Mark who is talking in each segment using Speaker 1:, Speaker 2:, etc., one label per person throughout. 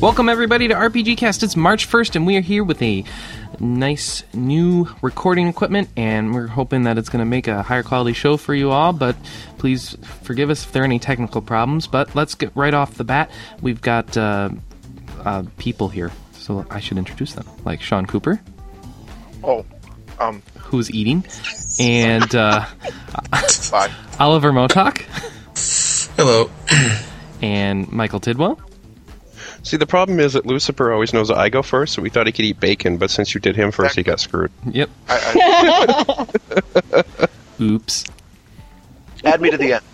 Speaker 1: Welcome everybody to RPG Cast. It's March 1st and we are here with a nice new recording equipment and we're hoping that it's going to make a higher quality show for you all, but please forgive us if there are any technical problems, but let's get right off the bat. We've got uh, uh, people here. So I should introduce them. Like Sean Cooper,
Speaker 2: Oh, um,
Speaker 1: who's eating, and uh,
Speaker 2: bye.
Speaker 1: Oliver Motok
Speaker 3: Hello.
Speaker 1: and Michael Tidwell.
Speaker 4: See, the problem is that Lucifer always knows that I go first, so we thought he could eat bacon, but since you did him first, he got screwed.
Speaker 1: Yep.
Speaker 2: I,
Speaker 1: Oops.
Speaker 2: I, add me to the end.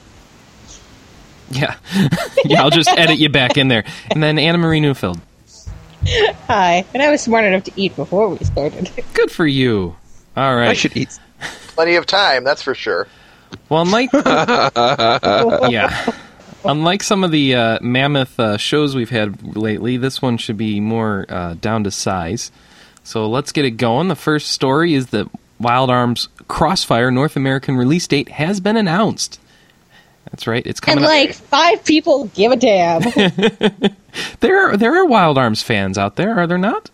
Speaker 1: Yeah. yeah, I'll just edit you back in there. And then Anna Marie Newfield.
Speaker 5: Hi, and I was smart enough to eat before we started.
Speaker 1: Good for you. All
Speaker 4: I
Speaker 1: right.
Speaker 4: should eat.
Speaker 2: Plenty of time, that's for sure.
Speaker 1: Well, unlike yeah, unlike some of the uh, mammoth uh, shows we've had lately, this one should be more uh, down to size. So let's get it going. The first story is that Wild Arms Crossfire North American release date has been announced. That's right. It's
Speaker 5: and
Speaker 1: coming. up.
Speaker 5: like five people give a damn.
Speaker 1: There are there are Wild Arms fans out there, are there not?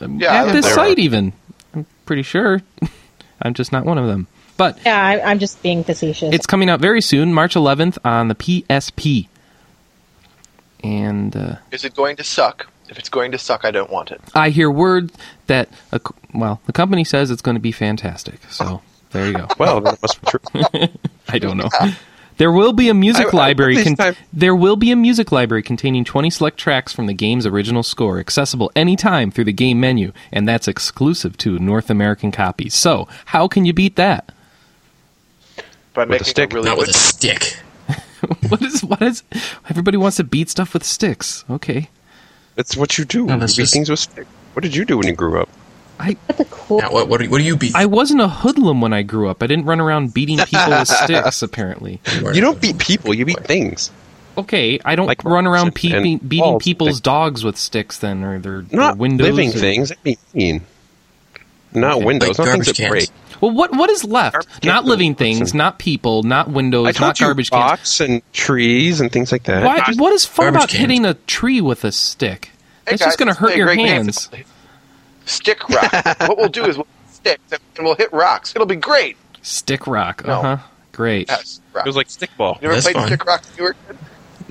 Speaker 2: Yeah,
Speaker 1: At this
Speaker 2: there
Speaker 1: site,
Speaker 2: are.
Speaker 1: even. I'm pretty sure. I'm just not one of them. But
Speaker 5: yeah, I, I'm just being facetious.
Speaker 1: It's coming out very soon, March 11th on the PSP. And uh,
Speaker 2: Is it going to suck? If it's going to suck, I don't want it.
Speaker 1: I hear word that a, co- well, the company says it's going to be fantastic. So there you go.
Speaker 4: Well, that must be true.
Speaker 1: I don't know. There will be a
Speaker 4: I-
Speaker 1: music
Speaker 4: I-
Speaker 1: library.
Speaker 4: please
Speaker 1: Con-
Speaker 4: time-
Speaker 1: there will be a music library containing 20 select tracks from the game's original score, accessible anytime through the game menu, and that's exclusive to North American copies. So how can you beat that?
Speaker 2: By
Speaker 4: With a
Speaker 2: making
Speaker 4: stick,
Speaker 2: a really
Speaker 3: Not
Speaker 2: good,
Speaker 3: with a stick.
Speaker 1: What is what is? Everybody wants to beat stuff with sticks. Okay,
Speaker 4: That's what you do.
Speaker 3: No,
Speaker 4: you
Speaker 3: that's
Speaker 4: eat
Speaker 3: just-
Speaker 4: things with stick. What did you do when you grew up?
Speaker 1: I
Speaker 5: What the cool.
Speaker 3: Now, what, what, do, what do you be?
Speaker 1: I wasn't a hoodlum when I grew up. I didn't run around beating people with sticks, apparently.
Speaker 3: are-
Speaker 4: You don't beat people, you beat things.
Speaker 1: Okay, I don't
Speaker 4: Like
Speaker 1: run around
Speaker 4: rocks and-
Speaker 1: pe-
Speaker 4: and
Speaker 1: beating
Speaker 4: walls.
Speaker 1: people's dogs with sticks, then, or their, their
Speaker 4: Not
Speaker 1: windows.
Speaker 4: living
Speaker 1: or-
Speaker 4: things. That'd be mean. Not windows.
Speaker 3: Like
Speaker 4: not things
Speaker 3: garbage
Speaker 4: that
Speaker 3: cans.
Speaker 4: break.
Speaker 1: Well, what what is left?
Speaker 4: Garbage
Speaker 1: Not
Speaker 4: cans.
Speaker 1: living things, not people, not
Speaker 4: I
Speaker 1: windows,
Speaker 4: told
Speaker 1: not
Speaker 4: you
Speaker 1: garbage cans.
Speaker 4: rocks and trees and things like that.
Speaker 1: Why, what is fun
Speaker 3: Garbage
Speaker 1: about
Speaker 3: cans.
Speaker 1: hitting a tree with a stick?
Speaker 2: Hey,
Speaker 1: That's just
Speaker 2: guys,
Speaker 1: going to
Speaker 2: let's play
Speaker 1: hurt
Speaker 2: a
Speaker 1: your
Speaker 2: great game.
Speaker 1: hands.
Speaker 2: Stick rock. what we'll do is we'll stick and we'll hit rocks. It'll be great.
Speaker 1: Stick rock.
Speaker 2: No.
Speaker 1: Uh huh. Great.
Speaker 2: Yes,
Speaker 4: It
Speaker 2: rock.
Speaker 4: was like stickball.
Speaker 2: you ever
Speaker 3: That's
Speaker 2: played
Speaker 3: fine.
Speaker 2: stick rock when you were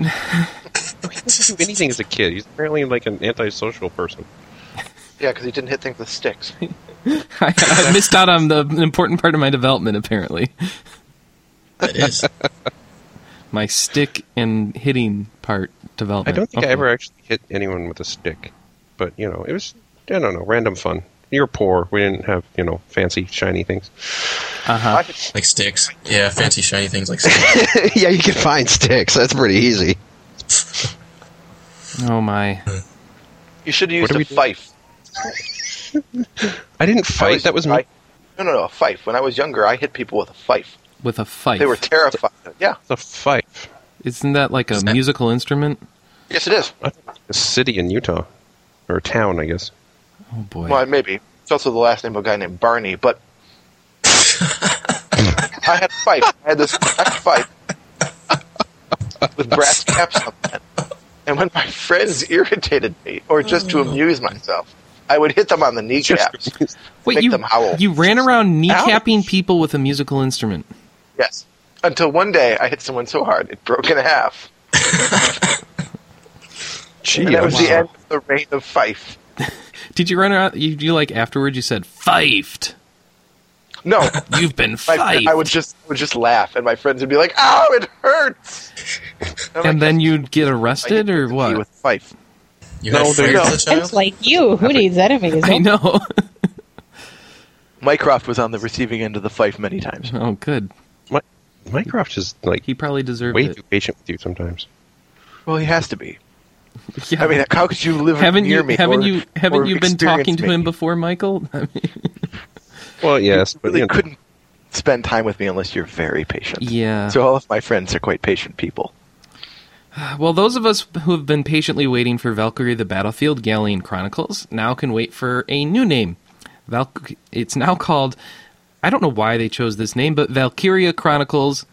Speaker 2: a kid?
Speaker 4: He didn't do anything as a kid. He's apparently like an antisocial person.
Speaker 2: Yeah, because he didn't hit things with sticks.
Speaker 1: I, I missed out on the an important part of my development, apparently.
Speaker 3: That is.
Speaker 1: My stick and hitting part
Speaker 4: I
Speaker 1: development.
Speaker 4: don't think I
Speaker 1: Okay.
Speaker 4: ever actually hit anyone with a stick, but you know, it was I don't know, random fun. You were poor. We didn't have you know fancy shiny things.
Speaker 1: Uh-huh.
Speaker 2: I could
Speaker 3: Like sticks. Yeah, fancy shiny things like sticks.
Speaker 6: yeah, you can find sticks. That's pretty easy.
Speaker 1: Oh my.
Speaker 2: you should have used
Speaker 4: do
Speaker 2: a
Speaker 4: we do?
Speaker 2: fife.
Speaker 4: I didn't
Speaker 2: I
Speaker 4: fight. that was
Speaker 2: I,
Speaker 4: me.
Speaker 2: No, no, no, a fife. When I was younger, I hit people with a fife.
Speaker 1: with a fife.
Speaker 2: They were terrified. Yeah.
Speaker 4: The fight.
Speaker 1: Isn't that like a
Speaker 3: Is that-
Speaker 1: musical instrument?
Speaker 2: Yes, it is.
Speaker 4: A city in Utah, or a town, I guess.
Speaker 1: Oh boy.
Speaker 2: Well, maybe. It's also the last name of a guy named Barney, but I had a fight. I had this black fight with brass caps on it. And when my friends irritated me, or just to amuse myself, I would hit them on the kneecaps.
Speaker 1: Wait,
Speaker 2: make
Speaker 1: you
Speaker 2: them howl.
Speaker 1: you ran around kneecapping people with a musical instrument.
Speaker 2: Yes. Until one day I hit someone so hard it broke in half.
Speaker 4: Gee,
Speaker 2: And that was
Speaker 4: wow.
Speaker 2: the end of the reign of Fife.
Speaker 1: Did you run around? You, you like afterwards? You said fifed.
Speaker 2: No.
Speaker 1: You've been
Speaker 2: My,
Speaker 1: fifed.
Speaker 2: I would just would just laugh and my friends would be like, Ow, it hurts
Speaker 1: and
Speaker 2: I'm like,
Speaker 1: then you'd get
Speaker 2: "I hit
Speaker 1: arrested or
Speaker 2: you
Speaker 1: what?
Speaker 2: with Fife.
Speaker 3: You
Speaker 4: No,
Speaker 3: had friends
Speaker 4: no.
Speaker 3: as a
Speaker 5: It's
Speaker 3: child?
Speaker 5: like you. Who needs enemies?
Speaker 1: I know.
Speaker 2: Mycroft was on the receiving end of the fife many times.
Speaker 1: oh, good.
Speaker 4: My, Minecraft is like
Speaker 1: He probably deserved
Speaker 4: way
Speaker 1: it.
Speaker 4: too patient with you sometimes.
Speaker 2: Well, he has to be.
Speaker 1: Yeah.
Speaker 2: I mean, how could you live
Speaker 1: haven't
Speaker 2: near
Speaker 1: you
Speaker 2: me?
Speaker 1: haven't
Speaker 2: or-
Speaker 1: you haven't
Speaker 2: or
Speaker 1: you been
Speaker 2: experience
Speaker 1: talking to
Speaker 2: me?
Speaker 1: him before, Michael? I mean,
Speaker 4: Well, yes,
Speaker 2: You
Speaker 4: but
Speaker 2: really
Speaker 4: you know,
Speaker 2: couldn't spend time with me unless you're very patient.
Speaker 1: Yeah.
Speaker 2: So all of my friends are quite patient people.
Speaker 1: Well, those of us who have been patiently waiting for Valkyrie the Battlefield Galleon Chronicles now can wait for a new name. Valk- it's now called, I don't know why they chose this name, but Valkyria Chronicles.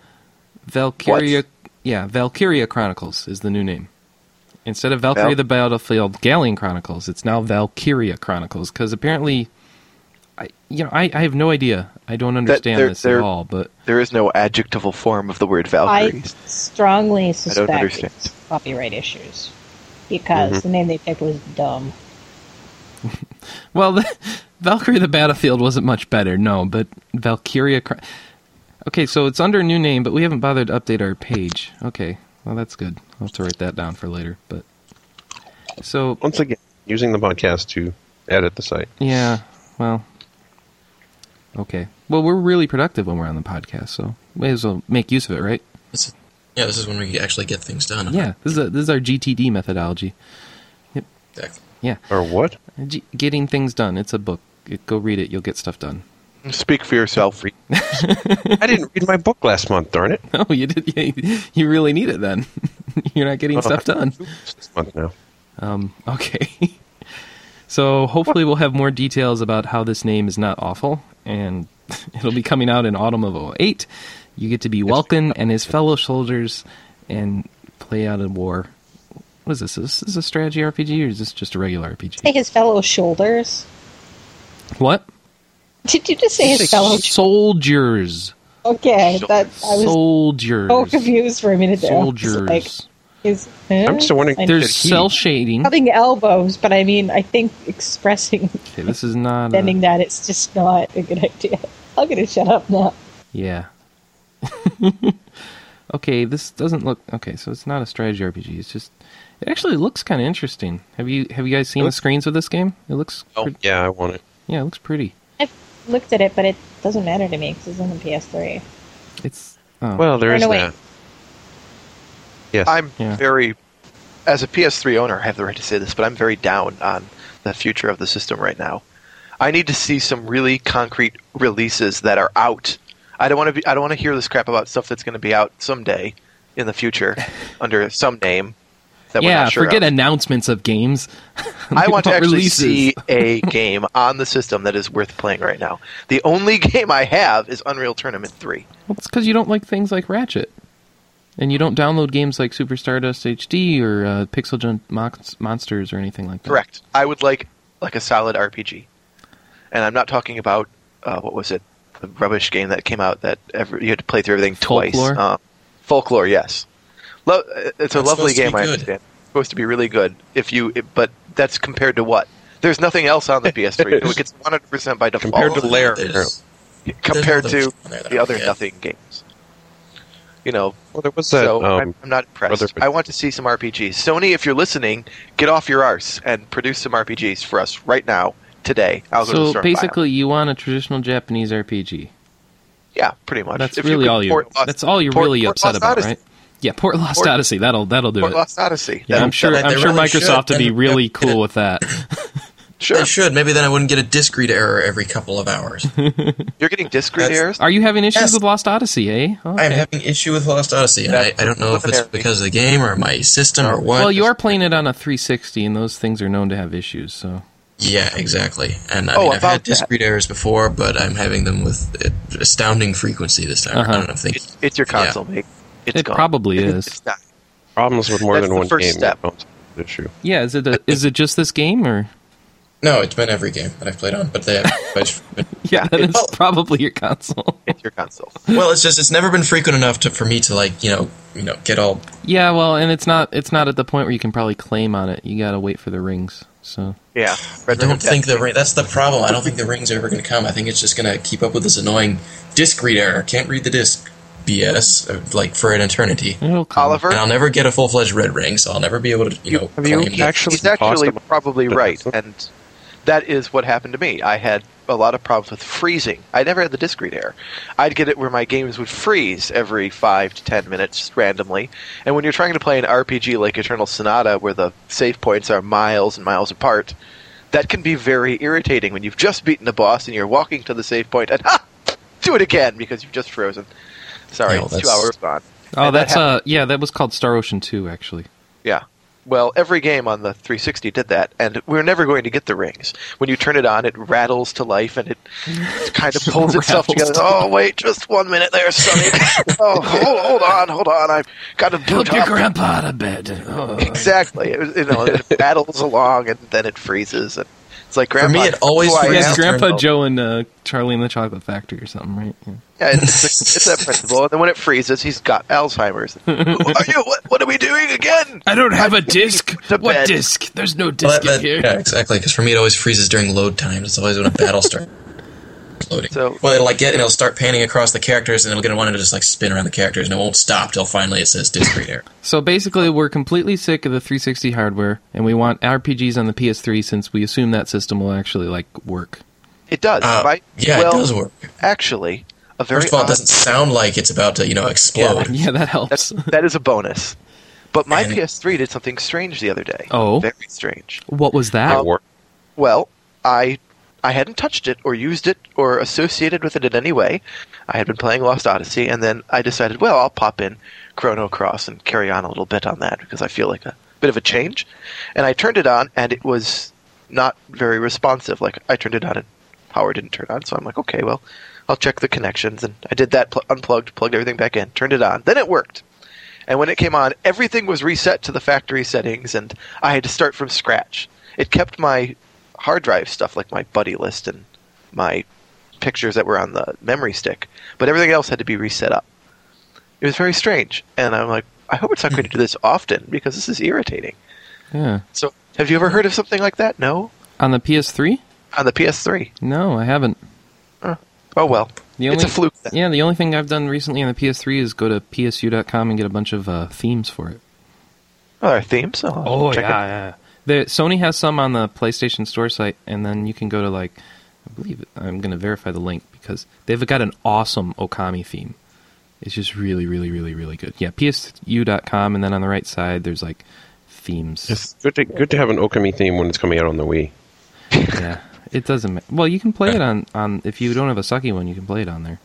Speaker 1: Valkyria. Yeah, Valkyria Chronicles is the new name. Instead of Valkyrie
Speaker 2: Val-
Speaker 1: the Battlefield Galleon Chronicles, it's now Valkyria Chronicles because apparently, I you know I, I have no idea. I don't understand
Speaker 2: they're-
Speaker 1: this
Speaker 2: they're-
Speaker 1: at all. But
Speaker 2: There is no adjectival form of the word
Speaker 5: I
Speaker 2: Valkyrie.
Speaker 5: strongly suspect
Speaker 2: understand.
Speaker 5: it's copyright issues because
Speaker 1: Mm-hmm.
Speaker 5: the name they picked was dumb.
Speaker 1: well, Valkyrie the Battlefield wasn't much better. No, but Valkyria. Chron- Okay, so it's under a new name, but we haven't bothered to update our page. Okay, well that's good. I'll have to write that down for later. But so
Speaker 4: Once again, using the podcast to edit the site.
Speaker 1: Yeah. Well. Okay. Well, we're really productive when we're on the podcast, so may as well make use of it, right?
Speaker 3: This is- yeah, this is when we actually get things done.
Speaker 1: Yeah. This is a, this is our GTD methodology.
Speaker 3: Exactly.
Speaker 1: Yeah.
Speaker 4: Or what?
Speaker 1: G- getting things done. It's a book. It, go read it. You'll get stuff done.
Speaker 2: Speak for yourself.
Speaker 4: I didn't read my book last month, darn it.
Speaker 1: Oh, you did. You, you really need it then. You're not getting stuff done.
Speaker 4: It's this month now.
Speaker 1: Um, okay. so hopefully we'll have more details about how this name is not awful, and it'll be coming out in autumn of 08. You get to be Welkin and his fellow soldiers and play out a war. What is this? Is this a strategy RPG or is this just a regular
Speaker 5: Say
Speaker 1: RPG?
Speaker 5: his fellow shoulders.
Speaker 1: What?
Speaker 5: Did you just say his fellow? Sh-
Speaker 1: Soldiers.
Speaker 5: okay, that I was
Speaker 1: Soldiers.
Speaker 5: so confused for a minute there. I was Like,
Speaker 1: Soldiers.
Speaker 5: is,
Speaker 4: I'm still wondering-
Speaker 5: I-
Speaker 1: There's
Speaker 4: Should he-
Speaker 1: cell shading.
Speaker 5: Rubbing elbows, but I mean, I think expressing
Speaker 1: Okay, this is not. a-
Speaker 5: bending that it's just not a good idea. I'm gonna shut up now.
Speaker 1: Yeah. okay, this doesn't look okay. So it's not a strategy RPG. It's just it actually looks kind of interesting. Have you have you guys seen the screens of this game? It looks
Speaker 4: Oh,
Speaker 1: pret-
Speaker 4: yeah, I want it.
Speaker 1: yeah, it looks pretty.
Speaker 5: I've looked at it, but it doesn't matter to me because it's on the PS3.
Speaker 1: It's oh,
Speaker 4: Well, there
Speaker 5: Run
Speaker 4: is
Speaker 5: away.
Speaker 4: that. Yes.
Speaker 2: I'm
Speaker 1: Yeah.
Speaker 2: very, as a PS3 owner, I have the right to say this, but I'm very down on the future of the system right now. I need to see some really concrete releases that are out. I don't want to be. I don't want to hear this crap about stuff that's going to be out someday in the future under some name. That we're
Speaker 1: yeah,
Speaker 2: not sure
Speaker 1: forget
Speaker 2: of.
Speaker 1: announcements of games.
Speaker 2: I want to
Speaker 1: about
Speaker 2: actually
Speaker 1: releases.
Speaker 2: see a game on the system that is worth playing right now. The only game I have is Unreal Tournament 3.
Speaker 1: Well, it's because you don't like things like Ratchet, and you don't download games like Super Stardust HD or uh, Pixel Junk Mox- Monsters or anything like that.
Speaker 2: Mm-hmm. Correct. I would like like a solid RPG, and I'm not talking about uh, what was it, the rubbish game that came out that every, you had to play through everything twice.
Speaker 1: Folklore?
Speaker 2: Uh, folklore, yes. Lo- it's a
Speaker 3: That's
Speaker 2: lovely
Speaker 3: supposed to be
Speaker 2: game. I
Speaker 3: good.
Speaker 2: understand. It's supposed to be really good. If you, it- but that's compared to what? There's nothing else on the PS3. so it gets 100 percent by default
Speaker 4: Compared to
Speaker 3: Well,
Speaker 4: Lair,
Speaker 3: there's-
Speaker 4: apparently.
Speaker 2: compared
Speaker 3: there's
Speaker 2: to
Speaker 3: nothing on there that
Speaker 2: the
Speaker 3: I
Speaker 2: other
Speaker 3: get.
Speaker 2: nothing games. You know,
Speaker 4: Well, there was that.
Speaker 2: so
Speaker 4: um,
Speaker 2: I'm, I'm not impressed.
Speaker 4: Brotherhood.
Speaker 2: I want to see some RPGs. Sony, if you're listening, get off your arse and produce some RPGs for us right now, today. I'll go to the
Speaker 1: So
Speaker 2: store and buy 'em.
Speaker 1: basically, you want a traditional Japanese RPG.
Speaker 2: yeah, pretty much.
Speaker 1: That's
Speaker 2: If
Speaker 1: really
Speaker 2: could
Speaker 1: all you.
Speaker 2: port Lost-
Speaker 1: that's all you're
Speaker 2: port-
Speaker 1: really
Speaker 2: Port
Speaker 1: upset
Speaker 2: Lost
Speaker 1: about,
Speaker 2: Odyssey.
Speaker 1: right? Yeah, Port Lost
Speaker 2: Port-
Speaker 1: Odyssey. That'll that'll do
Speaker 2: Port
Speaker 1: it.
Speaker 2: Lost Odyssey.
Speaker 1: yeah,
Speaker 2: That-
Speaker 1: I'm sure.
Speaker 3: that-
Speaker 1: I'm
Speaker 3: they
Speaker 1: sure
Speaker 3: really
Speaker 1: Microsoft
Speaker 3: should.
Speaker 1: would be
Speaker 3: Then-
Speaker 1: really
Speaker 3: yeah.
Speaker 1: cool with that.
Speaker 2: sure.
Speaker 3: They should. Maybe then I wouldn't get a discrete error every couple of hours.
Speaker 2: You're getting discrete
Speaker 3: That's-
Speaker 2: errors.
Speaker 1: Are you having issues
Speaker 3: Yes.
Speaker 1: with Lost Odyssey? Eh? Oh,
Speaker 3: I'm having issue with Lost Odyssey, and I, I don't know if it's
Speaker 2: preliminary.
Speaker 3: because of the game or my system or what.
Speaker 1: well, you are playing it on a 360, and those things are known to have issues. So
Speaker 3: Yeah, exactly. And I
Speaker 2: Oh,
Speaker 3: mean, I've
Speaker 2: about
Speaker 3: had discrete errors before, but I'm having them with uh, astounding frequency this time.
Speaker 1: Uh-huh.
Speaker 3: I don't know if they.
Speaker 2: It's, it's your
Speaker 3: Yeah.
Speaker 2: console, mate. It's
Speaker 1: it
Speaker 2: gone.
Speaker 1: probably is.
Speaker 2: It's not.
Speaker 4: problems with more
Speaker 2: That's
Speaker 4: than
Speaker 2: the
Speaker 4: one
Speaker 2: first
Speaker 4: game.
Speaker 2: step.
Speaker 4: That's the Issue.
Speaker 1: Yeah, is it a, is it just this game or?
Speaker 3: No, it's been every game that I've played on, but they have. but-
Speaker 1: Yeah,
Speaker 2: Yeah,
Speaker 1: that is
Speaker 3: it's-
Speaker 1: probably your console.
Speaker 2: It's your console.
Speaker 3: well, it's just it's never been frequent enough to for me to like you know you know get all
Speaker 1: Yeah, well, and it's not it's not at the point where you can probably claim on it. You gotta wait for the rings. So
Speaker 2: Yeah.
Speaker 3: I don't think the ring. That's the problem. I don't think the ring's ever going to come. I think it's just going to keep up with this annoying disc read error. Can't read the disc. BS. uh, Like for an eternity.
Speaker 1: it'll come.
Speaker 2: Oliver.
Speaker 3: And I'll never get a full fledged red ring, so I'll never be able to you know.
Speaker 4: Have you
Speaker 3: claim that.
Speaker 4: actually
Speaker 2: he's actually
Speaker 4: cost them-
Speaker 2: probably
Speaker 4: the
Speaker 2: right,
Speaker 4: pencil.
Speaker 2: and that is what happened to me. I had a lot of problems with freezing. I never had the discrete error. I'd get it where my games would freeze every five to ten minutes randomly, and when you're trying to play an RPG like Eternal Sonata, where the save points are miles and miles apart, that can be very irritating when you've just beaten the boss and you're walking to the save point and ha, do it again because you've just frozen. Sorry,
Speaker 3: No,
Speaker 2: it's two
Speaker 3: that's-
Speaker 2: hours gone.
Speaker 1: Oh,
Speaker 2: And that
Speaker 1: that's uh yeah, that was called Star Ocean 2 actually.
Speaker 2: Yeah. Well, every game on the 360 did that, and we are never going to get the rings. When you turn it on, it rattles to life, and it kind of pulls itself
Speaker 1: Rattles
Speaker 2: together. oh, wait, just one minute there, Sonny. oh, hold, hold on, hold on. I've got to boot up.
Speaker 1: grandpa to bed. Oh.
Speaker 2: Exactly. It, was- you know, it rattles along, and then it freezes. And it's like Grandpa.
Speaker 3: me, it always
Speaker 2: who I
Speaker 3: freezes.
Speaker 2: am.
Speaker 1: Oh, Yeah,
Speaker 3: Yes,
Speaker 1: Grandpa
Speaker 3: Grandpa.
Speaker 1: Joe and uh, Charlie in the Chocolate Factory or something, right? Yeah.
Speaker 2: Yeah, it's, it's that principle. And then when it freezes, he's got Alzheimer's. Who are you? What, what are we doing again?
Speaker 1: I don't have a disc.
Speaker 2: To What bed.
Speaker 1: disc? There's no
Speaker 3: Well,
Speaker 1: disc
Speaker 3: that- that- yeah, exactly. Because for me, it always freezes during load times. It's always when a battle starts loading.
Speaker 2: So-
Speaker 3: well, it'll like get and it'll start panning across the characters, and it'll get one to just like spin around the characters, and it won't stop till finally it says disc read error.
Speaker 1: So basically, we're completely sick of the 360 hardware, and we want RPGs on the PS3 since we assume that system will actually like work.
Speaker 2: It does.
Speaker 3: Uh,
Speaker 2: My-
Speaker 3: yeah,
Speaker 2: well,
Speaker 3: it does work.
Speaker 2: Actually, a very
Speaker 3: First of all,
Speaker 2: odd-
Speaker 3: it doesn't sound like it's about to you know explode.
Speaker 1: Yeah, that helps.
Speaker 2: That's, that is a bonus. But my
Speaker 3: And-
Speaker 2: PS3 did something strange the other day.
Speaker 1: Oh?
Speaker 2: Very strange.
Speaker 1: What was that?
Speaker 2: Uh,
Speaker 4: It worked.
Speaker 2: Well, I I hadn't touched it or used it or associated with it in any way. I had been playing Lost Odyssey, and then I decided, well, I'll pop in Chrono Cross and carry on a little bit on that because I feel like a bit of a change. And I turned it on, and it was not very responsive. Like I turned it on, and power didn't turn on. So I'm like, okay, well, I'll check the connections, and I did that, pl- unplugged, plugged everything back in, turned it on. Then it worked. And when it came on, everything was reset to the factory settings, and I had to start from scratch. It kept my hard drive stuff, like my buddy list and my pictures that were on the memory stick, but everything else had to be reset up. It was very strange, and I'm like, I hope it's not going to do this often because this is irritating.
Speaker 1: Yeah,
Speaker 2: So, have you ever heard of something like that? No,
Speaker 1: on the PS3?
Speaker 2: on the PS3.
Speaker 1: No, I haven't.
Speaker 2: Oh well,
Speaker 1: The
Speaker 2: it's a fluke. Then.
Speaker 1: Yeah, the only thing I've done recently on the PS3 is go to psu.com and get a bunch of uh, themes for it.
Speaker 2: Oh, our themes. I'll check it.
Speaker 1: yeah. The, Sony has some on the PlayStation Store site, and then you can go to like, I believe I'm going to verify the link because they've got an awesome Okami theme. It's just really, really, really, really good. Yeah, psu.com, and then on the right side there's like themes.
Speaker 4: It's good to good to have an Okami theme when it's coming out on the Wii.
Speaker 1: Yeah, it doesn't. Ma- well, you can play it on on if you don't have a sucky one, you can play it on there.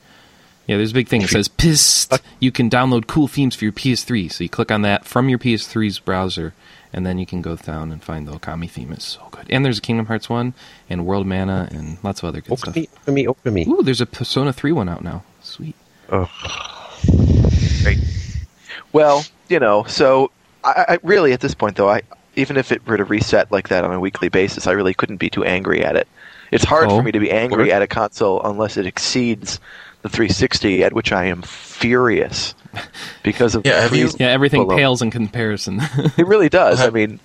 Speaker 1: Yeah, there's a big thing that says pissed. You can download cool themes for your PS3. So you click on that from your PS3's browser, and then you can go down and find the Okami theme. It's so good. And there's a Kingdom Hearts one, and World Mana, and lots of other good
Speaker 4: Okami, Okami,
Speaker 1: stuff.
Speaker 4: Okami.
Speaker 1: Ooh, there's a Persona 3 one out now. Sweet.
Speaker 2: Well, you know, so I, I really at this point though, I even if it were to reset like that on a weekly basis, I really couldn't be too angry at it. It's hard
Speaker 1: Oh.
Speaker 2: for me to be angry
Speaker 4: Word.
Speaker 2: at a console unless it exceeds the 360, at which I am furious because of
Speaker 3: Yeah,
Speaker 2: the
Speaker 3: have you-
Speaker 2: freeze
Speaker 1: Yeah, everything
Speaker 2: below.
Speaker 1: pales in comparison.
Speaker 2: It really does. I mean,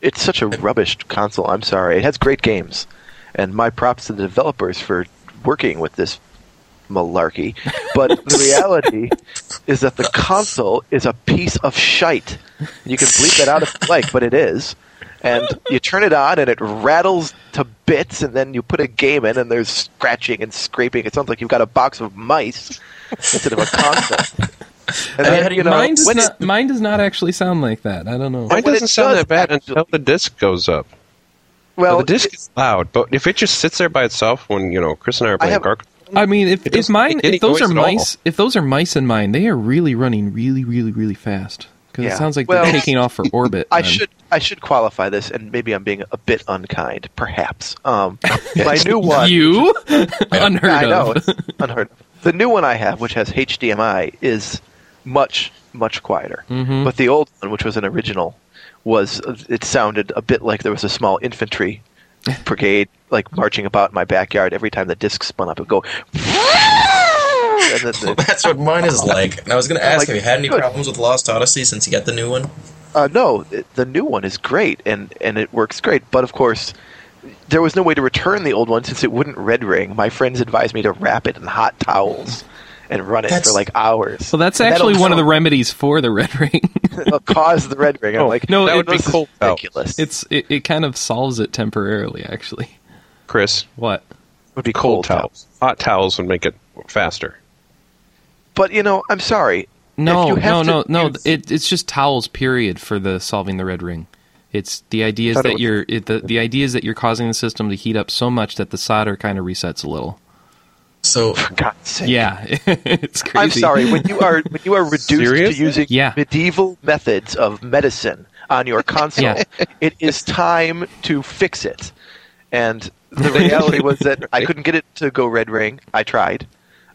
Speaker 2: it's such a rubbish console. I'm sorry. It has great games, and my props to the developers for working with this malarkey. But the reality is that the console is a piece of shite. You can bleep that out if you like, but it is. And you turn it on, and it rattles to bits, and then you put a game in, and there's scratching and scraping. It sounds like you've got a box of mice instead of a console. And
Speaker 3: mean, how do you-
Speaker 1: mine, does
Speaker 2: when it-
Speaker 1: not, mine does not actually sound like that. I don't know.
Speaker 4: Mine
Speaker 2: when it
Speaker 4: doesn't sound
Speaker 2: does
Speaker 4: that bad
Speaker 2: actually-
Speaker 4: until the disc goes up.
Speaker 2: well,
Speaker 4: the disc is loud, but if it just sits there by itself when you know Chris and I are playing
Speaker 2: have-
Speaker 4: Gark,
Speaker 1: I mean, if,
Speaker 4: It
Speaker 1: if
Speaker 4: doesn't
Speaker 1: mine,
Speaker 4: make any
Speaker 1: if those
Speaker 4: noise
Speaker 1: are
Speaker 4: at all.
Speaker 1: mice, if those are mice in mine, they are really running really, really, really fast. Because
Speaker 2: Yeah.
Speaker 1: it sounds like
Speaker 2: Well,
Speaker 1: they're taking off for orbit.
Speaker 2: I
Speaker 1: then.
Speaker 2: should I should qualify this, and maybe I'm being a bit unkind, perhaps. Um, my new one,
Speaker 1: You unheard
Speaker 2: I know,
Speaker 1: of.
Speaker 2: it's unheard of. The new one I have, which has HDMI, is much much quieter.
Speaker 1: Mhm.
Speaker 2: But the old one, which was an original, was it sounded a bit like there was a small infantry brigade like marching about in my backyard. Every time the disc spun up, it would go. and then the-
Speaker 3: That's what mine is like. And I was going to ask,
Speaker 2: Like,
Speaker 3: have you had any
Speaker 2: good.
Speaker 3: problems with Lost Odyssey since you got the new one?
Speaker 2: Uh, no, th- the new one is great and, and it works great. But of course, there was no way to return the old one since it wouldn't red ring. My friends advised me to wrap it in hot towels and run it
Speaker 3: That's-
Speaker 2: for like hours.
Speaker 1: So that's
Speaker 2: And that'll-
Speaker 1: actually one of the remedies for the red ring.
Speaker 2: that'll cause the red ring. I'm like,
Speaker 1: no,
Speaker 4: that
Speaker 1: it-
Speaker 4: would be
Speaker 2: this is
Speaker 4: cold out,
Speaker 2: ridiculous. It
Speaker 1: it's it, it kind of solves it temporarily. Actually,
Speaker 4: Chris.
Speaker 1: what?
Speaker 2: would be cold,
Speaker 4: Cold,
Speaker 2: towels.
Speaker 4: towels. Hot towels would make it faster.
Speaker 2: But you know, I'm sorry. If
Speaker 1: No,
Speaker 2: you
Speaker 1: no,
Speaker 2: have
Speaker 1: no,
Speaker 2: to
Speaker 1: no.
Speaker 2: use-
Speaker 1: It, it's just towels. Period for the solving the red ring. It's the idea is
Speaker 4: Thought it
Speaker 1: that
Speaker 4: was-
Speaker 1: you're it, the the idea is that you're causing the system to heat up so much that the solder kind of resets a little.
Speaker 3: So
Speaker 2: For God's sake.
Speaker 1: Yeah, it's crazy.
Speaker 2: I'm sorry. When you are when you are reduced
Speaker 4: Serious?
Speaker 2: to using
Speaker 1: Yeah.
Speaker 2: medieval methods of medicine, on your console.
Speaker 1: Yeah.
Speaker 2: It is time to fix it. And the reality was that I couldn't get it to go red ring. I tried.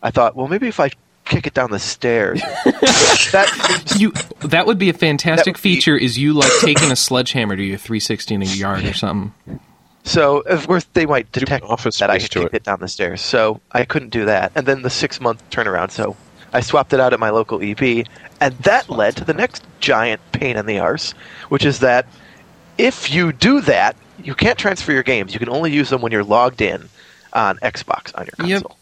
Speaker 2: I thought, well, maybe if I kick it down the stairs. that,
Speaker 1: You that would be a fantastic
Speaker 2: That would be-
Speaker 1: feature. Is you like taking a sledgehammer to your 360 in a yard or something?
Speaker 2: so, of course, they might detect
Speaker 4: office
Speaker 2: that I
Speaker 4: space
Speaker 2: could
Speaker 4: to
Speaker 2: kick
Speaker 4: it.
Speaker 2: it down the stairs. So I couldn't do that. And then the six month turnaround. So I swapped it out at my local EB. And that led to the next giant pain in the arse, which is that if you do that, you can't transfer your games. You can only use them when you're logged in on Xbox on your
Speaker 1: Yep.
Speaker 2: console.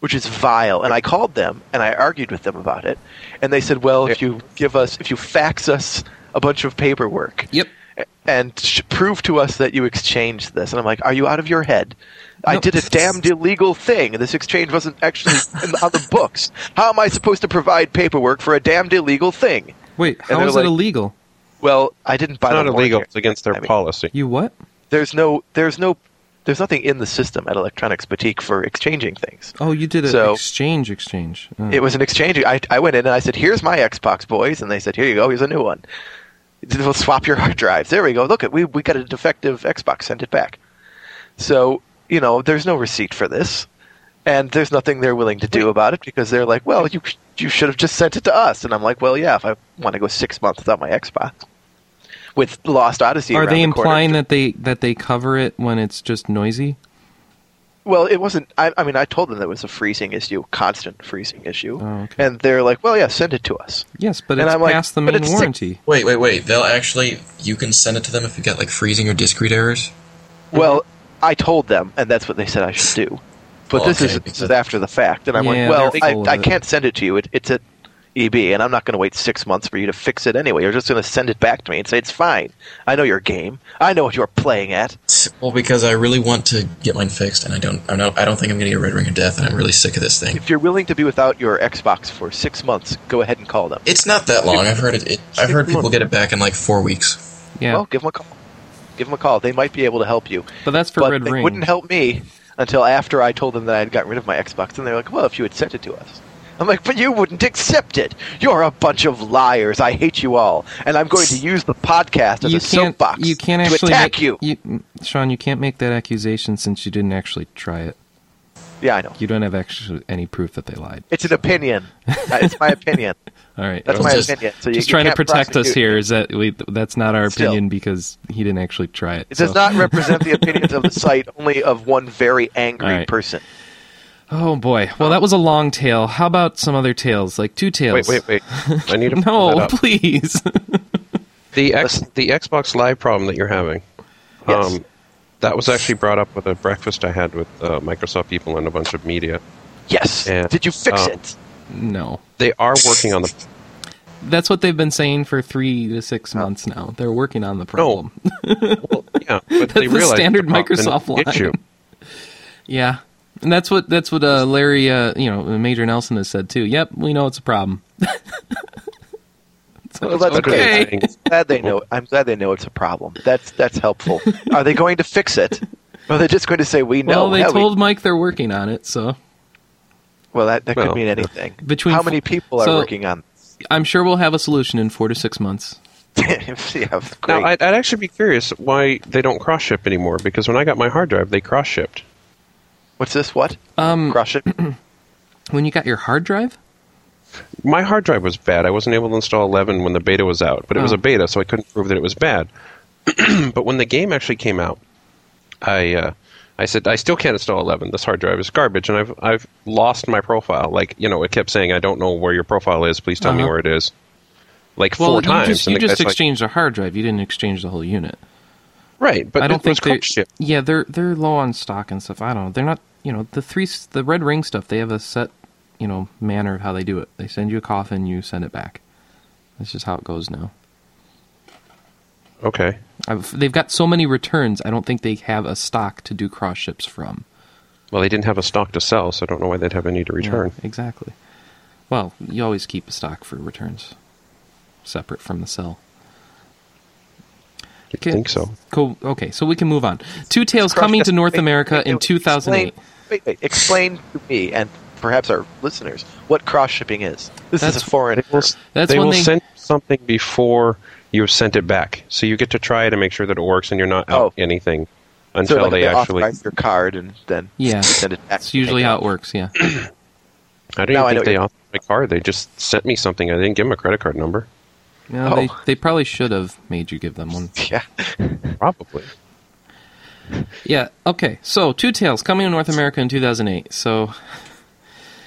Speaker 2: Which is vile, and I called them and I argued with them about it, and they said, "Well, if you give us, if you fax us a bunch of paperwork,
Speaker 1: Yep.
Speaker 2: and sh- prove to us that you exchanged this. And I'm like, are you out of your head? I
Speaker 1: No.
Speaker 2: did a damned illegal thing. This exchange wasn't actually in, on the books. How am I supposed to provide paperwork for a damned illegal thing?
Speaker 1: Wait, how
Speaker 2: they're
Speaker 1: is
Speaker 2: like-
Speaker 1: it illegal?
Speaker 2: Well, I didn't buy
Speaker 4: It's not
Speaker 2: the
Speaker 4: illegal.
Speaker 2: warranty.
Speaker 4: It's against their
Speaker 2: I mean,
Speaker 4: policy.
Speaker 1: You what?
Speaker 2: There's no, there's no, there's nothing in the system at Electronics Boutique for exchanging things.
Speaker 1: Oh, you did an
Speaker 2: So-
Speaker 1: exchange exchange. Oh.
Speaker 2: It was an exchange. I, I went in and I said, "Here's my Xbox, boys," and they said, "Here you go. Here's a new one. We'll swap your hard drives. There we go. Look, at we we got a defective Xbox. Send it back." So you know, there's no receipt for this, and there's nothing they're willing to do about it because they're like, "Well, you you should have just sent it to us." And I'm like, "Well, yeah, if I want to go six months without my Xbox." With Lost Odyssey,
Speaker 1: Are
Speaker 2: around
Speaker 1: they
Speaker 2: the corner.
Speaker 1: implying that they that they cover it when it's just noisy?
Speaker 2: Well, it wasn't. I, I mean, I told them that it was a freezing issue, constant freezing issue,
Speaker 1: Oh, okay.
Speaker 2: and they're like, "Well, yeah, send it to us."
Speaker 1: Yes, but
Speaker 2: And
Speaker 1: it's
Speaker 2: I'm like,
Speaker 1: past the
Speaker 2: but
Speaker 1: main
Speaker 2: it's six-
Speaker 1: warranty.
Speaker 3: Wait, wait, wait. They'll actually. You can send it to them if you got like freezing or discrete errors.
Speaker 1: Uh-huh.
Speaker 2: Well, I told them, and that's what they said I should do. But this is
Speaker 3: Okay.
Speaker 2: this is after the fact, and I'm
Speaker 1: Yeah,
Speaker 2: like,
Speaker 1: they're full
Speaker 2: well,
Speaker 1: of
Speaker 2: I, I
Speaker 1: it.
Speaker 2: can't send it to you. It, it's at EB, and I'm not going to wait six months for you to fix it anyway. You're just going to send it back to me and say it's fine. I know your game. I know what you're playing at.
Speaker 3: Well, because I really want to get mine fixed, and I don't. I'm not. I don't think I'm going to get Red Ring of Death, and I'm really sick of this thing.
Speaker 2: If you're willing to be without your Xbox for six months, go ahead and call them.
Speaker 3: It's not that long. I've heard it. it I've heard
Speaker 2: Six
Speaker 3: people
Speaker 2: months.
Speaker 3: get it back in like four weeks.
Speaker 1: Yeah,
Speaker 2: Well, give them a call. Give them a call. They might be able to help you.
Speaker 1: but that's for
Speaker 2: but
Speaker 1: Red
Speaker 2: they
Speaker 1: Ring.
Speaker 2: wouldn't help me until after I told them that I had gotten rid of my Xbox. And they were like, well, if you had sent it to us. I'm like, but you wouldn't accept it. You're a bunch of liars. I hate you all. And I'm going to use the podcast as
Speaker 1: you
Speaker 2: a
Speaker 1: can't.
Speaker 2: soapbox
Speaker 1: You can't
Speaker 2: to
Speaker 1: actually
Speaker 2: attack
Speaker 1: make,
Speaker 2: you.
Speaker 1: Sean. You can't make that accusation since you didn't actually try it.
Speaker 2: Yeah, I know.
Speaker 1: You don't have actually any proof that they lied.
Speaker 2: It's an opinion. Uh, it's my opinion.
Speaker 1: All right,
Speaker 2: That's
Speaker 1: well,
Speaker 2: my
Speaker 3: just-
Speaker 2: opinion. So you,
Speaker 1: just
Speaker 2: you
Speaker 1: trying to
Speaker 2: can't
Speaker 1: protect us
Speaker 2: prosecute.
Speaker 1: here. Is that we, that's not our
Speaker 2: Still.
Speaker 1: opinion because he didn't actually try it.
Speaker 2: It does
Speaker 1: so-
Speaker 2: not represent the opinions of the site, only of one very angry
Speaker 1: All right.
Speaker 2: person.
Speaker 1: Oh boy. Well, that was a long tail. How about some other tails? Like two tails.
Speaker 4: Wait, wait, wait. I need to pull
Speaker 1: No,
Speaker 4: that up.
Speaker 1: please.
Speaker 4: The X, the Xbox Live problem that you're having. um,
Speaker 2: Yes.
Speaker 4: that was actually brought up with a breakfast I had with uh, Microsoft people and a bunch of media.
Speaker 2: Yes.
Speaker 4: And,
Speaker 2: Did you fix
Speaker 4: um,
Speaker 2: it?
Speaker 1: no.
Speaker 4: They are working on the
Speaker 1: That's what they've been saying for three to six months now. They're working on the problem.
Speaker 4: well, yeah, but they
Speaker 1: the
Speaker 4: realized
Speaker 1: standard
Speaker 4: problem's an
Speaker 1: Microsoft line.
Speaker 4: issue.
Speaker 1: Yeah, and that's what that's what uh, Larry, uh, you know, Major Nelson has said too. Yep, we know it's a problem. So
Speaker 2: Well,
Speaker 1: it's
Speaker 2: that's
Speaker 1: okay.
Speaker 4: great.
Speaker 2: glad they know. I'm glad they know it's a problem. That's that's helpful. Are they going to fix it? Or they're just going to say we know.
Speaker 1: Well, they
Speaker 2: Hell, we-
Speaker 1: told Mike they're working on it, so
Speaker 2: well, that, that
Speaker 4: Well, uh,
Speaker 2: could mean anything.
Speaker 1: between
Speaker 2: how
Speaker 1: fo-
Speaker 2: many people are
Speaker 1: so-
Speaker 2: working on?
Speaker 1: I'm sure we'll have a solution in four to six months.
Speaker 2: yeah,
Speaker 4: Now,
Speaker 2: great.
Speaker 4: I'd, I'd actually be curious why they don't cross ship anymore. Because when I got my hard drive, they cross shipped.
Speaker 2: What's this? What? Um, Crush it.
Speaker 1: When you got your hard drive,
Speaker 4: My hard drive was bad. I wasn't able to install 11 when the beta was out, but it was
Speaker 1: Oh.
Speaker 4: a beta, so I couldn't prove that it was bad. but when the game actually came out, I uh, I said I still can't install 11. This hard drive is garbage, and I've I've lost my profile. Like you know, it kept saying I don't know where your profile is. Please tell me
Speaker 1: Uh-huh.
Speaker 4: where it is. Like
Speaker 1: well,
Speaker 4: four
Speaker 1: you
Speaker 4: times.
Speaker 1: just,
Speaker 4: and
Speaker 1: you
Speaker 4: the
Speaker 1: just
Speaker 4: guy's like,
Speaker 1: exchanged a hard drive. You didn't exchange the whole unit.
Speaker 4: right, but
Speaker 1: I don't
Speaker 4: it was
Speaker 1: think they.
Speaker 4: cross shipped.
Speaker 1: Yeah, they're they're low on stock and stuff. I don't know. They're not. You know, the three s- the red ring stuff. They have a set, you know, manner of how they do it. They send you a coffin, you send it back. That's just how it goes now.
Speaker 4: Okay.
Speaker 1: I've, they've got so many returns. I don't think they have a stock to do cross ships from.
Speaker 4: Well, they didn't have a stock to sell, so I don't know why they'd have any to
Speaker 1: Yeah,
Speaker 4: return.
Speaker 1: exactly. Well, you always keep a stock for returns, separate from the sell.
Speaker 4: I think so.
Speaker 1: Cool. Okay, so we can move on. Two Tails
Speaker 2: Crush
Speaker 1: coming
Speaker 2: it.
Speaker 1: to North
Speaker 2: Wait,
Speaker 1: America
Speaker 2: wait,
Speaker 1: in
Speaker 2: wait,
Speaker 1: 2008.
Speaker 2: Explain, wait, wait. Explain to me and perhaps our listeners what cross shipping is. This
Speaker 1: That's-
Speaker 2: is a foreign.
Speaker 4: They will, s-
Speaker 1: That's
Speaker 4: they
Speaker 1: when
Speaker 4: will
Speaker 1: they-
Speaker 4: send something before you've sent it back, so you get to try it and make sure that it works, and you're not out
Speaker 2: Oh.
Speaker 4: anything
Speaker 2: So
Speaker 4: until
Speaker 2: like,
Speaker 4: they,
Speaker 2: they
Speaker 4: actually.
Speaker 2: authorize your card and then
Speaker 1: Yeah.
Speaker 2: send it back.
Speaker 1: That's usually how it works. Yeah.
Speaker 4: I don't
Speaker 2: Now
Speaker 4: even
Speaker 2: I know
Speaker 4: think they
Speaker 2: what
Speaker 4: authorized my card. They just sent me something. I didn't give them a credit card number.
Speaker 1: No, they,
Speaker 2: Oh.
Speaker 1: they probably should have made you give them one.
Speaker 2: Yeah.
Speaker 4: Probably.
Speaker 1: Yeah. Okay. So, Two Tails coming to North America in 2008. So,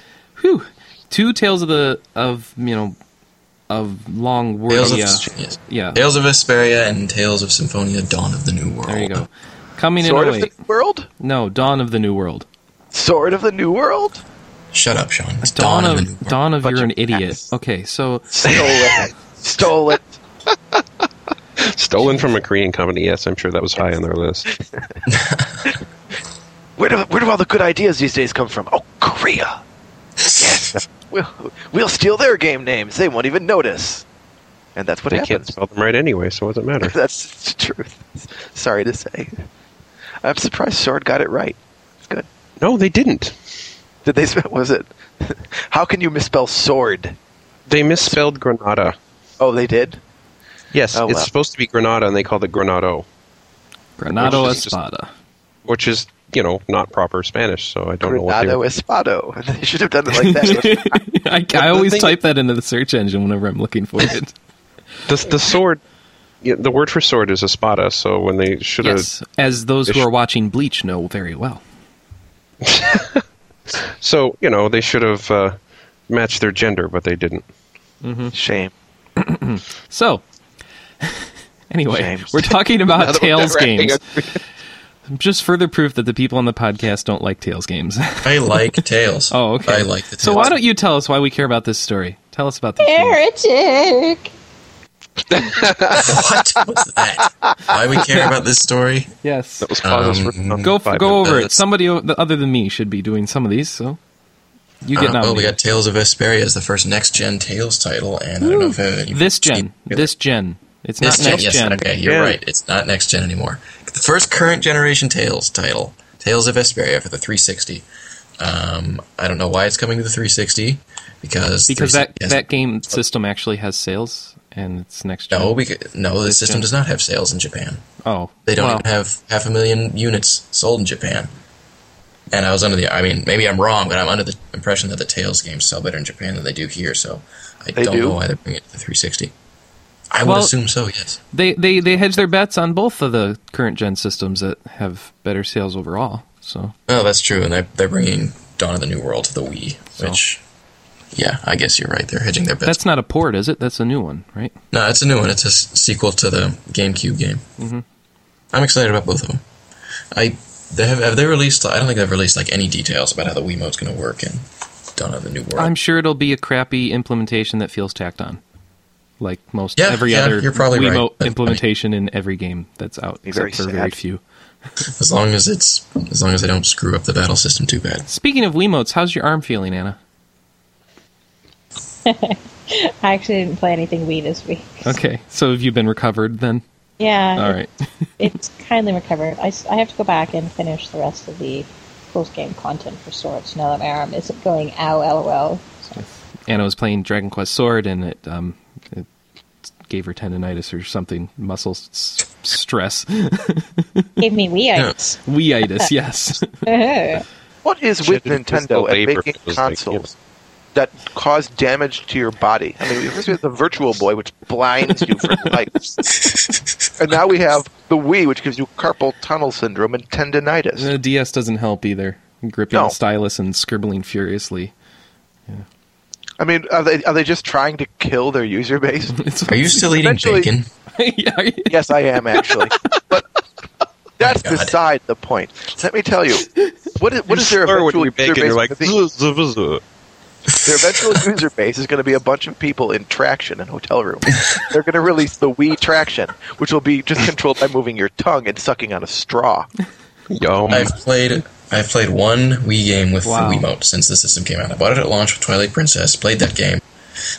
Speaker 1: whew, two tales of the of you know of long world.
Speaker 3: Tales of
Speaker 1: Yeah.
Speaker 3: yes.
Speaker 1: Yeah.
Speaker 3: Tales of Vesperia and Tales of Symphonia: Dawn of the New World.
Speaker 1: There you go. Coming
Speaker 2: Sword
Speaker 1: in
Speaker 2: of the
Speaker 1: 08.
Speaker 2: New World?
Speaker 1: No, Dawn of the New World.
Speaker 2: Sword of the New World?
Speaker 3: Shut up, Sean. It's
Speaker 1: Dawn,
Speaker 3: the
Speaker 1: of,
Speaker 3: New World.
Speaker 1: Dawn of
Speaker 2: Bunch
Speaker 1: you're
Speaker 2: of
Speaker 1: an idiot.
Speaker 2: cats.
Speaker 1: Okay, so
Speaker 2: Stole it. Stole it.
Speaker 4: Stolen from a Korean company. Yes, I'm sure that was high on their list.
Speaker 2: Where do, where do all the good ideas these days come from? Oh, Korea. We'll, we'll steal their game names. They won't even notice. And that's what
Speaker 4: they can't
Speaker 2: happens.
Speaker 4: spell them right anyway, so it doesn't matter.
Speaker 2: That's the truth. Sorry to say. I'm surprised Sword got it right. It's good.
Speaker 4: No, they didn't.
Speaker 2: Did they spell, was it? How can you misspell sword?
Speaker 4: They misspelled Granada.
Speaker 2: Oh, they did?
Speaker 4: Yes,
Speaker 2: Oh,
Speaker 4: it's
Speaker 2: wow.
Speaker 4: supposed to be Granada, and they called it Granado,
Speaker 1: Granado
Speaker 4: Which is just-
Speaker 1: Espada.
Speaker 4: which is you know not proper Spanish. So I don't know what they
Speaker 2: Granado
Speaker 4: were.
Speaker 2: Espado. And they should have done it like that.
Speaker 1: I, I
Speaker 4: the
Speaker 1: always
Speaker 4: thing-
Speaker 1: type that into the search engine whenever I'm looking for it.
Speaker 4: The, the sword. Yeah, the word for sword is espada. So when they should have
Speaker 1: yes, as those who
Speaker 4: Ish.
Speaker 1: are watching Bleach know very well.
Speaker 4: So you know they should have uh, matched their gender, but they didn't.
Speaker 2: Shame.
Speaker 1: So, anyway,
Speaker 2: James.
Speaker 1: we're talking about
Speaker 2: Another one
Speaker 1: Tails
Speaker 2: that ragging
Speaker 1: games. Just further proof that the people on the podcast don't like Tails games.
Speaker 3: I like Tales.
Speaker 1: oh, okay.
Speaker 3: I like the Tales.
Speaker 1: So why don't you tell us why we care about this story? Tell us about this. game.
Speaker 5: Heretic.
Speaker 3: What was that? Why we care about this story?
Speaker 1: Yes.
Speaker 4: That was pauses for
Speaker 3: Um,
Speaker 1: Go
Speaker 4: five
Speaker 1: go
Speaker 4: minutes.
Speaker 1: over it.
Speaker 3: minutes.
Speaker 1: Somebody o- th- other than me should be doing some of these. So you get
Speaker 3: Uh, well, we
Speaker 1: nominated.
Speaker 3: got Tales of Vesperia as the first next gen Tales title, and I don't know if uh,
Speaker 1: this gen. This gen. It's not
Speaker 3: This gen,
Speaker 1: next
Speaker 3: yes,
Speaker 1: gen.
Speaker 3: okay, you're
Speaker 4: Yeah.
Speaker 3: right. It's not next gen anymore. The first current generation Tales title, Tales of Vesperia for the 360. Um, I don't know why it's coming to the 360 because
Speaker 1: Because
Speaker 3: 360
Speaker 1: that
Speaker 3: has-
Speaker 1: that game system actually has sales and it's next gen.
Speaker 3: no, because, no, the system does not have sales in Japan.
Speaker 1: oh,
Speaker 3: They don't
Speaker 1: well,
Speaker 3: even have half a million units sold in Japan. And I was under the I mean, maybe I'm wrong, but I'm under the impression that the Tails games sell better in Japan than they do here, so I
Speaker 2: They
Speaker 3: don't
Speaker 2: do?
Speaker 3: know why they're bringing it to the 360. I
Speaker 1: Well-
Speaker 3: would assume so, yes.
Speaker 1: they they they hedge their bets on both of the current gen systems that have better sales overall. So
Speaker 3: Oh, that's true, and they're, they're bringing Dawn of the New World to the Wii, which, yeah, I guess you're right. They're hedging their bets.
Speaker 1: that's not a port, is it? That's a new one, right?
Speaker 3: no, it's a new one. It's a s- sequel to the GameCube game. Mm-hmm. I'm excited about both of them. I they have, have they released? I don't think they've released like any details about how the Wiimote's going to work in Dawn of the New World.
Speaker 1: I'm sure it'll be a crappy implementation that feels tacked on, like most
Speaker 3: Yeah,
Speaker 1: every
Speaker 3: yeah,
Speaker 1: other
Speaker 3: you're probably right.
Speaker 1: Wiimote
Speaker 3: That's
Speaker 1: implementation in every game that's out,
Speaker 2: Be
Speaker 1: except
Speaker 2: very
Speaker 1: for very
Speaker 2: sad.
Speaker 1: few.
Speaker 3: As long as it's as long as they don't screw up the battle system too bad.
Speaker 1: Speaking of Wiimotes, how's your arm feeling, Anna?
Speaker 5: I actually didn't play anything Wii this week.
Speaker 1: Okay, so have you been recovered then?
Speaker 5: Yeah.
Speaker 1: All right.
Speaker 5: It's kindly recovered. I, s- I have to go back and finish the rest of the post game content for Swords now that my arm isn't going ow, lol. So,
Speaker 1: Anna was playing Dragon Quest Sword, and it um, it gave her tendonitis or something, muscle s- stress,
Speaker 5: gave me Wiites.
Speaker 1: weitis. Yes.
Speaker 2: What is with Nintendo and making consoles that cause damage to your body? I mean, we first we had the Virtual Boy, which blinds you for life, and now we have the Wii, which gives you carpal tunnel syndrome and tendonitis.
Speaker 1: The DS Uh, doesn't help either. Gripping
Speaker 2: No.
Speaker 1: the stylus and scribbling furiously.
Speaker 2: I mean, are they are they just trying to kill their user base?
Speaker 1: It's,
Speaker 3: Are you still eating
Speaker 2: Eventually-
Speaker 3: bacon?
Speaker 1: Yeah, are you-
Speaker 2: yes, I am actually, but that's
Speaker 3: Oh my God.
Speaker 2: beside the point. Let me tell you, what is, what is their
Speaker 4: Or when
Speaker 2: eventual
Speaker 4: you bake
Speaker 2: user
Speaker 4: it,
Speaker 2: base?
Speaker 4: you're like,
Speaker 2: gonna be?
Speaker 4: "Zuh, zuh, zuh."
Speaker 2: Their eventual user base is going to be a bunch of people in traction in hotel rooms. They're going to release the Wii traction, which will be just controlled by moving your tongue and sucking on a straw.
Speaker 4: Yum.
Speaker 3: I've played I've played one Wii game with
Speaker 1: Wow.
Speaker 3: the Wiimote since the system came out. I bought it at launch with Twilight Princess, played that game.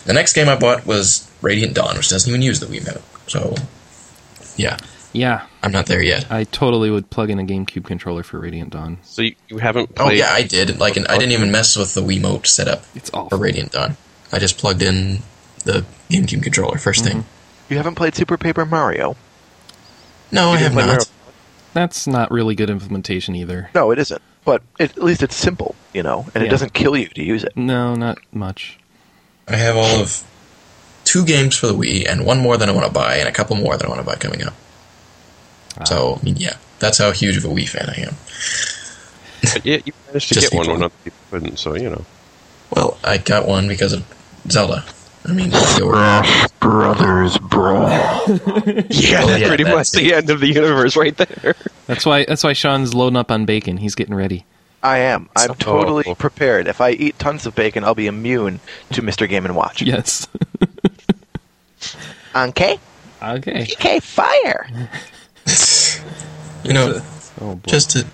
Speaker 3: The next game I bought was Radiant Dawn, which doesn't even use the Wiimote. So yeah,
Speaker 1: yeah,
Speaker 3: I'm not there yet.
Speaker 1: I totally would plug in a GameCube controller for Radiant Dawn.
Speaker 4: So you, you haven't
Speaker 3: Oh
Speaker 4: played.
Speaker 3: yeah, I did. Like, and I didn't even mess with the Wiimote setup
Speaker 1: It's
Speaker 3: for
Speaker 1: awful.
Speaker 3: Radiant Dawn. I just plugged in the GameCube controller. 1st
Speaker 1: Mm-hmm.
Speaker 3: thing.
Speaker 2: You haven't played Super Paper Mario?
Speaker 3: No, I have
Speaker 2: play Mario.
Speaker 3: not.
Speaker 1: That's not really good implementation either.
Speaker 2: No, it isn't. But it, at least it's simple, you know, and
Speaker 1: Yeah.
Speaker 2: it doesn't kill you to use it.
Speaker 1: No, not much.
Speaker 3: I have all of two games for the Wii and one more that I want to buy and a couple more that I want to buy coming up. So I mean, yeah, that's how huge of a Wii fan I am.
Speaker 4: But yeah, you managed to
Speaker 3: Just
Speaker 4: get one
Speaker 3: need
Speaker 4: when
Speaker 3: one.
Speaker 4: other people couldn't, so you know.
Speaker 3: Well, I got one because of Zelda. I mean, go
Speaker 2: Brothers, bro.
Speaker 4: Yeah,
Speaker 3: Oh, yeah,
Speaker 4: pretty
Speaker 3: that
Speaker 4: much
Speaker 3: too.
Speaker 4: the end of the universe right there.
Speaker 1: That's why. That's why Sean's loading up on bacon. He's getting ready.
Speaker 2: I am. I'm
Speaker 4: Oh.
Speaker 2: totally prepared. If I eat tons of bacon, I'll be immune to Mr. Game and Watch.
Speaker 1: Yes.
Speaker 2: Okay.
Speaker 1: okay.
Speaker 2: Okay, fire.
Speaker 3: you know,
Speaker 1: Oh boy.
Speaker 3: just to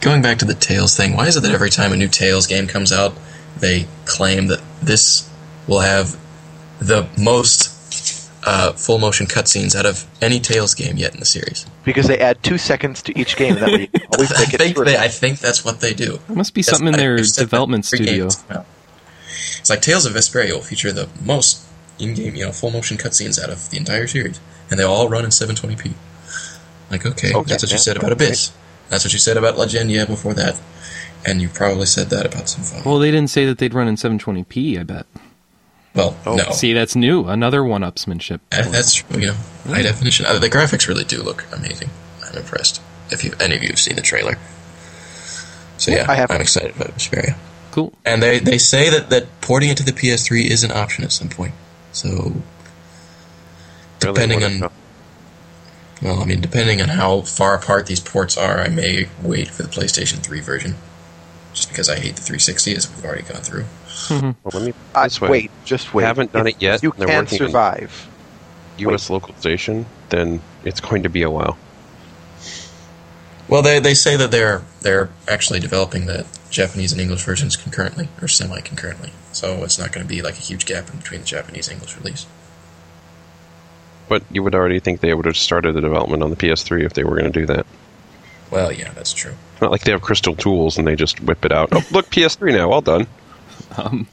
Speaker 3: going back to the Tails thing. Why is it that every time a new Tails game comes out, they claim that this will have the most uh, full motion cutscenes out of any Tails game yet in the series?
Speaker 2: Because they add two seconds to each game. That way you can always
Speaker 3: I
Speaker 2: make it
Speaker 3: think
Speaker 2: through.
Speaker 3: they, I think that's what they do.
Speaker 1: There must be something in
Speaker 3: That's- I-
Speaker 1: their
Speaker 3: I've said that
Speaker 1: development
Speaker 3: every game
Speaker 1: studio.
Speaker 3: that's come out. It's like Tales of Vesperia will feature the most in-game, you know, full motion cutscenes out of the entire series, and they all run in 720p. Like,
Speaker 2: Okay,
Speaker 3: okay, that's what you
Speaker 2: yeah,
Speaker 3: said about Abyss. That's what you said about Legendia before that, and you probably said that about some fun. Well,
Speaker 1: Well, they didn't say that they'd run in 720p. I bet.
Speaker 3: no,
Speaker 1: See, that's new. Another one-upsmanship.
Speaker 3: That- that's you know, by definition. Uh, the graphics really do look amazing. I'm impressed. If you any of you have seen the trailer, so yeah,
Speaker 2: I haven't.
Speaker 3: I'm excited about Vesperia.
Speaker 1: Cool.
Speaker 3: And they, they say that, that porting it to the PS3 is an option at some point. So,
Speaker 4: Really
Speaker 3: depending
Speaker 4: wanna
Speaker 3: on.
Speaker 4: know.
Speaker 3: Well, I mean, depending on how far apart these ports are, I may wait for the PlayStation 3 version. Just because I hate the 360, as we've already gone through.
Speaker 4: Well, let me put it
Speaker 2: Uh,
Speaker 4: this way.
Speaker 2: wait, just wait.
Speaker 4: Haven't done
Speaker 2: If
Speaker 4: it yet,
Speaker 2: You
Speaker 4: they're
Speaker 2: can
Speaker 4: working on-
Speaker 2: survive.
Speaker 4: U.S. localization, then it's going to be a while.
Speaker 3: Well, they, they say that they're they're actually developing the Japanese and English versions concurrently, or semi concurrently. So it's not going to be like a huge gap in between the Japanese and English release.
Speaker 4: But you would already think they would have started the development on the PS3 if they were going to do that.
Speaker 3: Well, yeah, that's true.
Speaker 4: Not like they have crystal tools and they just whip it out. Oh, look, PS3 now, all done.
Speaker 1: I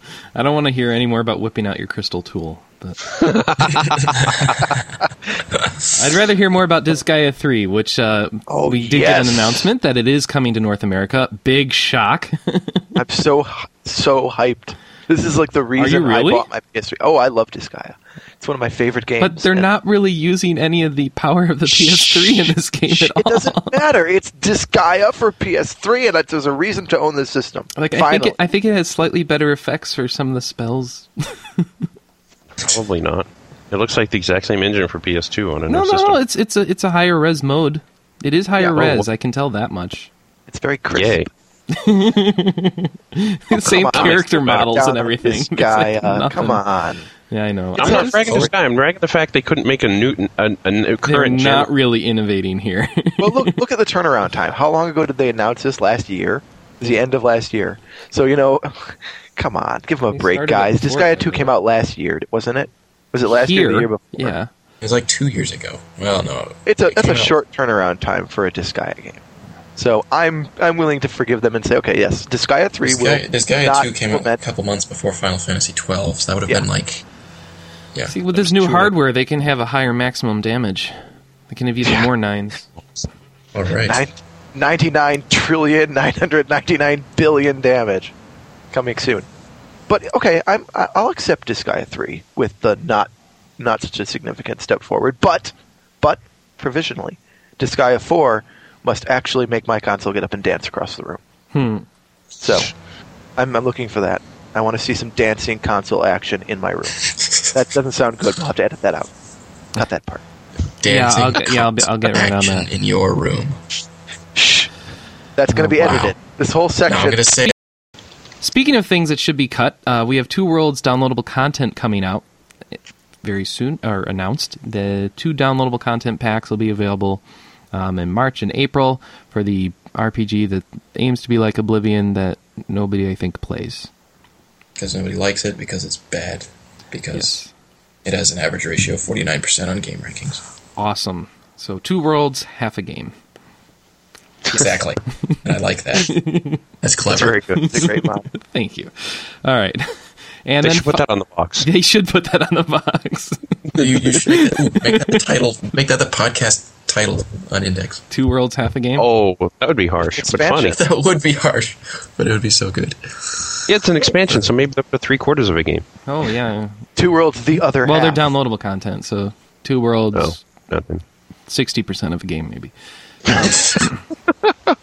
Speaker 1: don't want to hear any more about whipping out your crystal tool. But I'd rather hear more about Disgaea 3, which uh,
Speaker 2: Oh,
Speaker 1: we did get an
Speaker 2: yes.
Speaker 1: announcement that it is coming to North America. Big shock.
Speaker 2: I'm so hy- so hyped. This is like the reason
Speaker 1: really?
Speaker 2: I bought my PS3. Oh, I love Disgaea. It's one of my favorite games.
Speaker 1: but they're
Speaker 2: and
Speaker 1: not really using any of the power of the PS3 in this game at
Speaker 2: It
Speaker 1: all.
Speaker 2: doesn't matter. It's Disgaea for PS3, and that's, there's a reason to own this system.
Speaker 1: Like I
Speaker 2: Finally.
Speaker 1: think, it, I think it has slightly better effects for some of the spells.
Speaker 4: Probably not. It looks like the exact same engine for PS2 on a
Speaker 1: No, no,
Speaker 4: new system.
Speaker 1: no. It's it's a it's a higher res mode. It is higher
Speaker 2: Yeah, oh,
Speaker 1: res.
Speaker 4: well-
Speaker 1: I can tell that much.
Speaker 2: it's very crisp.
Speaker 4: Yay.
Speaker 1: Same
Speaker 2: on,
Speaker 1: character
Speaker 4: Mr.
Speaker 1: models
Speaker 2: Down
Speaker 1: and
Speaker 2: on
Speaker 1: everything. It's like
Speaker 2: Disgaea.
Speaker 1: nothing.
Speaker 2: uh, Come on.
Speaker 1: Yeah, I know.
Speaker 4: I'm
Speaker 1: I'm-
Speaker 4: not bragging this guy. I'm bragging the fact they couldn't make a new, a, a new
Speaker 1: They're
Speaker 4: current gen.
Speaker 1: not really innovating here.
Speaker 2: well, look look at the turnaround time. How long ago did they announce this last year? The end of last year. So you know, come on, give them a
Speaker 1: They
Speaker 2: break,
Speaker 1: started
Speaker 2: guys.
Speaker 1: it
Speaker 2: This
Speaker 1: before
Speaker 2: guy
Speaker 1: that,
Speaker 2: two
Speaker 1: though.
Speaker 2: came out last year, wasn't it? Was it last year or the year before?
Speaker 1: Yeah.
Speaker 3: It was like two years ago. Well, no,
Speaker 2: It's a
Speaker 3: it
Speaker 2: that's
Speaker 3: came
Speaker 2: a
Speaker 3: out-
Speaker 2: short turnaround time for a Disgaea game. So I'm I'm willing to forgive them and say, okay, yes, Disgaea three
Speaker 3: This
Speaker 2: will.
Speaker 3: guy, this guy
Speaker 2: not
Speaker 3: two came out like
Speaker 2: implement-
Speaker 3: a couple months before Final Fantasy 12, so that would have
Speaker 2: Yeah.
Speaker 3: been like, yeah,
Speaker 1: See, with this new hardware, they can have a higher maximum damage. They can have even more nines.
Speaker 3: all right.
Speaker 2: nine- 99 trillion 999 billion damage coming soon but okay i'm I- i'll accept disgaea 3 with the not not such a significant step forward but but provisionally disgaea 4 must actually make my console get up and dance across the room
Speaker 3: Hmm.
Speaker 2: so i'm, I'm looking for that i want to see some dancing console action in my room that doesn't sound good we'll have to edit that out not that part
Speaker 3: Dancing
Speaker 1: Yeah, I'll get- yeah, I'll be- I'll get right on
Speaker 3: action
Speaker 1: that.
Speaker 3: in your room.
Speaker 2: Shh. that's going to
Speaker 3: Oh,
Speaker 2: be
Speaker 3: wow.
Speaker 2: edited this whole
Speaker 3: Now
Speaker 2: section
Speaker 3: I'm gonna say
Speaker 1: Speaking of things that should be cut, uh, we have Two Worlds downloadable content coming out eh, very soon, or announced. The two downloadable content packs will be available um, in March and April for the RPG that aims to be like Oblivion that nobody, I think, plays.
Speaker 3: because nobody likes it because it's bad because
Speaker 1: Yes.
Speaker 3: it has an average ratio of 49% on game rankings.
Speaker 1: Awesome. So, Two Worlds, half a game.
Speaker 3: Exactly. and I like that. That's clever.
Speaker 2: It's very good. It's a great model.
Speaker 1: Thank you. All right. And
Speaker 4: They
Speaker 1: then
Speaker 4: should put
Speaker 1: fi-
Speaker 4: that on the box.
Speaker 1: they should put that on the box.
Speaker 3: You, you should make that, ooh, make that the title. Make that the podcast title on Index.
Speaker 1: Two worlds, half a game.
Speaker 4: Oh, that would be harsh, but funny.
Speaker 2: Expansion.
Speaker 3: That would be harsh, but it would be so good.
Speaker 4: Yeah, it's an expansion, so maybe up to three quarters of a game.
Speaker 1: Oh, yeah.
Speaker 2: Two worlds, the other
Speaker 1: Well, they're
Speaker 2: half.
Speaker 1: downloadable content, so two
Speaker 4: No,
Speaker 1: worlds,
Speaker 4: Oh, nothing.
Speaker 1: sixty percent of a game, maybe. All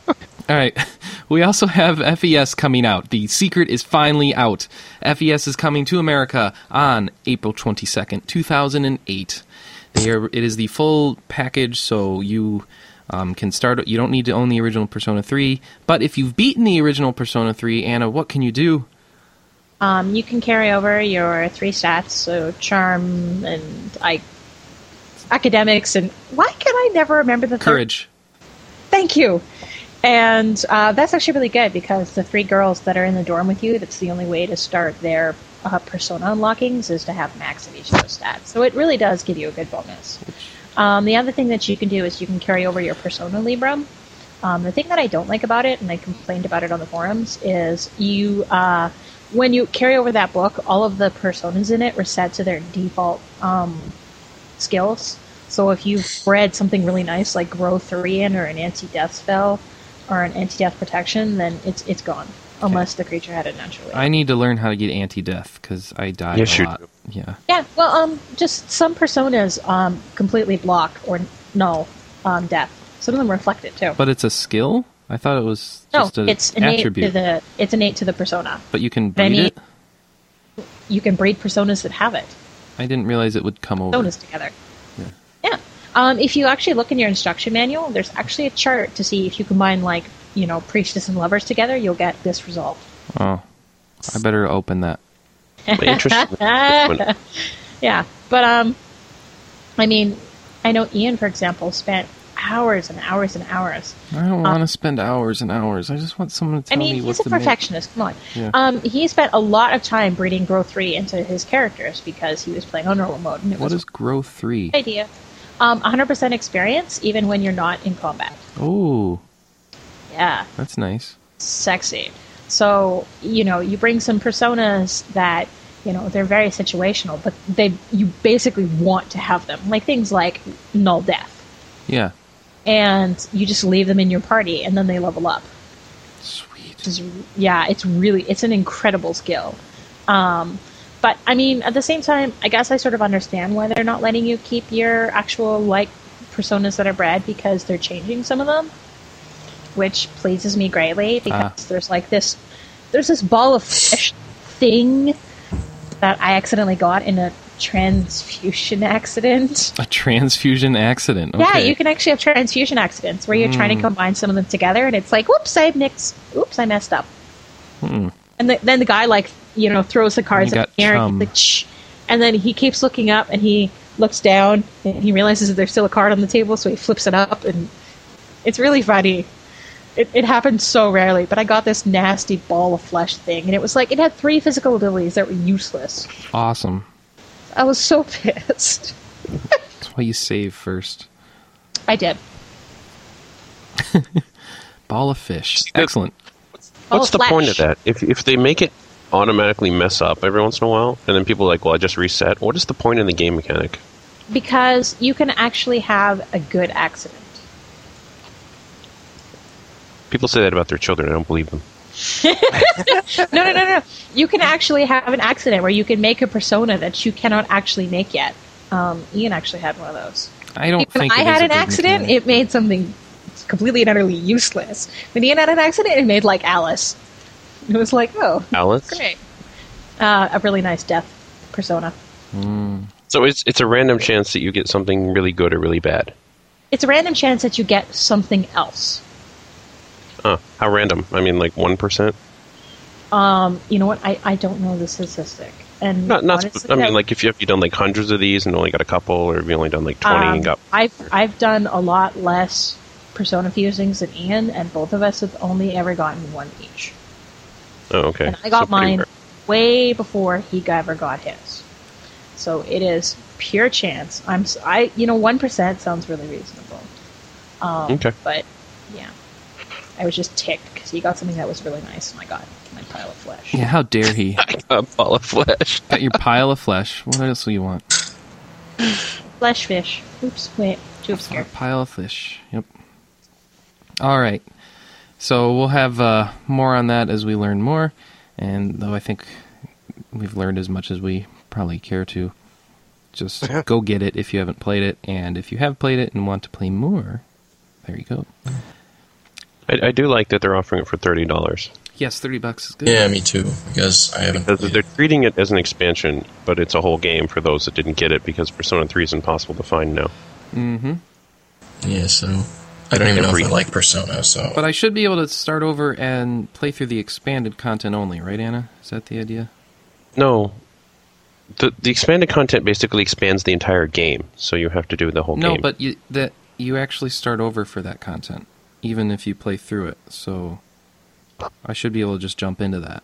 Speaker 1: right. We also have FES coming out. The secret is finally out. FES is coming to America on April 22nd, 2008. They are, it is the full package, so you um, can start. You don't need to own the original Persona 3, but if you've beaten the original Persona 3, Anna, what can you do?
Speaker 5: Um, you can carry over your three stats, so charm and I, academics and why can I never remember the third-
Speaker 1: Courage.
Speaker 5: Thank you. And uh, that's actually really good because the three girls that are in the dorm with you, that's the only way to start their uh, persona unlockings is to have max of each of those stats. So it really does give you a good bonus. Um, the other thing that you can do is you can carry over your persona librum. Um, the thing that I don't like about it, and I complained about it on the forums, is you uh, when you carry over that book, all of the personas in it reset to their default um, skills. So if you've bred something really nice like Grow Three in or an anti-death spell or an anti-death protection, then it's it's gone unless the creature had it naturally.
Speaker 1: I need to learn how to get anti-death because I die
Speaker 4: Yes,
Speaker 1: a
Speaker 4: you
Speaker 1: lot.
Speaker 4: do.
Speaker 1: Yeah.
Speaker 5: yeah, well, um, just some personas um completely block or null um death. Some of them reflect it too.
Speaker 1: But it's a skill. I thought it was
Speaker 5: no,
Speaker 1: just an
Speaker 5: it's innate
Speaker 1: attribute.
Speaker 5: to the it's innate to the persona.
Speaker 1: but you can
Speaker 5: Then
Speaker 1: breed
Speaker 5: he-
Speaker 1: it.
Speaker 5: You can breed personas that have it.
Speaker 1: I didn't realize it would come over.
Speaker 5: personas together. Yeah. Um, if you actually look in your instruction manual, there's actually a chart to see if you combine like you know priestess and lovers together, you'll get this result.
Speaker 1: Oh, I better open that.
Speaker 4: Interesting. This
Speaker 5: Yeah, but um, I mean, I know Ian, for example, spent hours and hours and hours.
Speaker 1: I don't want to spend hours and hours. I just want someone to
Speaker 5: Uh, I
Speaker 1: tell
Speaker 5: mean,
Speaker 1: me what
Speaker 5: he's a
Speaker 1: to make.
Speaker 5: perfectionist. Come on.
Speaker 1: Yeah.
Speaker 5: Um, he spent a lot of time breeding Grow Three into his characters because he was playing on normal mode, and it
Speaker 1: What
Speaker 5: was
Speaker 1: is grow three?
Speaker 5: a good idea. Um, 100% experience, even when you're not in combat.
Speaker 1: Oh,
Speaker 5: Yeah.
Speaker 1: that's nice.
Speaker 5: sexy. So you know, you bring some personas that you know they're very situational, but they you basically want to have them, like things like null death,
Speaker 1: Yeah,
Speaker 5: and you just leave them in your party, and then they level up.
Speaker 1: sweet.
Speaker 5: Just yeah, it's really it's an incredible skill. Um, but I mean, at the same time, I guess I sort of understand why they're not letting you keep your actual like personas that are bred because they're changing some of them, which pleases me greatly because there's like this there's this ball of fish thing that I accidentally got in a transfusion accident.
Speaker 1: A transfusion accident. Okay. Hmm.
Speaker 5: Yeah, you can actually have transfusion accidents where you're trying to combine some of them together, and it's like, whoops, I mixed, oops, I messed up. And the, then the guy like you know throws the cards
Speaker 1: You
Speaker 5: up
Speaker 1: Hmm. got
Speaker 5: in the air, and,
Speaker 1: chum.
Speaker 5: he's like, "Shh." and then he keeps looking up, and he looks down, and he realizes that there's still a card on the table, so he flips it up, and it's really funny. It, it happens so rarely, but I got this nasty ball of flesh thing, and it was like it had three physical abilities that were useless.
Speaker 1: Awesome.
Speaker 5: I was so pissed.
Speaker 1: That's why you save first.
Speaker 5: I did.
Speaker 1: Ball of fish.
Speaker 4: that's-
Speaker 1: Excellent.
Speaker 5: Ball
Speaker 4: What's the
Speaker 5: flesh.
Speaker 4: point of that? If if they make it automatically mess up every once in a while, and then people are like, well, I just reset. What is the point in the game mechanic?
Speaker 5: because you can actually have a good accident.
Speaker 4: People say that about their children. I don't believe them.
Speaker 5: No, no, no, no. You can actually have an accident where you can make a persona that you cannot actually make yet. Um, Ian actually had one of those.
Speaker 1: I don't
Speaker 5: When
Speaker 1: think it
Speaker 5: I
Speaker 1: is
Speaker 5: had
Speaker 1: a
Speaker 5: an
Speaker 1: good
Speaker 5: accident,
Speaker 1: mechanic.
Speaker 5: it made something completely and utterly useless. When Ian had an accident, it made like Alice. It was like, oh,
Speaker 4: Alice.
Speaker 5: great. Uh, a really nice death persona.
Speaker 4: So it's it's a random chance that you get something really good or really bad.
Speaker 5: It's a random chance that you get something else.
Speaker 4: Huh? How random? I mean, like one percent.
Speaker 5: Um, you know what? I, I don't know the statistic. And
Speaker 4: Not not.
Speaker 5: honestly,
Speaker 4: I mean,
Speaker 5: that-
Speaker 4: like if you if you done like hundreds of these and only got a couple, or if you only done like twenty
Speaker 5: Um,
Speaker 4: and got.
Speaker 5: I've I've done a lot less persona fusings than Ian, and both of us have only ever gotten one each.
Speaker 4: Oh, okay.
Speaker 5: And I got
Speaker 4: So pretty
Speaker 5: mine
Speaker 4: rare.
Speaker 5: way before he ever got his. So it is pure chance. I'm s- I you know one percent sounds really reasonable,
Speaker 4: Okay.
Speaker 5: but Um, yeah. I was just ticked because he got something that was really nice, and I got my pile of flesh.
Speaker 1: Yeah, how dare he?
Speaker 4: A ball of flesh.
Speaker 1: Got your pile of flesh. What else do you want?
Speaker 5: Flesh fish. Oops, wait, too obscure.
Speaker 1: A pile of fish. Yep. All right. So we'll have uh, more on that as we learn more, and though I think we've learned as much as we probably care to. Just go get it if you haven't played it, and if you have played it and want to play more, there you go.
Speaker 4: I, I do like that they're offering it for thirty dollars
Speaker 1: Yes, thirty bucks is good.
Speaker 3: Yeah, me too. Because I haven't.
Speaker 4: because
Speaker 3: played
Speaker 4: they're
Speaker 3: it.
Speaker 4: treating it as an expansion, but it's a whole game for those that didn't get it because Persona Three is impossible to find now.
Speaker 1: Mm-hmm.
Speaker 3: Yeah, so I don't even know if I
Speaker 4: Every-
Speaker 3: like Persona. So
Speaker 1: But I should be able to start over and play through the expanded content only, right, Anna? Is that the idea?
Speaker 4: No, the the expanded content basically expands the entire game, so you have to do the whole
Speaker 1: No,
Speaker 4: game.
Speaker 1: but you that you actually start over for that content, even if you play through it. So I should be able to just jump into that.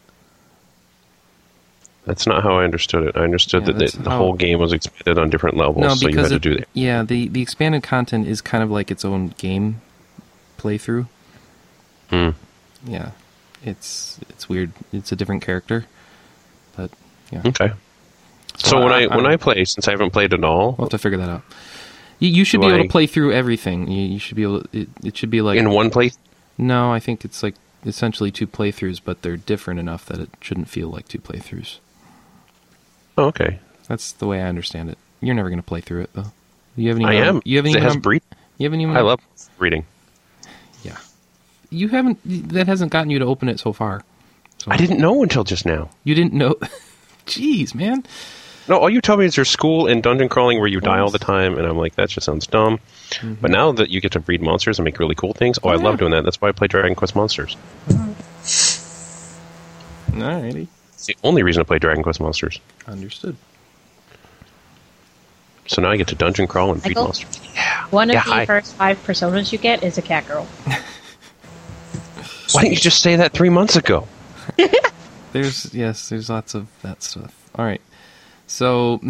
Speaker 4: that's not how I understood it. I understood
Speaker 1: Yeah,
Speaker 4: that
Speaker 1: that's
Speaker 4: the, the
Speaker 1: how-
Speaker 4: whole game was expanded on different levels,
Speaker 1: no,
Speaker 4: so you
Speaker 1: because
Speaker 4: had to
Speaker 1: it-
Speaker 4: do that.
Speaker 1: yeah, the the expanded content is kind of like its own game playthrough.
Speaker 4: Hmm.
Speaker 1: Yeah, it's it's weird. It's a different character, but yeah,
Speaker 4: Okay. So
Speaker 1: Well,
Speaker 4: when
Speaker 1: I-
Speaker 4: I, when
Speaker 1: I-
Speaker 4: I play, since I haven't played at
Speaker 1: we'll
Speaker 4: all,
Speaker 1: have to figure that out. You, you should
Speaker 4: Do
Speaker 1: be able
Speaker 4: I-
Speaker 1: to play through everything. You, you should be able. It, it should be like
Speaker 4: in one play,
Speaker 1: No, I think it's like essentially two playthroughs, but they're different enough that it shouldn't feel like two playthroughs.
Speaker 4: oh, okay,
Speaker 1: That's the way I understand it. You're never going to play through it though. You haven't
Speaker 4: I
Speaker 1: even.
Speaker 4: am.
Speaker 1: You haven't
Speaker 4: it
Speaker 1: even.
Speaker 4: has
Speaker 1: un-
Speaker 4: breed.
Speaker 1: you haven't even.
Speaker 4: I love reading.
Speaker 1: Yeah. You haven't. That hasn't gotten you to open it so far. So
Speaker 4: I didn't know until just now.
Speaker 1: You didn't know. Jeez, man.
Speaker 4: No, all you tell me is your school and dungeon crawling where you die all the time, and I'm like, that just sounds dumb. But now that you get to breed monsters and make really cool things, oh, I
Speaker 1: Mm-hmm. Yeah.
Speaker 4: love doing that. That's why I play Dragon Quest Monsters.
Speaker 1: Alrighty.
Speaker 4: It's the only reason to play Dragon Quest Monsters.
Speaker 1: Understood.
Speaker 4: So now I get to dungeon crawl and breed
Speaker 5: Michael?
Speaker 4: monsters.
Speaker 5: One of
Speaker 4: Yeah,
Speaker 5: the
Speaker 4: hi.
Speaker 5: first five personas you get is a cat girl.
Speaker 4: Why didn't you just say that three months ago?
Speaker 1: There's yes. There's lots of that stuff. All right. So.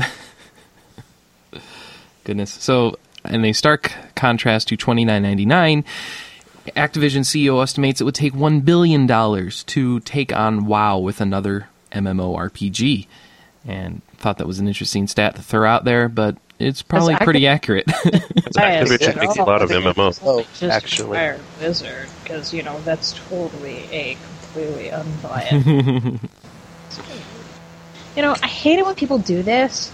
Speaker 1: goodness. So in a stark contrast to twenty nine ninety nine. Activision CEO estimates it would take $1 billion to take on WoW with another MMORPG. And thought that was an interesting stat to throw out there, but it's probably
Speaker 5: That's
Speaker 1: pretty accurate.
Speaker 5: Yes,
Speaker 4: Activision makes a
Speaker 5: girl.
Speaker 4: lot of MMOs.
Speaker 2: Oh,
Speaker 5: Just
Speaker 2: actually.
Speaker 5: fire wizard, because you know that's totally a completely unbiased. you know, I hate it when people do this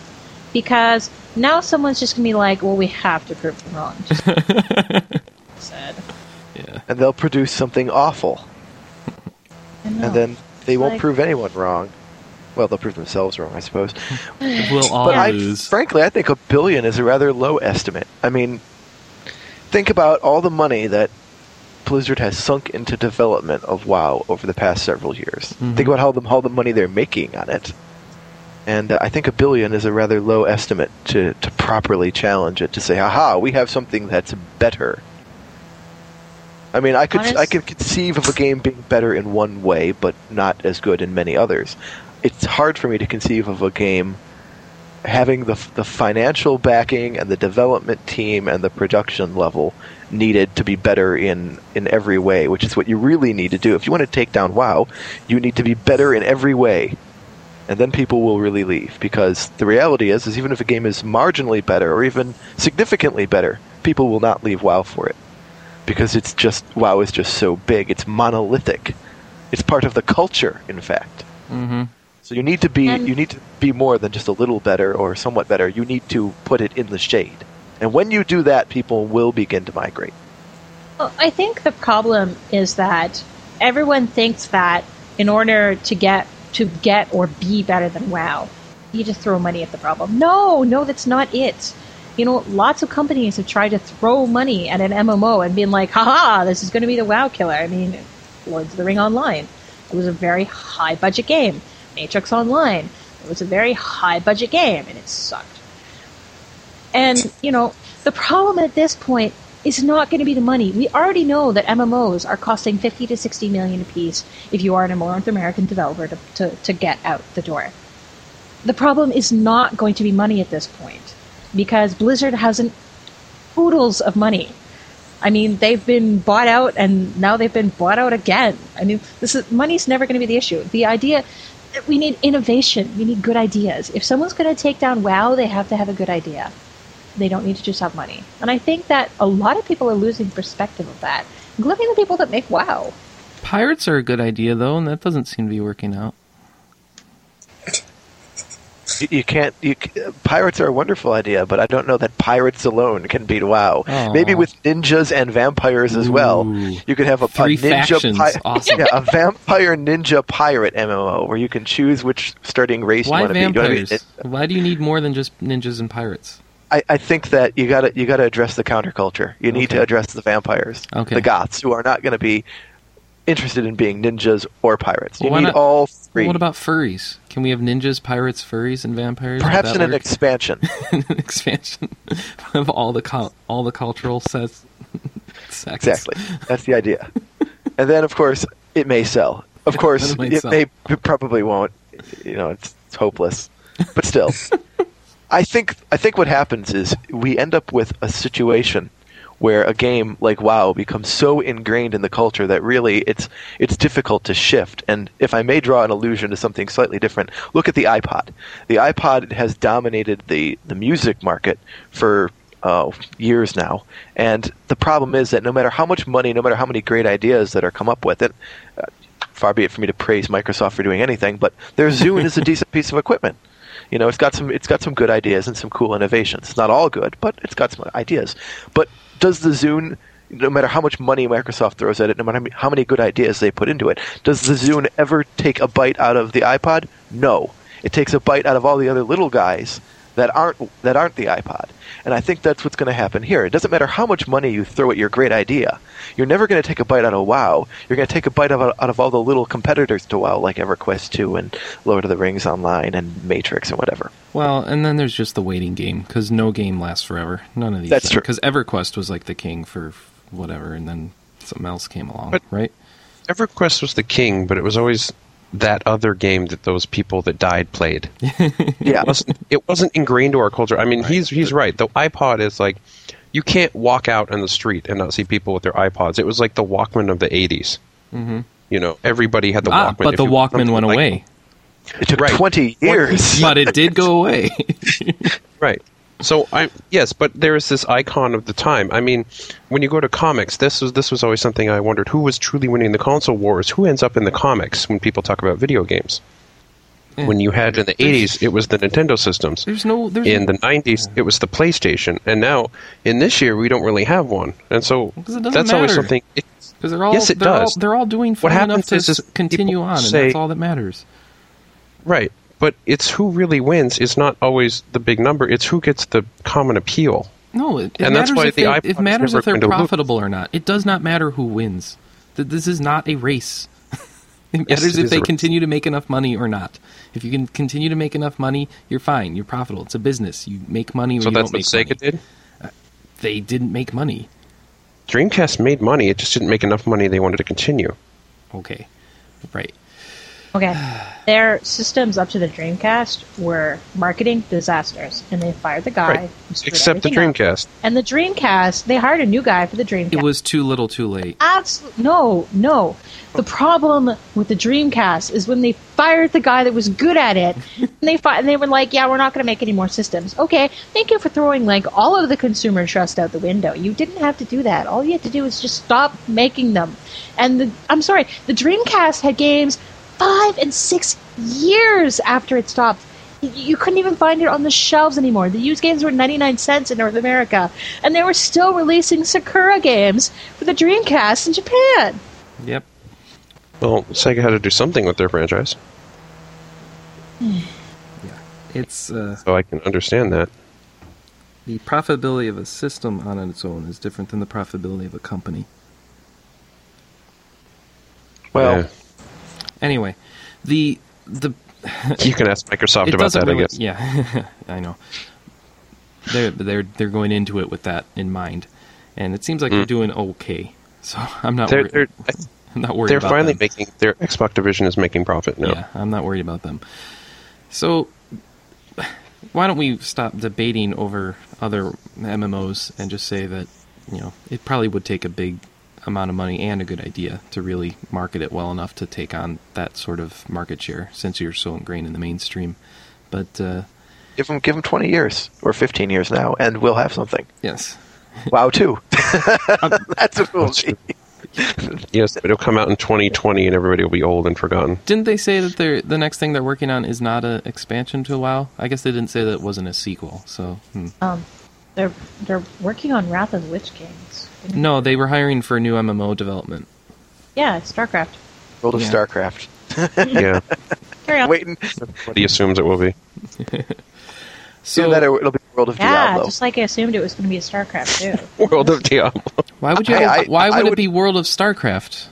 Speaker 5: because now someone's just gonna be like, "Well, we have to prove them wrong." Said.
Speaker 2: And they'll produce something awful.
Speaker 5: I know.
Speaker 2: And then they won't
Speaker 5: Like-
Speaker 2: prove anyone wrong. Well, they'll prove themselves wrong, I suppose.
Speaker 1: we'll all
Speaker 2: But I,
Speaker 1: lose.
Speaker 2: frankly, I think a billion is a rather low estimate. I mean, think about all the money that Blizzard has sunk into development of WoW over the past several years.
Speaker 1: Mm-hmm.
Speaker 2: Think about how the, how the money they're making on it. And uh, I think a billion is a rather low estimate to, to properly challenge it to say, "Aha, we have something that's better." I mean, I could
Speaker 5: Honest-
Speaker 2: I could conceive of a game being better in one way, but not as good in many others. It's hard for me to conceive of a game having the f- the financial backing and the development team and the production level needed to be better in in every way, which is what you really need to do if you want to take down WoW. You need to be better in every way, and then people will really leave because the reality is is even if a game is marginally better or even significantly better, people will not leave WoW for it because it's just WoW is just so big. It's monolithic. It's part of the culture, in fact.
Speaker 1: hmm
Speaker 2: So you need to be
Speaker 5: And-
Speaker 2: you need to be more than just a little better or somewhat better. You need to put it in the shade. And when you do that, people will begin to migrate.
Speaker 5: Well, I think the problem is that everyone thinks that in order to get to get or be better than WoW, you just throw money at the problem. No, no, that's not it. You know, lots of companies have tried to throw money at an MMO and been like, haha, this is going to be the WoW killer. I mean, Lords of the Ring Online. It was a very high budget game. Matrix Online. It was a very high budget game, and it sucked. And, you know, the problem at this point is not going to be the money. We already know that MMOs are costing 50 to 60 million apiece if you are a North American developer to, to, to get out the door. The problem is not going to be money at this point because Blizzard has an oodles of money I mean, they've been bought out, and now they've been bought out again. I mean, this is money's never going to be the issue. The idea we need innovation. We need good ideas. If someone's going to take down WoW, they have to have a good idea. They don't need to just have money. And I think that a lot of people are losing perspective of that, including the people that make WoW.
Speaker 1: Pirates are a good idea though, and that doesn't seem to be working out.
Speaker 2: You, you can't. You, c- pirates are a wonderful idea, but I don't know that pirates alone can beat WoW.
Speaker 1: Aw.
Speaker 2: Maybe with ninjas and vampires as well,
Speaker 1: Ooh.
Speaker 2: you could have a, a
Speaker 1: Three
Speaker 2: ninja
Speaker 1: factions.
Speaker 2: pi-
Speaker 1: Awesome.
Speaker 2: yeah, a vampire ninja pirate MMO where you can choose which starting race
Speaker 1: Why
Speaker 2: you want to be. You wanna be
Speaker 1: vampires? Why do you need more than just ninjas and pirates?
Speaker 2: I, I think that you got to you got to address the counterculture. You need to
Speaker 1: Okay.
Speaker 2: address the vampires,
Speaker 1: Okay.
Speaker 2: the Goths, who are not going to be interested in being ninjas or pirates. You
Speaker 1: Why
Speaker 2: need
Speaker 1: not-
Speaker 2: all three.
Speaker 1: What about furries? Can we have ninjas, pirates, furries, and vampires? Would
Speaker 2: Perhaps
Speaker 1: that
Speaker 2: in an
Speaker 1: work?
Speaker 2: expansion.
Speaker 1: an expansion of all the cul- all the cultural sets. sects.
Speaker 2: exactly. That's the idea. and then, of course, it may sell. Of course,
Speaker 1: It might
Speaker 2: it,
Speaker 1: sell.
Speaker 2: may it probably won't. You know, it's, it's hopeless. But still, I think I think what happens is we end up with a situation where a game like WoW becomes so ingrained in the culture that really it's it's difficult to shift. And if I may draw an allusion to something slightly different, look at the iPod. The iPod has dominated the the music market for uh, years now, and the problem is that no matter how much money, no matter how many great ideas that are come up with it. uh, Far be it for me to praise Microsoft for doing anything, but their Zune is a decent piece of equipment. You know, it's got some it's got some good ideas and some cool innovations. It's not all good, but it's got some ideas. But does the Zune, no matter how much money Microsoft throws at it, no matter how many- how many good ideas they put into it, does the Zune ever take a bite out of the iPod? No. It takes a bite out of all the other little guys that aren't that aren't the iPod. And I think that's what's going to happen here. It doesn't matter how much money you throw at your great idea. You're never going to take a bite out of WoW. You're going to take a bite out of, out of all the little competitors to WoW, like EverQuest 2 and Lord of the Rings Online and Matrix and whatever.
Speaker 1: Well, and then there's just the waiting game because no game lasts forever. None of these.
Speaker 2: That's true.
Speaker 1: Because EverQuest was like the king for whatever, and then something else came along,
Speaker 4: But-
Speaker 1: right?
Speaker 4: EverQuest was the king, but it was always that other game that those people that died played.
Speaker 2: Yeah.
Speaker 4: It wasn't, it wasn't ingrained to our culture. I mean, he's he's right. The iPod is like you can't walk out on the street and not see people with their iPods. It was like the Walkman of the 80s.
Speaker 1: Mhm.
Speaker 4: You know, everybody had the
Speaker 1: ah,
Speaker 4: Walkman.
Speaker 1: but
Speaker 4: If
Speaker 1: the
Speaker 4: you-
Speaker 1: Walkman went
Speaker 4: like-
Speaker 1: away,
Speaker 2: It took
Speaker 4: Right.
Speaker 2: 20 years.
Speaker 1: but it did go away.
Speaker 4: Right. So I yes, but there is this icon of the time. I mean, when you go to comics, this was this was always something I wondered: who was truly winning the console wars? Who ends up in the comics when people talk about video games?
Speaker 1: Yeah.
Speaker 4: When you had in the '80s, it was the Nintendo systems.
Speaker 1: there's no. There's
Speaker 4: In the '90s, it was the PlayStation, and now in this year, we don't really have one. And so
Speaker 1: Because it
Speaker 4: that's
Speaker 1: doesn't
Speaker 4: always
Speaker 1: matter.
Speaker 4: something. It,
Speaker 1: Because they're all
Speaker 4: Yes, it
Speaker 1: they're
Speaker 4: does.
Speaker 1: all they're all doing fine enough
Speaker 4: happens
Speaker 1: to
Speaker 4: is- is
Speaker 1: s- continue
Speaker 4: people
Speaker 1: on, and
Speaker 4: say-
Speaker 1: that's all that matters.
Speaker 4: right, but it's who really wins is not always the big number. It's who gets the common appeal.
Speaker 1: No, it, it
Speaker 4: And
Speaker 1: matters
Speaker 4: that's why
Speaker 1: if
Speaker 4: the
Speaker 1: they,
Speaker 4: iPod
Speaker 1: it
Speaker 4: is
Speaker 1: matters
Speaker 4: never
Speaker 1: if they're
Speaker 4: going to lose.
Speaker 1: profitable or not. It does not matter who wins. Th- This is not a race. It matters
Speaker 4: it
Speaker 1: if
Speaker 4: is
Speaker 1: they
Speaker 4: a race.
Speaker 1: continue to make enough money or not. If you can continue to make enough money, you're fine. You're profitable. It's a business. You make money or
Speaker 4: So
Speaker 1: you
Speaker 4: that's
Speaker 1: don't
Speaker 4: what
Speaker 1: make
Speaker 4: Sega
Speaker 1: money.
Speaker 4: did.
Speaker 1: They didn't make money.
Speaker 4: Dreamcast made money; it just didn't make enough money they wanted to continue.
Speaker 1: Okay, right.
Speaker 5: Okay. Their systems up to the Dreamcast were marketing disasters, and they fired the guy.
Speaker 4: Right.
Speaker 5: who screwed
Speaker 4: Except the
Speaker 5: everything up.
Speaker 4: Dreamcast.
Speaker 5: And the Dreamcast, they hired a new guy for the Dreamcast.
Speaker 1: It was too little, too
Speaker 5: Uh,
Speaker 1: late.
Speaker 5: absolutely no, no. The problem with the Dreamcast is when they fired the guy that was good at it, and they fi- and they were like, "Yeah, we're not going to make any more systems." Okay, thank you for throwing like all of the consumer trust out the window. You didn't have to do that. All you had to do is just stop making them. And the, I'm sorry, the Dreamcast had games five and six years after it stopped. Y- You couldn't even find it on the shelves anymore. The used games were 99 cents in North America, and they were still releasing Sakura games for the Dreamcast in Japan.
Speaker 1: Yep.
Speaker 4: Well, Sega had to do something with their franchise,
Speaker 1: It's uh,
Speaker 4: so I can understand that.
Speaker 1: the profitability of a system on its own is different than the profitability of a company.
Speaker 2: Well,
Speaker 1: Anyway, the the
Speaker 4: Yeah. you can ask Microsoft
Speaker 1: it
Speaker 4: about
Speaker 1: doesn't
Speaker 4: that,
Speaker 1: really,
Speaker 4: I guess.
Speaker 1: Yeah, I know. They're they're they're going into it with that in mind, and it seems like they're doing okay. So I'm not
Speaker 4: Mm. They're,
Speaker 1: wor-
Speaker 4: they're,
Speaker 1: I'm not worried.
Speaker 4: they're
Speaker 1: about
Speaker 4: finally
Speaker 1: them.
Speaker 4: making their Xbox division is making profit now.
Speaker 1: Yeah, I'm not worried about them. So why don't we stop debating over other MMOs and just say that you know, it probably would take a big amount of money and a good idea to really market it well enough to take on that sort of market share since you're so ingrained in the mainstream. But uh,
Speaker 2: Give them, give them 20 years or 15 years now, and we'll have something.
Speaker 1: yes,
Speaker 2: Wow, too. That's what we'll see.
Speaker 4: Yes, but it'll come out in 2020 and everybody will be old and forgotten.
Speaker 1: didn't they say that they're, the next thing they're working on is not an expansion to WoW? I guess they didn't say that it wasn't a sequel. So hmm.
Speaker 5: They're they're working on Wrath of the Witch Kings.
Speaker 1: no, they were hiring for new MMO development.
Speaker 5: Yeah, StarCraft.
Speaker 2: World of
Speaker 1: Yeah.
Speaker 2: StarCraft.
Speaker 4: Yeah,
Speaker 5: Carry on.
Speaker 2: Waiting.
Speaker 4: he assumes it will be.
Speaker 2: Soon
Speaker 1: So
Speaker 2: that it'll be World of
Speaker 5: yeah,
Speaker 2: Diablo.
Speaker 5: just like I assumed it was going to be a StarCraft too.
Speaker 4: World of Diablo,
Speaker 1: why would you?
Speaker 2: I-
Speaker 1: have-
Speaker 2: I-
Speaker 1: why would
Speaker 2: I
Speaker 1: it
Speaker 2: would-
Speaker 1: be World of StarCraft?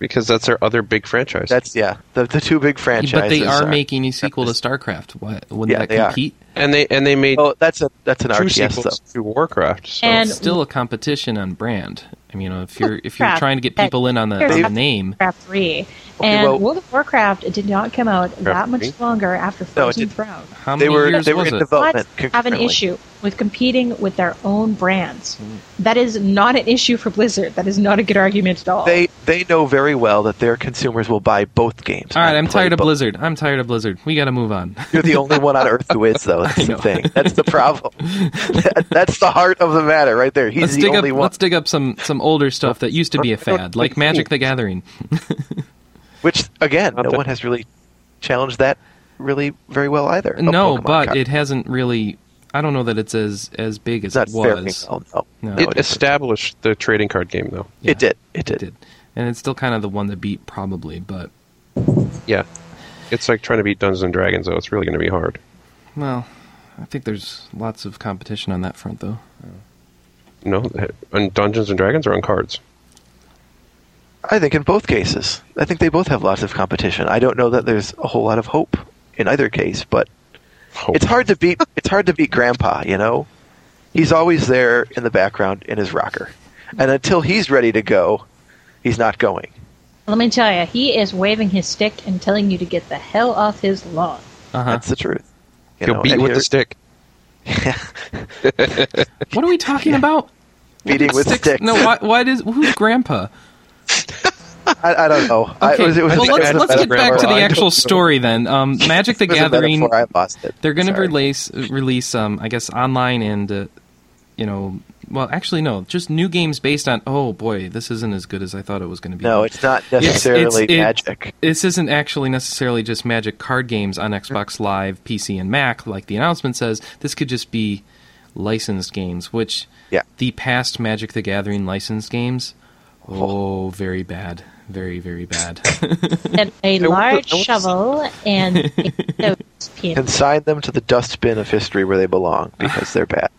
Speaker 4: because that's their other big franchise.
Speaker 2: That's yeah. The the two big franchises.
Speaker 1: But they are making a sequel to StarCraft. What wouldn't
Speaker 2: Yeah,
Speaker 1: that
Speaker 2: they are.
Speaker 1: compete?
Speaker 4: and they and they made
Speaker 2: Oh, that's a that's an
Speaker 4: two
Speaker 2: RTS
Speaker 4: sequels
Speaker 2: though.
Speaker 4: to Warcraft. So.
Speaker 5: And-
Speaker 1: Still a competition on brand. I mean, you know, if you're if you're
Speaker 5: Crap.
Speaker 1: trying to get people in on the,
Speaker 5: Here's
Speaker 1: on the
Speaker 5: how-
Speaker 1: name,
Speaker 5: Warcraft 3.
Speaker 2: Okay,
Speaker 5: and
Speaker 2: well-
Speaker 5: World of Warcraft did not come out that much
Speaker 4: 3?
Speaker 5: longer after
Speaker 2: No, it
Speaker 5: Frozen
Speaker 2: didn't.
Speaker 5: Throne.
Speaker 1: how many
Speaker 2: They were
Speaker 1: years
Speaker 2: they were
Speaker 1: was
Speaker 2: in
Speaker 1: it?
Speaker 2: development.
Speaker 5: But have an
Speaker 2: concurrently.
Speaker 5: issue with competing with their own brands.
Speaker 2: Mm.
Speaker 5: That is not an issue for Blizzard. That is not a good argument at all.
Speaker 2: They they know very well that their consumers will buy both games.
Speaker 1: All right,
Speaker 2: and
Speaker 1: I'm
Speaker 2: play
Speaker 1: tired of
Speaker 2: both.
Speaker 1: Blizzard. I'm tired of Blizzard. We got to move on.
Speaker 2: You're the only one on Earth who is, though. That's
Speaker 1: know.
Speaker 2: the thing. That's the problem. That- that's the heart of the matter, right there. He's
Speaker 1: let's
Speaker 2: the
Speaker 1: dig up
Speaker 2: only one.
Speaker 1: let's dig up some some older stuff that used to be a fad, like Magic the Gathering.
Speaker 2: Which again,
Speaker 4: Not
Speaker 2: no
Speaker 4: that-
Speaker 2: one has really challenged that really very well either. A
Speaker 1: No,
Speaker 2: Pokemon
Speaker 1: but
Speaker 2: card.
Speaker 1: it hasn't really I don't know that it's as as big as
Speaker 2: It's
Speaker 1: it
Speaker 2: not fair.
Speaker 1: was.
Speaker 2: Oh, no.
Speaker 1: No.
Speaker 2: No,
Speaker 4: it
Speaker 2: it isn't.
Speaker 4: established the trading card game, though.
Speaker 1: yeah.
Speaker 2: It did. It
Speaker 1: It
Speaker 2: did.
Speaker 1: did. And it's still kind of the one that beat probably, but
Speaker 4: Yeah, it's like trying to beat Dungeons and Dragons, though. It's really going to be hard.
Speaker 1: well, I think there's lots of competition on that front though.
Speaker 4: No, on Dungeons and Dragons or on cards.
Speaker 2: I think in both cases. I think they both have lots of competition. I don't know that there's a whole lot of hope in either case, but
Speaker 4: Hope.
Speaker 2: it's hard to beat it's hard to beat grandpa, you know? He's always there in the background in his rocker. And until he's ready to go, he's not going.
Speaker 5: Let me tell you, he is waving his stick and telling you to get the hell off his lawn.
Speaker 1: Uh-huh.
Speaker 2: That's the truth. You
Speaker 4: He'll
Speaker 2: know,
Speaker 4: beat
Speaker 2: and
Speaker 4: with
Speaker 2: you're
Speaker 4: the stick.
Speaker 1: What are we talking about?
Speaker 2: Beating with
Speaker 1: Sticks?
Speaker 2: sticks.
Speaker 1: No, why why does who's grandpa?
Speaker 2: I, I don't know. I, it was, it was
Speaker 1: well, let's,
Speaker 2: just a
Speaker 1: let's get
Speaker 2: metaphor.
Speaker 1: back to the
Speaker 2: I don't know.
Speaker 1: actual story then. Um, Magic the
Speaker 2: It was a
Speaker 1: Gathering.
Speaker 2: metaphor. I lost it.
Speaker 1: They're going to
Speaker 2: Sorry.
Speaker 1: release release um, I guess online and uh, you know well actually no just new games based on oh boy this isn't as good as I thought it was going to be.
Speaker 2: No, it's not
Speaker 1: It's- it's-
Speaker 2: necessarily
Speaker 1: it-
Speaker 2: magic.
Speaker 1: this isn't actually necessarily just Magic card games on Xbox Live, PC, and Mac like the announcement says. This could just be licensed games, which
Speaker 2: Yeah.
Speaker 1: the past Magic the Gathering licensed games. Oh, very bad. Very, very bad.
Speaker 5: And a large shovel and a nose pin.
Speaker 2: Consign them to the dustbin of history where they belong because they're bad.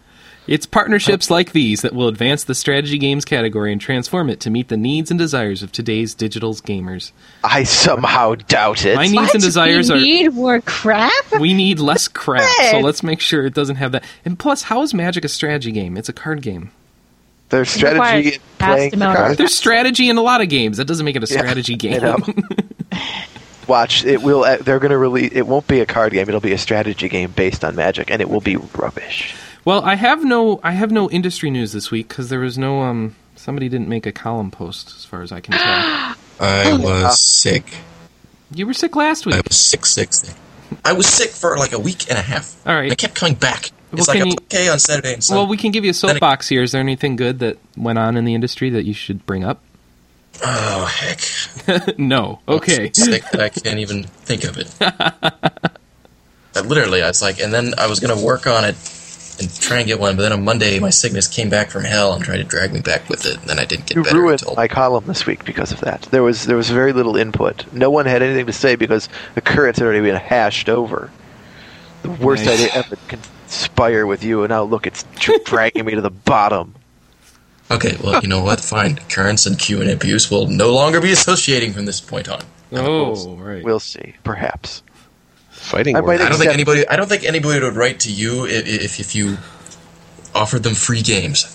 Speaker 1: It's partnerships like these that will advance the strategy games category and transform it to meet the needs and desires of today's digital gamers.
Speaker 2: I somehow doubt it.
Speaker 1: My needs
Speaker 5: What?
Speaker 1: and desires
Speaker 5: we
Speaker 1: are
Speaker 5: need more crap?
Speaker 1: we need less crap, so
Speaker 5: Yes.
Speaker 1: let's make sure it doesn't have that. And plus, how is Magic a strategy game? It's a card game.
Speaker 2: Their strategy
Speaker 5: requires
Speaker 2: in playing
Speaker 5: vast amount of
Speaker 2: cards.
Speaker 1: There's strategy in a lot of games. That doesn't make it a strategy
Speaker 2: You
Speaker 1: game.
Speaker 2: know. Watch, it will. uh, They're going to release. It won't be a card game. It'll be a strategy game based on Magic, and it will be rubbish.
Speaker 1: well, I have no I have no industry news this week because there was no um somebody didn't make a column post as far as I can tell.
Speaker 2: Oh,
Speaker 3: I was sick.
Speaker 1: you were sick last
Speaker 3: I
Speaker 1: week.
Speaker 3: was sick, sick, sick. I was sick for like a week and a half.
Speaker 1: All right.
Speaker 3: And I kept coming back.
Speaker 1: Well,
Speaker 3: It's
Speaker 1: can
Speaker 3: like
Speaker 1: you-
Speaker 3: I'm okay on Saturday and Sunday.
Speaker 1: Well, we can give you a
Speaker 3: it-
Speaker 1: soapbox here. Is there anything good that went on in the industry that you should bring up?
Speaker 3: oh heck!
Speaker 1: No. Okay.
Speaker 3: sick that I can't even think of it. That literally, I was like, and then I was gonna work on it and try and get one, but then on Monday my sickness came back from hell and tried to drag me back with it, and then I didn't get
Speaker 2: You
Speaker 3: better
Speaker 2: ruined
Speaker 3: until
Speaker 2: my column this week because of that. There was there was very little input. No one had anything to say because the currents had already been hashed over. The worst
Speaker 1: Nice.
Speaker 2: idea ever conspire with you, and now look, it's tr- dragging me to the bottom.
Speaker 3: Okay, well, you know what? Fine. Currents and Q and abuse will no longer be associating from this point on.
Speaker 1: Oh, right.
Speaker 2: We'll see, perhaps.
Speaker 4: Fighting
Speaker 2: I
Speaker 4: words.
Speaker 2: might-
Speaker 3: I don't
Speaker 2: Except-
Speaker 3: think anybody. I don't think anybody would write to you if, if, if you offered them free games.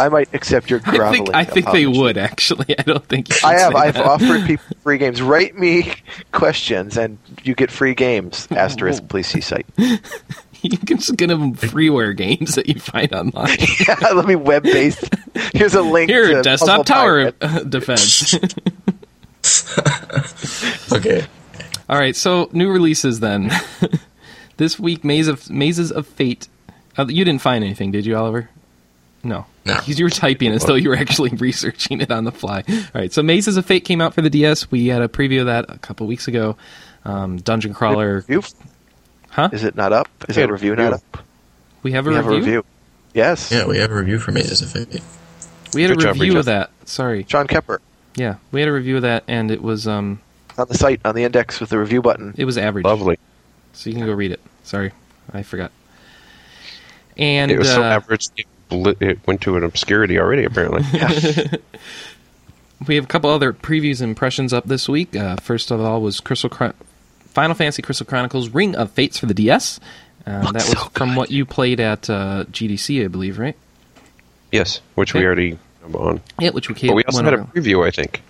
Speaker 2: I might accept your
Speaker 1: I
Speaker 2: groveling.
Speaker 1: think I think they
Speaker 2: apology.
Speaker 1: would actually. I don't think you should
Speaker 2: I have.
Speaker 1: say
Speaker 2: I've
Speaker 1: that.
Speaker 2: offered people free games. Write me questions, and you get free games. Asterisk. Please see site.
Speaker 1: you can just get them freeware games that you find online.
Speaker 2: Let me web based. Here's a link.
Speaker 1: Here,
Speaker 2: to
Speaker 1: desktop
Speaker 2: Puzzle
Speaker 1: tower
Speaker 2: Pirate.
Speaker 1: uh, defense.
Speaker 3: Okay.
Speaker 1: All right, so new releases then. this week, Maze of Mazes of Fate. Uh, you didn't find anything, did you, Oliver? No.
Speaker 3: No.
Speaker 1: 'Cause You were typing as though you were actually researching it on the fly. All right, so Mazes of Fate came out for the DS. We had a preview of that a couple weeks ago. Um, Dungeon Crawler.
Speaker 2: Review?
Speaker 1: Huh?
Speaker 2: Is it not up? Is
Speaker 4: Yeah,
Speaker 2: that review not up?
Speaker 1: We have a,
Speaker 2: We
Speaker 1: review?
Speaker 2: have a review. Yes.
Speaker 3: Yeah, we have a review for Mazes of Fate.
Speaker 1: We had
Speaker 4: Good
Speaker 1: a
Speaker 4: job,
Speaker 1: review
Speaker 4: Rachel.
Speaker 1: of that. Sorry.
Speaker 2: John Kepper
Speaker 1: Yeah, we had a review of that, and it was um,
Speaker 2: on the site on the index with the review button.
Speaker 1: it was average.
Speaker 4: Lovely.
Speaker 1: So you can go read it. Sorry, I forgot. And
Speaker 4: it was so
Speaker 1: uh,
Speaker 4: average. It, bl- it went to an obscurity already. Apparently,
Speaker 1: We have a couple other previews and impressions up this week. Uh, first of all was Crystal Chron- Final Fantasy Crystal Chronicles Ring of Fates for the DS. Uh, that was from what you played at uh, GDC, I believe, right?
Speaker 4: yes, which
Speaker 1: Okay.
Speaker 4: we already went on.
Speaker 1: Yeah, which we
Speaker 4: But we also
Speaker 1: went
Speaker 4: had a
Speaker 1: over.
Speaker 4: preview, I think.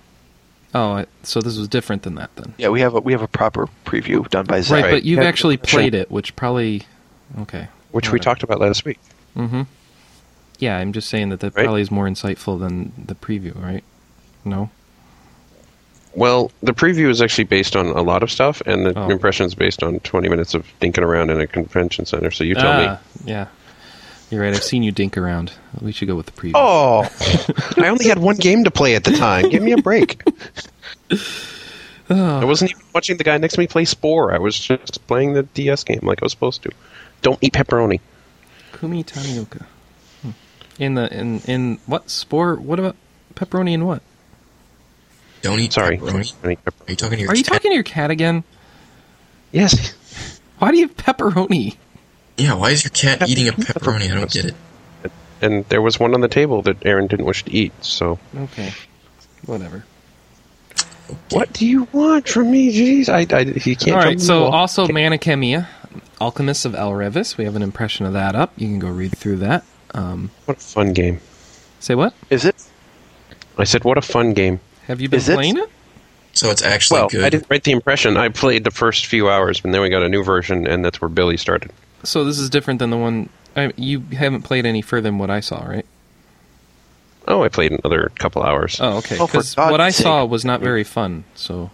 Speaker 1: Oh, I- so this was different than that then.
Speaker 2: Yeah, we have a we have a proper preview done by Zach.
Speaker 1: Right, but you've
Speaker 2: Yeah.
Speaker 1: actually played it, which probably okay.
Speaker 4: which we talked about last week.
Speaker 1: Yeah, I'm just saying that that
Speaker 4: Right.
Speaker 1: probably is more insightful than the preview, right? No.
Speaker 4: Well, the preview is actually based on a lot of stuff, and the
Speaker 1: Oh.
Speaker 4: impression is based on 20 minutes of dinking around in a convention center. So you tell me.
Speaker 1: Ah, Yeah, you're right. I've seen you dink around. We should go with the preview.
Speaker 4: Oh, I only had one game to play at the time. Give me a break. I wasn't even watching the guy next to me play Spore. I was just playing the DS game like I was supposed to. Don't eat pepperoni.
Speaker 1: Kumi Tanioka. Hmm. In the in in what spore? What about pepperoni and what?
Speaker 3: Don't eat
Speaker 4: Sorry.
Speaker 3: pepperoni.
Speaker 4: Don't eat
Speaker 3: Are
Speaker 4: pepperoni.
Speaker 3: you talking to your
Speaker 1: Are you
Speaker 3: cat?
Speaker 1: talking to your cat again?
Speaker 4: Yes.
Speaker 1: Why do you have pepperoni?
Speaker 3: Yeah, why is your cat eating a pepperoni? I don't get it.
Speaker 4: And there was one on the table that Aaron didn't wish to eat. So
Speaker 1: Okay, whatever.
Speaker 4: what do you want from me? Jeez, I, I he can't.
Speaker 1: All
Speaker 4: jump
Speaker 1: right.
Speaker 4: the
Speaker 1: So
Speaker 4: wall.
Speaker 1: also Manichemia, Alchemist of El Revis. We have an impression of that up. You can go read through that. Um,
Speaker 4: what a fun game.
Speaker 1: say what?
Speaker 2: Is it?
Speaker 4: I said, what a fun game.
Speaker 1: Have you been
Speaker 2: Is it-
Speaker 1: playing it?
Speaker 3: So it's actually
Speaker 4: well,
Speaker 1: uh,
Speaker 3: good.
Speaker 4: I didn't write the impression. I played the first few hours, and then we got a new version, and that's where Billy started.
Speaker 1: So this is different than the one. I, you haven't played any further than what I saw, right?
Speaker 4: Oh, I played another couple hours.
Speaker 1: Oh, okay.
Speaker 2: Oh, for
Speaker 1: 'Cause
Speaker 2: God's
Speaker 1: what I
Speaker 2: sake.
Speaker 1: saw was not very fun. So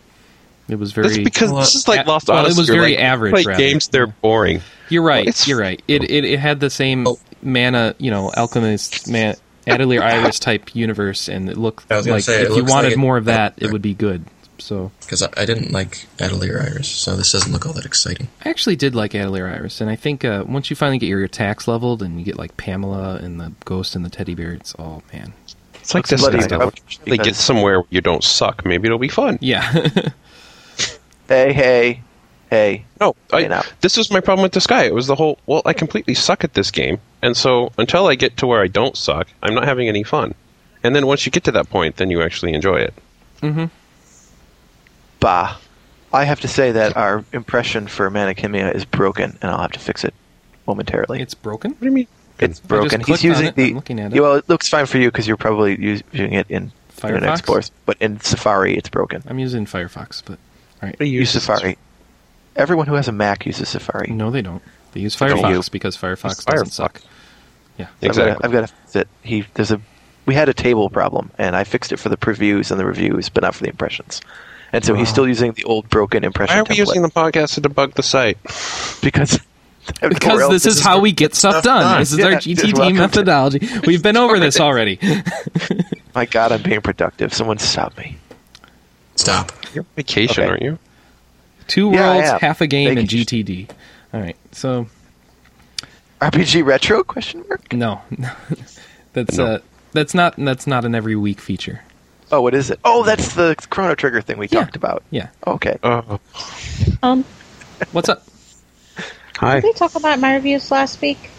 Speaker 1: it was very.
Speaker 4: That's because
Speaker 3: Well,
Speaker 4: this is like
Speaker 1: a-
Speaker 4: Lost
Speaker 1: well, it
Speaker 4: Odyssey.
Speaker 1: was
Speaker 4: You're
Speaker 1: very
Speaker 4: like,
Speaker 1: average,
Speaker 4: Like
Speaker 1: rather.
Speaker 4: games, they're boring.
Speaker 1: You're right.
Speaker 4: It's-
Speaker 1: you're right. It, it it had the same
Speaker 3: Oh.
Speaker 1: mana, you know, alchemist, man, Adelier Iris type universe, and it looked
Speaker 3: I was gonna
Speaker 1: like
Speaker 3: say, it
Speaker 1: if you
Speaker 3: looks
Speaker 1: wanted
Speaker 3: like it-
Speaker 1: more of that, it would be good. So
Speaker 3: Because I, I didn't like Adelier Iris, so this doesn't look all that exciting.
Speaker 1: I actually did like Adelier Iris, and I think uh, once you finally get your attacks leveled, and you get like Pamela and the ghost and the teddy bear, it's all man.
Speaker 4: It's
Speaker 2: Looks
Speaker 4: like this
Speaker 2: bloody
Speaker 4: kind of
Speaker 2: rubbish
Speaker 4: They get
Speaker 2: because-
Speaker 4: somewhere where you don't suck. Maybe it'll be fun.
Speaker 1: Yeah,
Speaker 2: Hey, hey, hey.
Speaker 4: No,
Speaker 2: You
Speaker 4: I,
Speaker 2: know.
Speaker 4: this was my problem with this guy. It was the whole. Well, I completely suck at this game, and so until I get to where I don't suck, I'm not having any fun. And then once you get to that point, then you actually enjoy it.
Speaker 1: Mm-hmm.
Speaker 2: Bah. I have to say that our impression for Manichemia is broken, and I'll have to fix it momentarily.
Speaker 1: it's broken.
Speaker 4: What do you mean?
Speaker 2: It's broken.
Speaker 1: clicked
Speaker 2: He's using
Speaker 1: on it.
Speaker 2: the.
Speaker 1: I'm looking at it.
Speaker 2: Well, it looks fine for you because you're probably using it in Internet
Speaker 1: Firefox?
Speaker 2: Explorer, but in Safari, it's broken.
Speaker 1: I'm using Firefox, but all right.
Speaker 4: They
Speaker 2: Use
Speaker 4: use this-
Speaker 2: Safari. Everyone who has a Mac uses Safari.
Speaker 1: No, they don't. They use
Speaker 2: Don't you.
Speaker 1: Firefox because Firefox doesn't
Speaker 4: Firefox.
Speaker 1: suck. Yeah.
Speaker 2: So
Speaker 4: Exactly.
Speaker 2: I've got to fix it. He there's a we had a table problem, and I fixed it for the previews and the reviews, but not for the impressions. And so he's still using the old broken impression
Speaker 4: Why are we
Speaker 2: template
Speaker 4: using the podcast to debug the site?
Speaker 2: because
Speaker 1: Because this, is, how we get stuff
Speaker 3: stuff
Speaker 1: done.
Speaker 3: done.
Speaker 1: This is our
Speaker 2: Yeah,
Speaker 1: GTD
Speaker 2: welcome to-
Speaker 1: methodology. We've been over this already.
Speaker 2: my God, I'm being productive. Someone stop me.
Speaker 3: Stop.
Speaker 4: You're on vacation,
Speaker 2: Okay.
Speaker 4: aren't you?
Speaker 1: Two
Speaker 2: Yeah, I
Speaker 1: worlds,
Speaker 2: am.
Speaker 1: half a game, and
Speaker 2: Vacation.
Speaker 1: GTD. All right. So
Speaker 2: RPG retro question mark?
Speaker 1: no, that's
Speaker 4: No.
Speaker 1: uh, that's not that's not an every week feature.
Speaker 2: Oh, what is it? Oh, that's the Chrono Trigger thing we
Speaker 1: Yeah.
Speaker 2: talked about.
Speaker 1: Yeah.
Speaker 2: Okay.
Speaker 4: Oh,
Speaker 5: Um,
Speaker 1: What's up?
Speaker 4: hi.
Speaker 5: did we talk about my reviews last week?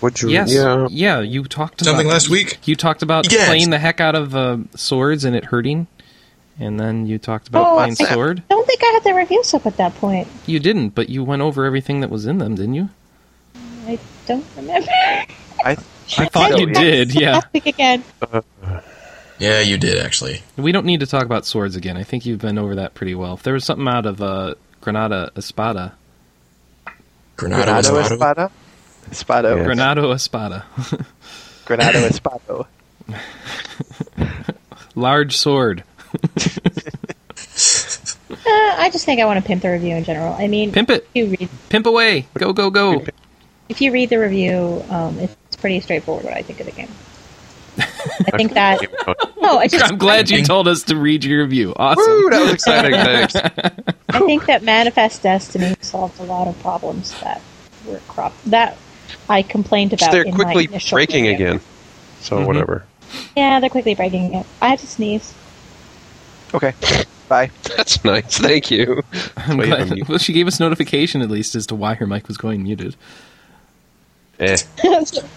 Speaker 4: Would you?
Speaker 1: Yes.
Speaker 4: Yeah.
Speaker 1: Yeah. you talked
Speaker 3: Something
Speaker 1: about,
Speaker 3: last week?
Speaker 1: You talked about
Speaker 3: Yes.
Speaker 1: playing the heck out of uh, swords and it hurting, and then you talked about
Speaker 5: Oh,
Speaker 1: playing
Speaker 5: I-
Speaker 1: sword.
Speaker 5: I don't think I had the reviews up at that point.
Speaker 1: You didn't, but you went over everything that was in them, didn't you?
Speaker 5: I don't remember.
Speaker 2: I,
Speaker 1: I thought
Speaker 2: so,
Speaker 1: you
Speaker 2: yeah.
Speaker 1: did. Yeah.
Speaker 5: Last week again.
Speaker 3: Yeah, you did actually.
Speaker 1: We don't need to talk about swords again. I think you've been over that pretty well. If there was something out of uh, Granada Espada,
Speaker 3: Granada was
Speaker 7: Granado
Speaker 3: Lotto.
Speaker 7: Espada? Espado.
Speaker 4: Yeah.
Speaker 1: Granado Espada.
Speaker 7: Granado Espado.
Speaker 1: Large sword.
Speaker 5: Uh, I just think I want to pimp the review in general. I mean,
Speaker 1: Pimp it.
Speaker 5: If you read,
Speaker 1: Pimp away. Go, go, go.
Speaker 5: if you read the review, um, it's it's pretty straightforward what I think of the game. I think that. No, I just.
Speaker 1: I'm glad you told us to read your review.
Speaker 2: Woo,
Speaker 1: Awesome.
Speaker 2: that was exciting.
Speaker 4: Exciting things.
Speaker 5: I think that Manifest Destiny solved a lot of problems that were cropped that I complained about.
Speaker 4: They're
Speaker 5: in my
Speaker 4: quickly
Speaker 5: initial
Speaker 4: breaking
Speaker 5: review.
Speaker 4: again. So whatever.
Speaker 5: Yeah, they're quickly breaking it. I have to sneeze.
Speaker 7: Okay. Bye.
Speaker 4: That's nice. Thank you.
Speaker 1: I'm
Speaker 4: Wait,
Speaker 1: glad-
Speaker 4: I'm mute.
Speaker 1: well, she gave us notification at least as to why her mic was going muted.
Speaker 4: Eh.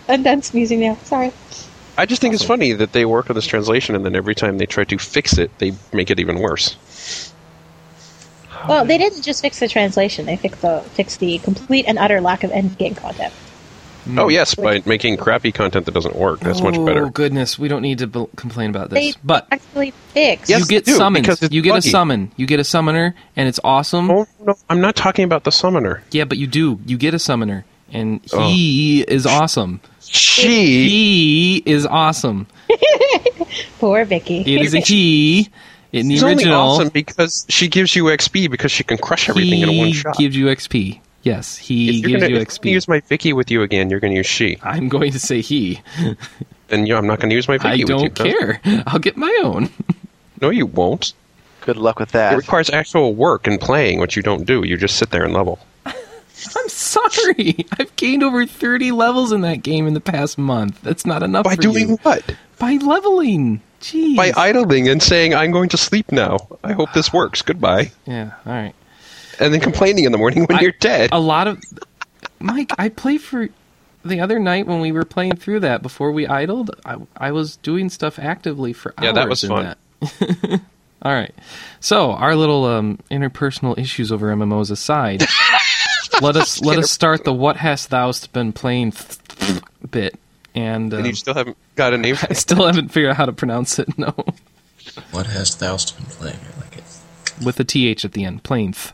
Speaker 5: I'm done sneezing now. Sorry.
Speaker 4: I just think it's funny that they work on this translation, and then every time they try to fix it, they make it even worse.
Speaker 5: Well, they didn't just fix the translation; they fixed the fixed the complete and utter lack of endgame content.
Speaker 4: Oh yes, by making crappy content that doesn't work, that's much
Speaker 1: Hmm. Oh,
Speaker 4: better.
Speaker 1: goodness. We don't need to b- complain about
Speaker 5: They
Speaker 1: this. But
Speaker 5: actually fixed.
Speaker 1: you get
Speaker 4: do,
Speaker 1: summons.
Speaker 4: because it's
Speaker 1: You get
Speaker 4: buggy.
Speaker 1: a summon. You get a summoner, and it's awesome.
Speaker 4: Oh no, I'm not talking about the summoner.
Speaker 1: Yeah, but you do. You get a summoner, and
Speaker 4: Oh.
Speaker 1: he is awesome.
Speaker 6: She.
Speaker 1: He is awesome.
Speaker 5: Poor Vicky.
Speaker 1: It is a he in the
Speaker 4: It's
Speaker 1: original.
Speaker 4: only awesome because she gives you XP because she can crush everything
Speaker 1: he
Speaker 4: in one shot.
Speaker 1: gives you XP. Yes,
Speaker 4: if
Speaker 1: he
Speaker 4: you're
Speaker 1: gives
Speaker 4: gonna,
Speaker 1: you
Speaker 4: if I'm
Speaker 1: XP.
Speaker 4: gonna use my Vicky with you again, you're going to use she.
Speaker 1: I'm going to say he.
Speaker 4: Then you, I'm not going to use my Vicky
Speaker 1: I
Speaker 4: with you.
Speaker 1: don't care. I'll get my own.
Speaker 4: No, you won't.
Speaker 7: Good luck with
Speaker 4: It
Speaker 7: that.
Speaker 4: requires actual work and playing, which you don't do. You just sit there and level.
Speaker 1: I'm sorry. I've gained over 30 levels in that game in the past month. That's not enough
Speaker 4: By
Speaker 1: for
Speaker 4: doing
Speaker 1: you.
Speaker 4: what?
Speaker 1: By leveling. Jeez.
Speaker 4: By idling and saying, I'm going to sleep now. I hope this works. Goodbye.
Speaker 1: yeah, all right.
Speaker 4: And then complaining in the morning when
Speaker 1: I-
Speaker 4: you're dead.
Speaker 1: a lot of Mike, I play for the other night when we were playing through that before we idled. I, I was doing stuff actively for hours.
Speaker 4: Yeah, that was
Speaker 1: in
Speaker 4: fun.
Speaker 1: that. All right. So our little um, interpersonal issues over MMOs aside, let us let us start the what hast thou been playing bit, and,
Speaker 4: and
Speaker 1: um,
Speaker 4: you still haven't got a name for
Speaker 1: I still haven't figured out how to pronounce it. No,
Speaker 3: What has Thoust been playing? I like it.
Speaker 1: with a th at the end, plainth.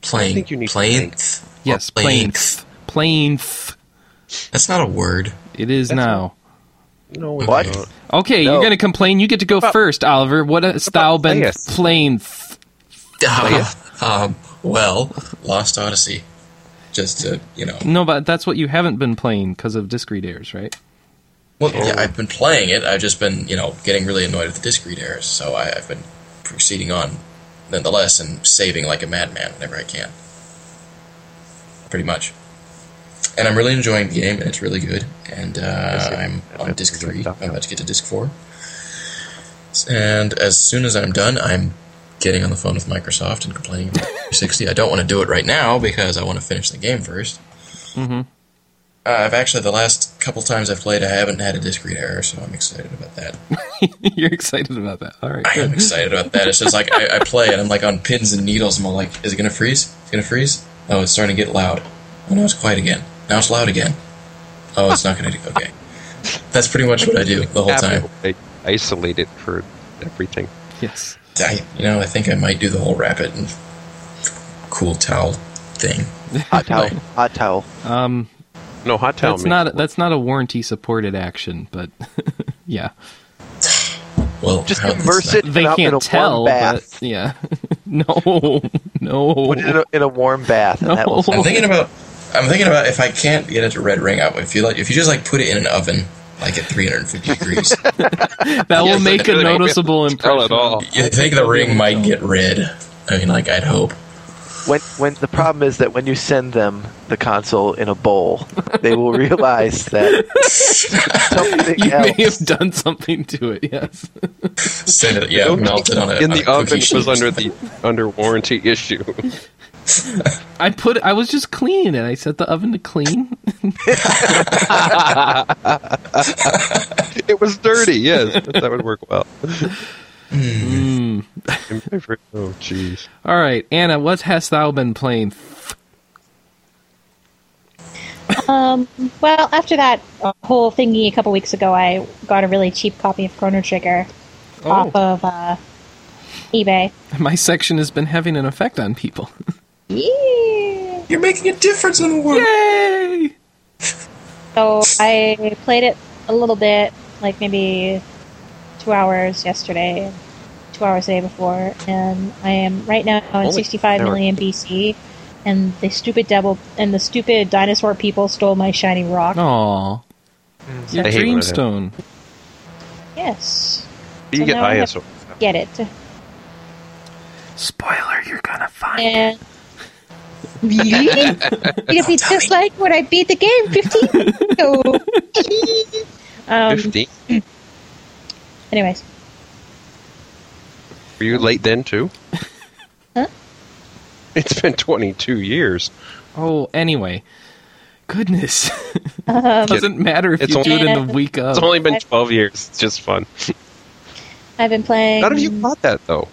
Speaker 3: Playing.
Speaker 4: think you need to
Speaker 3: plainth? Or
Speaker 1: Yes, plainth. Plainth.
Speaker 3: That's not a word.
Speaker 1: It is now.
Speaker 4: No, it's
Speaker 7: What?
Speaker 4: not.
Speaker 1: Okay, you're gonna complain. You get to go first, Oliver. What has thou been
Speaker 4: Playas?
Speaker 1: playing? th-
Speaker 3: Uh, um, well, Lost Odyssey. Just to, you know.
Speaker 1: No, but that's what you haven't been playing because of discrete errors, right?
Speaker 3: Well, yeah, I've been playing it. I've just been, you know, getting really annoyed at the discrete errors, so I, I've been proceeding on nonetheless and saving like a madman whenever I can. Pretty much. And I'm really enjoying the game, and it's really good. And uh, I'm on disc three. I'm about to get to disc four. S- And as soon as I'm done, I'm getting on the phone with Microsoft and complaining about 360. I don't want to do it right now because I want to finish the game first. Uh, I've actually the last couple times I've played, I haven't had a discrete error, so I'm excited about that.
Speaker 1: you're excited about that. All right,
Speaker 3: I am
Speaker 1: good.
Speaker 3: excited about that. It's just like I, I play and I'm like on pins and needles. I'm all like, is it gonna freeze? It's gonna freeze. Oh, it's starting to get loud. Oh no, it's quiet again. Now it's loud again. Oh, it's not gonna do. Okay, that's pretty much what I do the whole time.
Speaker 4: They isolate it for everything.
Speaker 1: Yes.
Speaker 3: I, you know, I think I might do the whole wrap it and cool towel thing.
Speaker 7: Hot towel. Hot towel.
Speaker 4: No, hot towel.
Speaker 1: That's
Speaker 4: makes
Speaker 1: not
Speaker 4: it work.
Speaker 1: that's not a warranty supported action, but yeah,
Speaker 3: Well,
Speaker 7: Just
Speaker 3: how this
Speaker 7: immerse
Speaker 3: thing-
Speaker 7: it
Speaker 1: they
Speaker 7: in a, in a
Speaker 1: can't
Speaker 7: warm
Speaker 1: tell.
Speaker 7: bath.
Speaker 1: But yeah, no, no.
Speaker 7: Put it in a, in a warm bath. And that will
Speaker 1: No.
Speaker 4: Oh.
Speaker 3: I'm thinking about. I'm thinking about if I can't get it to red ring up. If you like, if you just like put it in an oven, like at 350 degrees,
Speaker 1: That will
Speaker 4: Yes,
Speaker 1: make
Speaker 4: they
Speaker 1: a
Speaker 4: won't be able
Speaker 1: noticeable
Speaker 4: to tell
Speaker 1: impression.
Speaker 4: at all.
Speaker 3: you think the ring might get red. I mean, like I'd hope.
Speaker 7: when when the problem is that when you send them the console in a bowl, they will realize that something
Speaker 1: You
Speaker 7: else.
Speaker 1: may have done something to it. Yes.
Speaker 3: Send it, yeah, melt it on a
Speaker 4: in
Speaker 3: on
Speaker 4: the
Speaker 3: a
Speaker 4: oven
Speaker 3: cookie
Speaker 4: it
Speaker 3: sheet.
Speaker 4: was under the under warranty issue.
Speaker 1: I put. I was just cleaning it. I set the oven to clean.
Speaker 4: it was dirty. Yes, that would work well.
Speaker 1: Hmm.
Speaker 4: oh jeez.
Speaker 1: All right, Anna. What hast thou been playing?
Speaker 5: Um, well, after that uh, whole thingy a couple weeks ago, I got a really cheap copy of Chrono Trigger
Speaker 1: Oh.
Speaker 5: off of uh, eBay.
Speaker 1: my section has been having an effect on people.
Speaker 5: Yeah.
Speaker 3: You're making a difference in the world.
Speaker 1: Yay!
Speaker 5: So I played it a little bit, like maybe two hours yesterday, and two hours the day before, and I am right now in
Speaker 4: Holy
Speaker 5: 65
Speaker 4: never-
Speaker 5: million BC, and the stupid devil and the stupid dinosaur people stole my shiny rock.
Speaker 1: Aw. Your
Speaker 4: Mm. I hate when that
Speaker 1: dreamstone.
Speaker 5: Yes,
Speaker 4: You
Speaker 5: So
Speaker 4: get
Speaker 5: now I have-
Speaker 4: ISO.
Speaker 5: get it.
Speaker 1: Spoiler, you're gonna find
Speaker 5: And really, it'll be just like when I beat the game 15 years ago. um,
Speaker 4: 15.
Speaker 5: anyways,
Speaker 4: Were you late then, too?
Speaker 5: Huh?
Speaker 4: It's been 22 years.
Speaker 1: Oh, anyway. Goodness.
Speaker 5: um,
Speaker 1: Doesn't matter if
Speaker 4: It's
Speaker 1: you
Speaker 4: only-
Speaker 1: do it in the week of.
Speaker 4: It's only been 12 years. It's just fun.
Speaker 5: I've been playing.
Speaker 4: None of you caught that, though.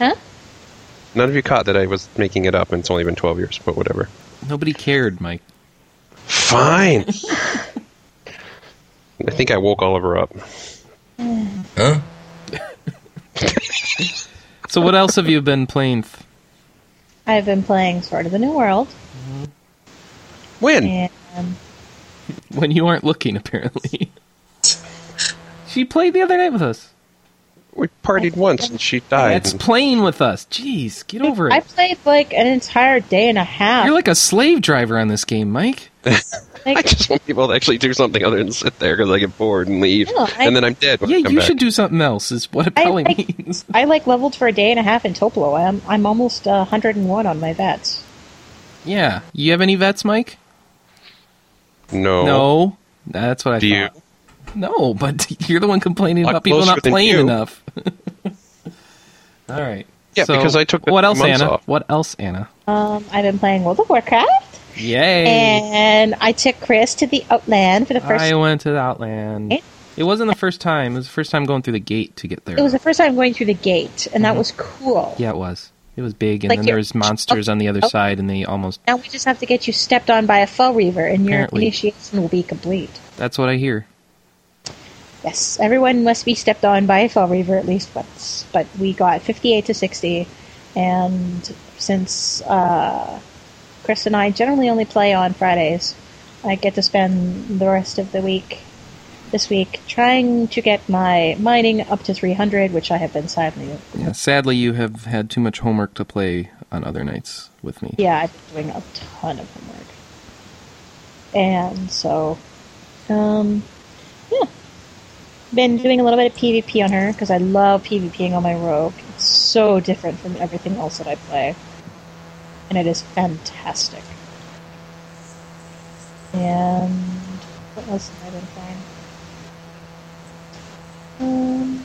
Speaker 5: Huh?
Speaker 4: None of you caught that I was making it up and it's only been 12 years, but whatever.
Speaker 1: Nobody cared, Mike.
Speaker 4: Fine. I think I woke Oliver up.
Speaker 3: Huh?
Speaker 1: So what else have you been playing? Th-
Speaker 5: I've been playing Sword of the New World,
Speaker 4: When?
Speaker 5: and um,
Speaker 1: when you aren't looking, apparently. she played the other night with us.
Speaker 4: We partied once and she died.
Speaker 1: That's playing with us. Jeez, get over
Speaker 5: I
Speaker 1: it.
Speaker 5: played like an entire day and a half.
Speaker 1: You're like a slave driver on this game, Mike.
Speaker 5: Like,
Speaker 4: I just want people to actually do something other than sit there because I get bored and leave,
Speaker 5: No, I-
Speaker 4: and then I'm dead. When I
Speaker 1: Yeah,
Speaker 4: come
Speaker 1: you
Speaker 4: back.
Speaker 1: should do something else. Is what it
Speaker 5: I
Speaker 1: probably
Speaker 5: like-
Speaker 1: means.
Speaker 5: I like leveled for a day and a half in Topolo. I'm I'm almost uh, 101 on my vets.
Speaker 1: Yeah, you have any vets, Mike?
Speaker 4: No.
Speaker 1: No, that's what I
Speaker 4: Do you?
Speaker 1: thought. No, but you're the one complaining
Speaker 4: Lot
Speaker 1: about people
Speaker 4: closer
Speaker 1: not
Speaker 4: than
Speaker 1: playing
Speaker 4: you.
Speaker 1: enough. All right.
Speaker 4: Yeah,
Speaker 1: So,
Speaker 4: because I took the
Speaker 1: what else,
Speaker 4: months
Speaker 1: Anna?
Speaker 4: off.
Speaker 1: What else, Anna?
Speaker 5: Um, I've been playing World of Warcraft,
Speaker 1: Yay!
Speaker 5: and I took Chris to the Outland for the first.
Speaker 1: I went to the Outland.
Speaker 5: Eh?
Speaker 1: It wasn't the first time. It was the first time going through the gate to get there.
Speaker 5: It was the first time going through the gate, and that was cool.
Speaker 1: Mm-hmm. yeah, it was. It was big, and
Speaker 5: Like Oh.
Speaker 1: then
Speaker 5: you-
Speaker 1: there was monsters on the other side, and they almost.
Speaker 5: Now we just have to get you stepped on by a fell reaver, and your
Speaker 1: Apparently.
Speaker 5: initiation will be complete.
Speaker 1: That's what I hear.
Speaker 5: Yes, everyone must be stepped on by a fell reaver at least once. But we got 58 to 60, and since uh, Chris and I generally only play on Fridays, I get to spend the rest of the week this week trying to get my mining up to 300, which I have been sadly.
Speaker 1: Yeah, sadly, you have had too much homework to play on other nights with me.
Speaker 5: Yeah, I've been doing a ton of homework. And so, um, yeah. Been doing a little bit of PvP on her because I love PvPing on my rogue. It's so different from everything else that I play. And it is fantastic. And what else have I been playing? Um,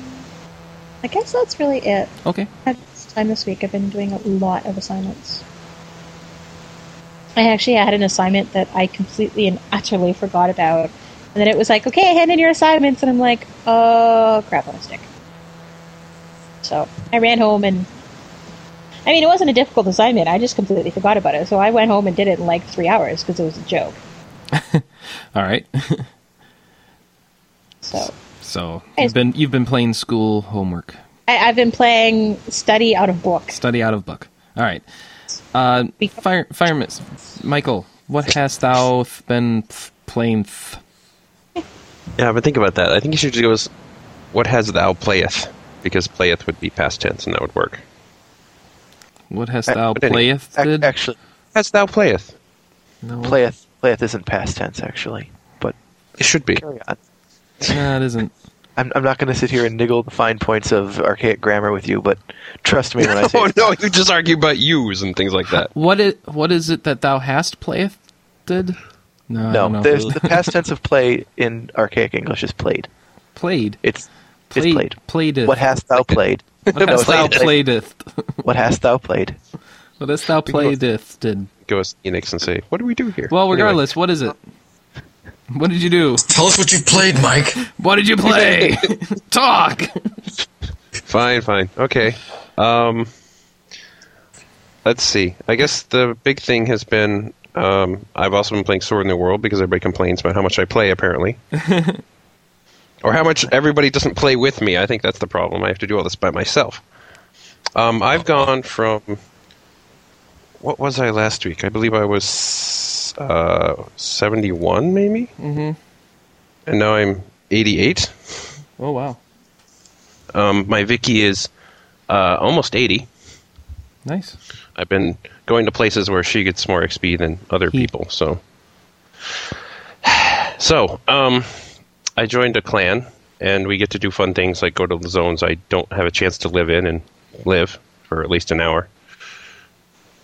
Speaker 5: I guess that's really it.
Speaker 1: Okay.
Speaker 5: At this time this week, I've been doing a lot of assignments. I actually had an assignment that I completely and utterly forgot about. And then it was like, okay, hand in your assignments. And I'm like, oh, crap on a stick. So I ran home and. I mean, it wasn't a difficult assignment. I just completely forgot about it. So I went home and did it in like three hours because it was a joke.
Speaker 1: All right.
Speaker 5: So
Speaker 1: So you've been you've been playing school homework,
Speaker 5: I, I've been playing study out of book.
Speaker 1: study out of book. All right. Uh, fire fireman Michael, what hast thou th- been th- playing? Th-
Speaker 4: Yeah, but think about that. I think you should just go with, what has thou playeth? Because playeth would be past tense and that would work.
Speaker 1: what hast thou
Speaker 4: but anyway,
Speaker 1: playeth?
Speaker 7: Ac-
Speaker 1: did?
Speaker 7: Actually,
Speaker 4: Has thou playeth?
Speaker 1: no,
Speaker 7: playeth playeth isn't past tense actually, but
Speaker 4: It should be.
Speaker 7: carry on.
Speaker 1: no, it isn't.
Speaker 7: I'm, I'm not going to sit here and niggle the fine points of archaic grammar with you, but trust me when I say
Speaker 4: Oh no, you just argue about yous and things like that.
Speaker 1: What is what is it that thou hast playeth? Did no, I don't
Speaker 7: no.
Speaker 1: know.
Speaker 7: There's the past tense of play in archaic English is played.
Speaker 1: played.
Speaker 7: It's
Speaker 1: Played.
Speaker 7: it's played.
Speaker 1: Playedeth.
Speaker 7: What hast thou played?
Speaker 1: What hast thou playedeth?
Speaker 7: What hast thou played?
Speaker 1: What hast thou playedeth? Did
Speaker 4: Go as Enix and say, what do we do here?
Speaker 1: well,
Speaker 4: Anyway,
Speaker 1: regardless, what is it? What did you do?
Speaker 3: Tell us what you played, Mike.
Speaker 1: What did you play? Talk.
Speaker 4: Fine, fine. Okay. Um, let's see. I guess the big thing has been um, I've also been playing Sword in the World because everybody complains about how much I play, apparently. or how much everybody doesn't play with me. I think that's the problem. I have to do all this by myself. Um, I've gone from what was I last week? I believe I was uh, 71, maybe? Mm-hmm. And now I'm 88.
Speaker 1: Oh wow,
Speaker 4: Um, my Vicky is uh, almost 80.
Speaker 1: nice.
Speaker 4: I've been going to places where she gets more XP than other
Speaker 1: He-
Speaker 4: people. So, so um, I joined a clan, and we get to do fun things like go to the zones I don't have a chance to live in and live for at least an hour.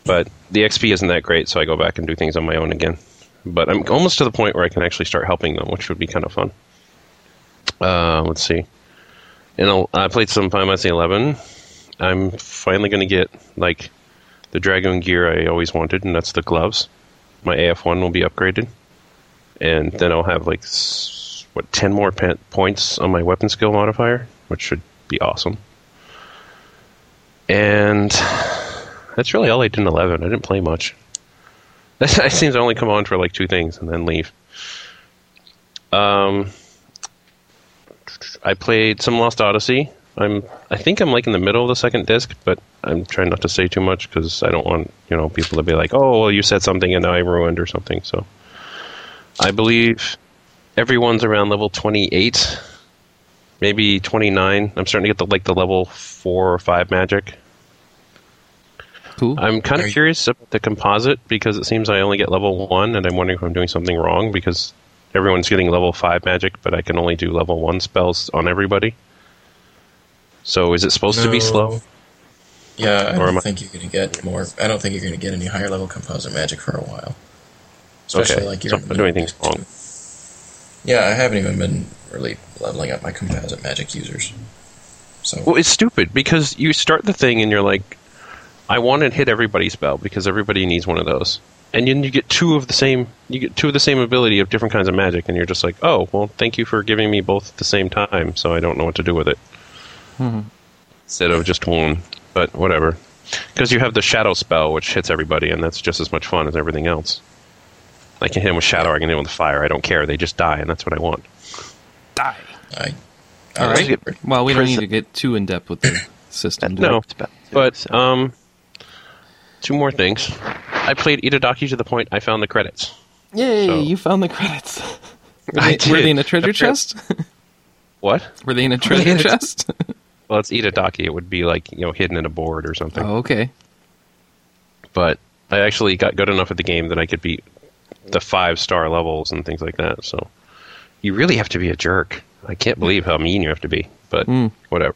Speaker 4: But the XP isn't that great, so I go back and do things on my own again. But I'm almost to the point where I can actually start helping them, which would be kind of fun. Uh, let's see. And I'll- I played some Final Fantasy Eleven. I'm finally going to get like the dragon gear I always wanted, and that's the gloves. My AF1 will be upgraded, and then I'll have like s- what ten more pen- points on my weapon skill modifier, which should be awesome. And that's really all I did in eleven. I didn't play much. That I seems to only come on for like two things and then leave. Um, I played some Lost Odyssey. I'm I think I'm like in the middle of the second disc, but I'm trying not to say too much because I don't want you know people to be like, oh well, you said something and now I ruined or something. So I believe everyone's around level 28, maybe 29. I'm starting to get the like the level four or five magic.
Speaker 1: Cool.
Speaker 4: I'm kind
Speaker 3: Are
Speaker 4: of
Speaker 3: you-
Speaker 4: curious about the composite because it seems I only get level one, and I'm wondering if I'm doing something wrong because everyone's getting level five magic, but I can only do level one spells on everybody. So is it supposed to be
Speaker 3: No.
Speaker 4: slow?
Speaker 3: Yeah, I
Speaker 4: Or am I-
Speaker 3: don't think you're going to get more. I don't think you're going to get any higher level composite magic for a while. Especially
Speaker 4: Okay,
Speaker 3: like
Speaker 4: so
Speaker 3: you're
Speaker 4: I'm not doing anything wrong.
Speaker 3: Yeah, I haven't even been really leveling up my composite magic users. So
Speaker 4: Well, it's stupid because you start the thing and you're like, I want to hit everybody spell because everybody needs one of those, and then you get two of the same. You get two of the same ability of different kinds of magic, and you're just like, oh, well, thank you for giving me both at the same time, so I don't know what to do with it. Instead of just one, but whatever. Because you have the shadow spell, which hits everybody, and that's just as much fun as everything else. I can hit him with shadow. I can hit him with fire. I don't care. They just die, and that's what I want.
Speaker 1: Die.
Speaker 3: I, I
Speaker 1: All
Speaker 3: was-
Speaker 1: right. Well, we don't need
Speaker 7: Prison-
Speaker 1: to get too in depth with the system. do we?
Speaker 4: No,
Speaker 7: Spell, too,
Speaker 4: but
Speaker 7: so-
Speaker 4: um, two more things. I played Itadaki to the point I found the credits.
Speaker 1: Yay!
Speaker 4: So-
Speaker 1: You found the credits. Were they,
Speaker 4: I
Speaker 1: were
Speaker 4: did.
Speaker 1: they in a treasure
Speaker 4: That's right.
Speaker 1: chest?
Speaker 4: What?
Speaker 1: were they in a treasure
Speaker 4: in a-
Speaker 1: chest?
Speaker 4: Well, it's Itadaki. It would be like you know hidden in a board or something.
Speaker 1: oh, okay.
Speaker 4: But I actually got good enough at the game that I could beat the five star levels and things like that. So you really have to be a jerk. I can't believe how mean you have to be. But
Speaker 1: Hmm.
Speaker 4: whatever.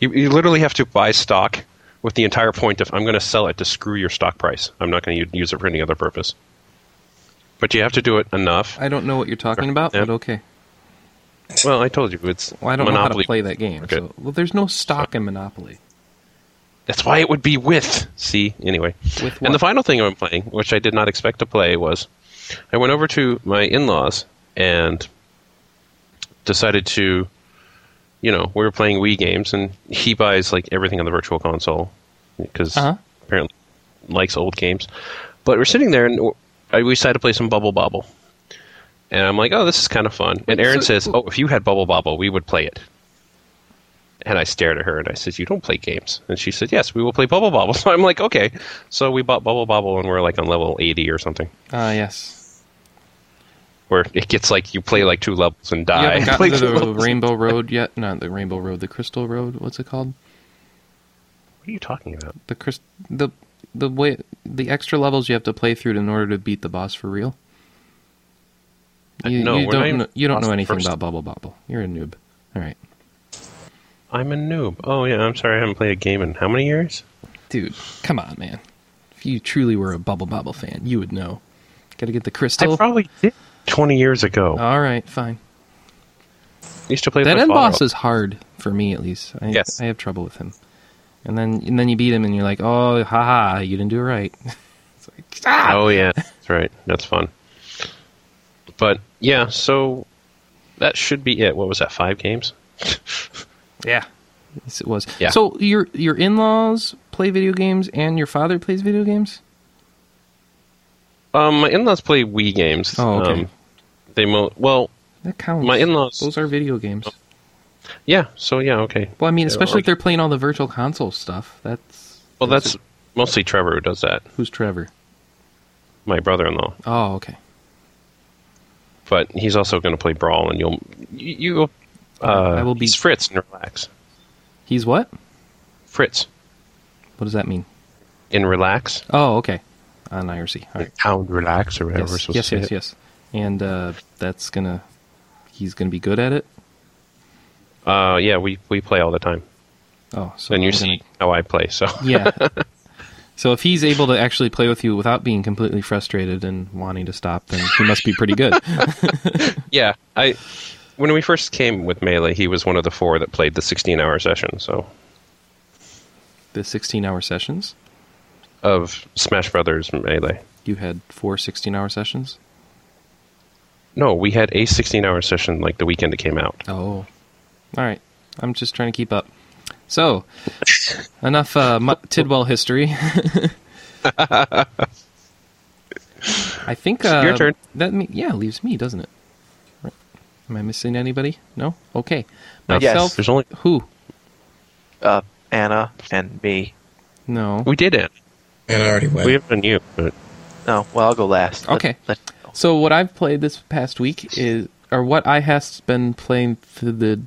Speaker 4: You, you literally have to buy stock with the entire point of I'm going to sell it to screw your stock price. I'm not going to use it for any other purpose. But you have to do it enough.
Speaker 1: I don't know what you're talking about,
Speaker 4: Yeah.
Speaker 1: but okay.
Speaker 4: Well, I told you it's
Speaker 1: Well, I don't know how
Speaker 4: Monopoly.
Speaker 1: to play that game.
Speaker 4: Okay.
Speaker 1: So, well, there's no stock in Monopoly.
Speaker 4: That's why it would be with. See, anyway.
Speaker 1: With what?
Speaker 4: And the final thing I'm playing, which I did not expect to play, was I went over to my in-laws and decided to, you know, we were playing Wii games, and he buys like everything on the Virtual Console because
Speaker 1: Uh-huh.
Speaker 4: apparently likes old games. But we're sitting there, and w- I- we decided to play some Bubble Bobble. And I'm like, oh, this is kind of fun. And Aaron
Speaker 1: so-
Speaker 4: says, oh, if you had Bubble Bobble, we would play it. And I stared at her and I said, You don't play games. And she said, Yes, we will play Bubble Bobble. So I'm like, Okay. So we bought Bubble Bobble and we're like on level 80 or something,
Speaker 1: Ah, yes.
Speaker 4: where it gets like you play like two levels and
Speaker 1: You
Speaker 4: die.
Speaker 1: haven't
Speaker 4: Play
Speaker 1: gotten to
Speaker 4: two
Speaker 1: the
Speaker 4: levels.
Speaker 1: Rainbow Road yet? Not the Rainbow Road, the Crystal Road. What's it called?
Speaker 4: What are you talking about?
Speaker 1: The Chris, the the way the extra levels you have to play through in order to beat the boss for real. You,
Speaker 4: Uh, no,
Speaker 1: you
Speaker 4: we're not
Speaker 1: don't
Speaker 4: even
Speaker 1: know, you don't
Speaker 4: boss
Speaker 1: know anything
Speaker 4: first.
Speaker 1: about Bubble Bobble. You're a noob. All right,
Speaker 4: I'm a noob. Oh, yeah. I'm sorry. I haven't played a game in how many years?
Speaker 1: dude, come on, man. If you truly were a Bubble Bobble fan, you would know. Got to get the crystal.
Speaker 4: I probably did 20 years ago.
Speaker 1: All right, fine.
Speaker 4: I used to play with
Speaker 1: That
Speaker 4: my
Speaker 1: end
Speaker 4: father.
Speaker 1: boss is hard for me, at least. I,
Speaker 4: Yes.
Speaker 1: I have trouble with him. And then and then you beat him, and you're like, oh, haha, you didn't do it right. it's like, ah!
Speaker 4: Oh yeah, that's right. That's fun. But yeah, so that should be it. What was that? Five games?
Speaker 1: Yeah. Yes, it was.
Speaker 4: Yeah.
Speaker 1: So your your in laws play video games, and your father plays video games.
Speaker 4: Um, my in-laws play Wii games.
Speaker 1: Oh, okay.
Speaker 4: Um, they mo- well,
Speaker 1: That counts.
Speaker 4: My in-laws-
Speaker 1: Those are video games.
Speaker 4: yeah. So yeah, okay.
Speaker 1: Well, I mean,
Speaker 4: Yeah,
Speaker 1: especially
Speaker 4: or-
Speaker 1: if they're playing all the virtual console stuff. That's
Speaker 4: Well, that's mostly Trevor who does that.
Speaker 1: Who's Trevor?
Speaker 4: My brother-in-law,
Speaker 1: Oh, okay.
Speaker 4: but he's also going to play Brawl, and you'll you will uh,
Speaker 1: I will be-
Speaker 4: it's Fritz and relax.
Speaker 1: He's what?
Speaker 4: Fritz
Speaker 1: What does that mean?
Speaker 4: in relax.
Speaker 1: Oh, okay. On IRC. All right.
Speaker 4: Pound relax or whatever. we're
Speaker 1: Yes,
Speaker 4: supposed
Speaker 1: yes,
Speaker 4: to
Speaker 1: yes,
Speaker 4: say.
Speaker 1: yes. And uh, that's gonna. He's gonna be good at it.
Speaker 4: Uh, yeah, we we play all the time,
Speaker 1: Oh, so
Speaker 4: and you
Speaker 1: I'm gonna-
Speaker 4: see how I play. So
Speaker 1: yeah. So if he's able to actually play with you without being completely frustrated and wanting to stop, then he must be pretty good.
Speaker 4: yeah, I when we first came with Melee, he was one of the four that played the 16-hour session. So
Speaker 1: the 16-hour sessions.
Speaker 4: of Smash Brothers Melee.
Speaker 1: You had four 16-hour sessions.
Speaker 4: No, we had a 16-hour session like the weekend it came out.
Speaker 1: Oh, all right. I'm just trying to keep up. So, enough uh, Mu- Tidwell history. I think uh,
Speaker 4: Your turn.
Speaker 1: That me- yeah leaves me, doesn't it? Right. Am I missing anybody? No. Okay.
Speaker 4: No.
Speaker 2: Yes.
Speaker 1: Myself.
Speaker 4: There's only
Speaker 1: Who?
Speaker 2: Uh, Anna and me.
Speaker 1: No.
Speaker 4: we did it.
Speaker 3: And I already went.
Speaker 4: We haven't you, but
Speaker 2: No, well, I'll go last. Let-
Speaker 1: Okay.
Speaker 2: let-
Speaker 1: So what I've played this past week is, or what I has been playing through the,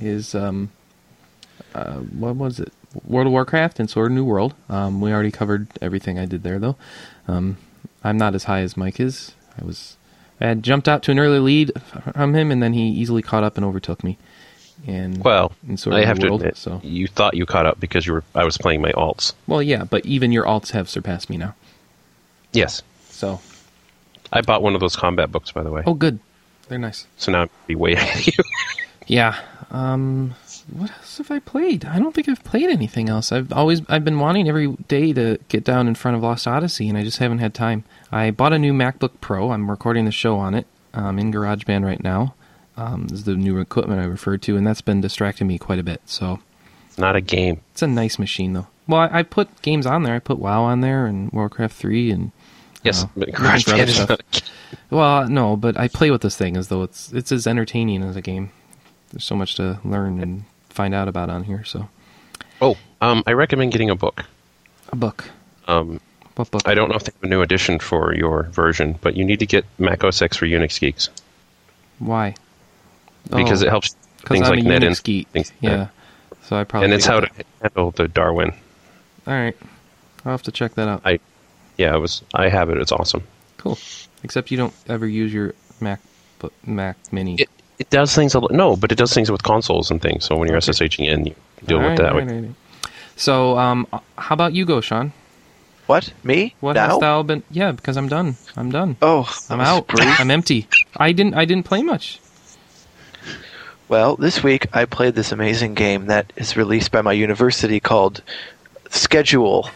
Speaker 1: is um, uh, what was it? World of Warcraft and Sword of New World. Um, we already covered everything I did there though. Um, I'm not as high as Mike is. I was, I had jumped out to an early lead from him, and then he easily caught up and overtook me. And
Speaker 4: well,
Speaker 1: in Sword
Speaker 4: I
Speaker 1: of the
Speaker 4: have to
Speaker 1: World,
Speaker 4: admit,
Speaker 1: so-
Speaker 4: you thought you caught up because you were. I was playing my alts.
Speaker 1: well, yeah, but even your alts have surpassed me now.
Speaker 4: Yes,
Speaker 1: So
Speaker 4: I bought one of those combat books, by the way.
Speaker 1: oh, good, they're nice.
Speaker 4: So now I'm gonna be way ahead of you.
Speaker 1: Yeah. Um what else have I played? I don't think I've played anything else. I've always I've been wanting every day to get down in front of Lost Odyssey and I just haven't had time. I bought a new MacBook Pro. I'm recording the show on it. I'm in GarageBand right now. Um, this is the new equipment I referred to, and that's been distracting me quite a bit. So
Speaker 4: It's not a game.
Speaker 1: it's a nice machine, though. Well, I, I put games on there. I put WoW on there and Warcraft 3 and
Speaker 4: Yes,
Speaker 1: Oh,
Speaker 4: but
Speaker 1: looking for other
Speaker 4: GarageBand is
Speaker 1: stuff.
Speaker 4: not a game.
Speaker 1: Well, no, but I play with this thing as though it's it's as entertaining as a game. There's so much to learn and find out about on here. So,
Speaker 4: Oh, um, I recommend getting a book.
Speaker 1: a book.
Speaker 4: Um,
Speaker 1: What book?
Speaker 4: I don't know if they have a new edition for your version, but you need to get Mac OS X for Unix geeks
Speaker 1: Why?
Speaker 4: because
Speaker 1: Oh,
Speaker 4: it helps
Speaker 1: 'cause
Speaker 4: things
Speaker 1: I'm
Speaker 4: like
Speaker 1: a
Speaker 4: net
Speaker 1: Unix
Speaker 4: and
Speaker 1: geek.
Speaker 4: things like
Speaker 1: yeah.
Speaker 4: that.
Speaker 1: So I probably
Speaker 4: and it's
Speaker 1: did
Speaker 4: how to
Speaker 1: that.
Speaker 4: handle the Darwin.
Speaker 1: All right. I'll have to check that out.
Speaker 4: I, yeah, I was. I have it. It's awesome.
Speaker 1: cool. Except you don't ever use your Mac but Mac Mini.
Speaker 4: It it does things a lot. No, but it does things with consoles and things. So when you're SSHing in, you deal
Speaker 1: All
Speaker 4: with
Speaker 1: right,
Speaker 4: that.
Speaker 1: all right, all right. So, um, how about you go, Sean?
Speaker 2: What? Me?
Speaker 1: What
Speaker 2: now?
Speaker 1: has thou been? Yeah, because I'm done. I'm done.
Speaker 2: Oh,
Speaker 1: I'm out. I'm empty. I didn't. I didn't play much.
Speaker 2: Well, this week I played this amazing game that is released by my university called Schedule,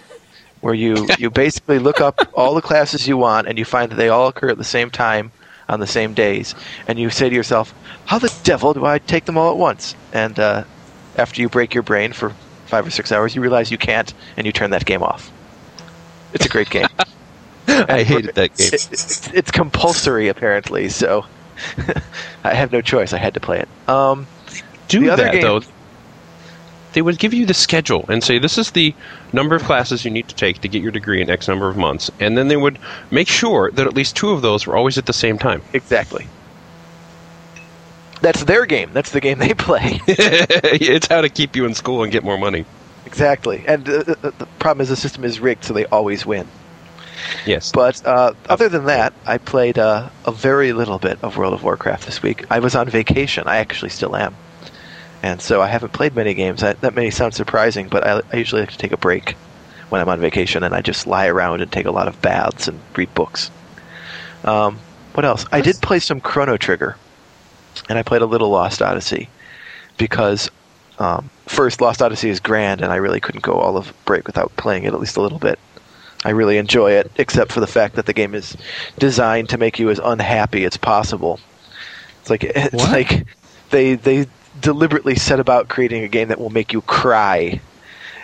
Speaker 2: where you, you basically look up all the classes you want and you find that they all occur at the same time on the same days. And you say to yourself, how the devil do I take them all at once? And uh, after you break your brain for five or six hours, you realize you can't and you turn that game off. It's a great game.
Speaker 4: I hated that game.
Speaker 2: It- it's, it's compulsory, apparently, so I have no choice. I had to play it. Um,
Speaker 4: Do
Speaker 2: The other
Speaker 4: that
Speaker 2: game-
Speaker 4: though. They would give you the schedule and say this is the number of classes you need to take to get your degree in X number of months, and then they would make sure that at least two of those were always at the same time.
Speaker 2: Exactly. That's their game. That's the game they play.
Speaker 4: it's how to keep you in school and get more money.
Speaker 2: exactly. And uh, uh, the problem is the system is rigged, so they always win.
Speaker 4: Yes,
Speaker 2: But uh, other than that, I played uh, a very little bit of World of Warcraft this week. I was on vacation. I actually still am. And so I haven't played many games. That, that may sound surprising, but I, I usually like to take a break when I'm on vacation, and I just lie around and take a lot of baths and read books. Um, what else? I did play some Chrono Trigger, and I played a little Lost Odyssey because um, first, Lost Odyssey is grand, and I really couldn't go all of break without playing it at least a little bit. I really enjoy it, except for the fact that the game is designed to make you as unhappy as possible. It's like it's
Speaker 1: What?
Speaker 2: like they they deliberately set about creating a game that will make you cry.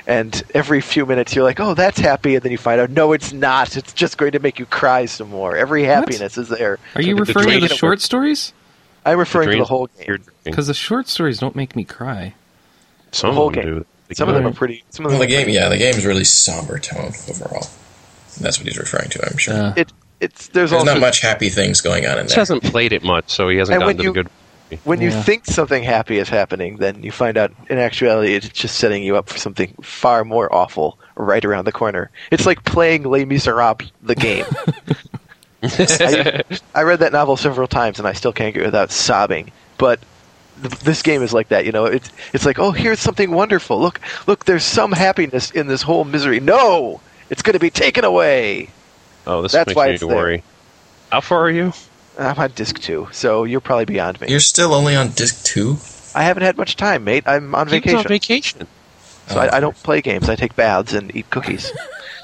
Speaker 2: And every few minutes you're like, "Oh, that's happy," and then you find out, "No, it's not. It's just going to make you cry some more." Every happiness is there.
Speaker 1: Are you
Speaker 4: The
Speaker 1: referring to
Speaker 4: dream-
Speaker 1: the short stories?
Speaker 2: I'm referring to the
Speaker 4: Dreams-
Speaker 2: whole game.
Speaker 4: You're dreaming.
Speaker 1: Because the short stories don't make me cry.
Speaker 4: Some
Speaker 2: whole
Speaker 4: of them
Speaker 2: game.
Speaker 4: do.
Speaker 2: Some of them are pretty. Some of them
Speaker 3: Well, the
Speaker 2: are
Speaker 3: game, yeah, the game's really somber tone overall. That's what he's referring to, I'm sure.
Speaker 1: Uh,
Speaker 2: pretty- It, it's there's,
Speaker 3: There's
Speaker 2: also
Speaker 3: not much happy things going on in
Speaker 4: He
Speaker 3: there.
Speaker 4: hasn't played it much, so he hasn't
Speaker 2: And when
Speaker 4: gotten to
Speaker 2: you-
Speaker 4: the good.
Speaker 2: when you
Speaker 1: Yeah.
Speaker 2: think something happy is happening, then you find out in actuality it's just setting you up for something far more awful right around the corner. It's like playing Les Miserables, the game. I, I read that novel several times, and I still can't get without sobbing. But th- this game is like that, you know. It's it's like, oh, here's something wonderful. Look, look, there's some happiness in this whole misery. No, it's going to be taken away.
Speaker 4: Oh, this
Speaker 2: That's
Speaker 4: makes
Speaker 2: why
Speaker 4: me
Speaker 2: it's there.
Speaker 4: worry. How far are you?
Speaker 2: I'm on disc two, so you're probably beyond me.
Speaker 3: You're still only on disc two?
Speaker 2: I haven't had much time, mate. I'm on
Speaker 4: He was
Speaker 2: vacation.
Speaker 4: on vacation,
Speaker 2: So I, I don't play games. I take baths and eat cookies.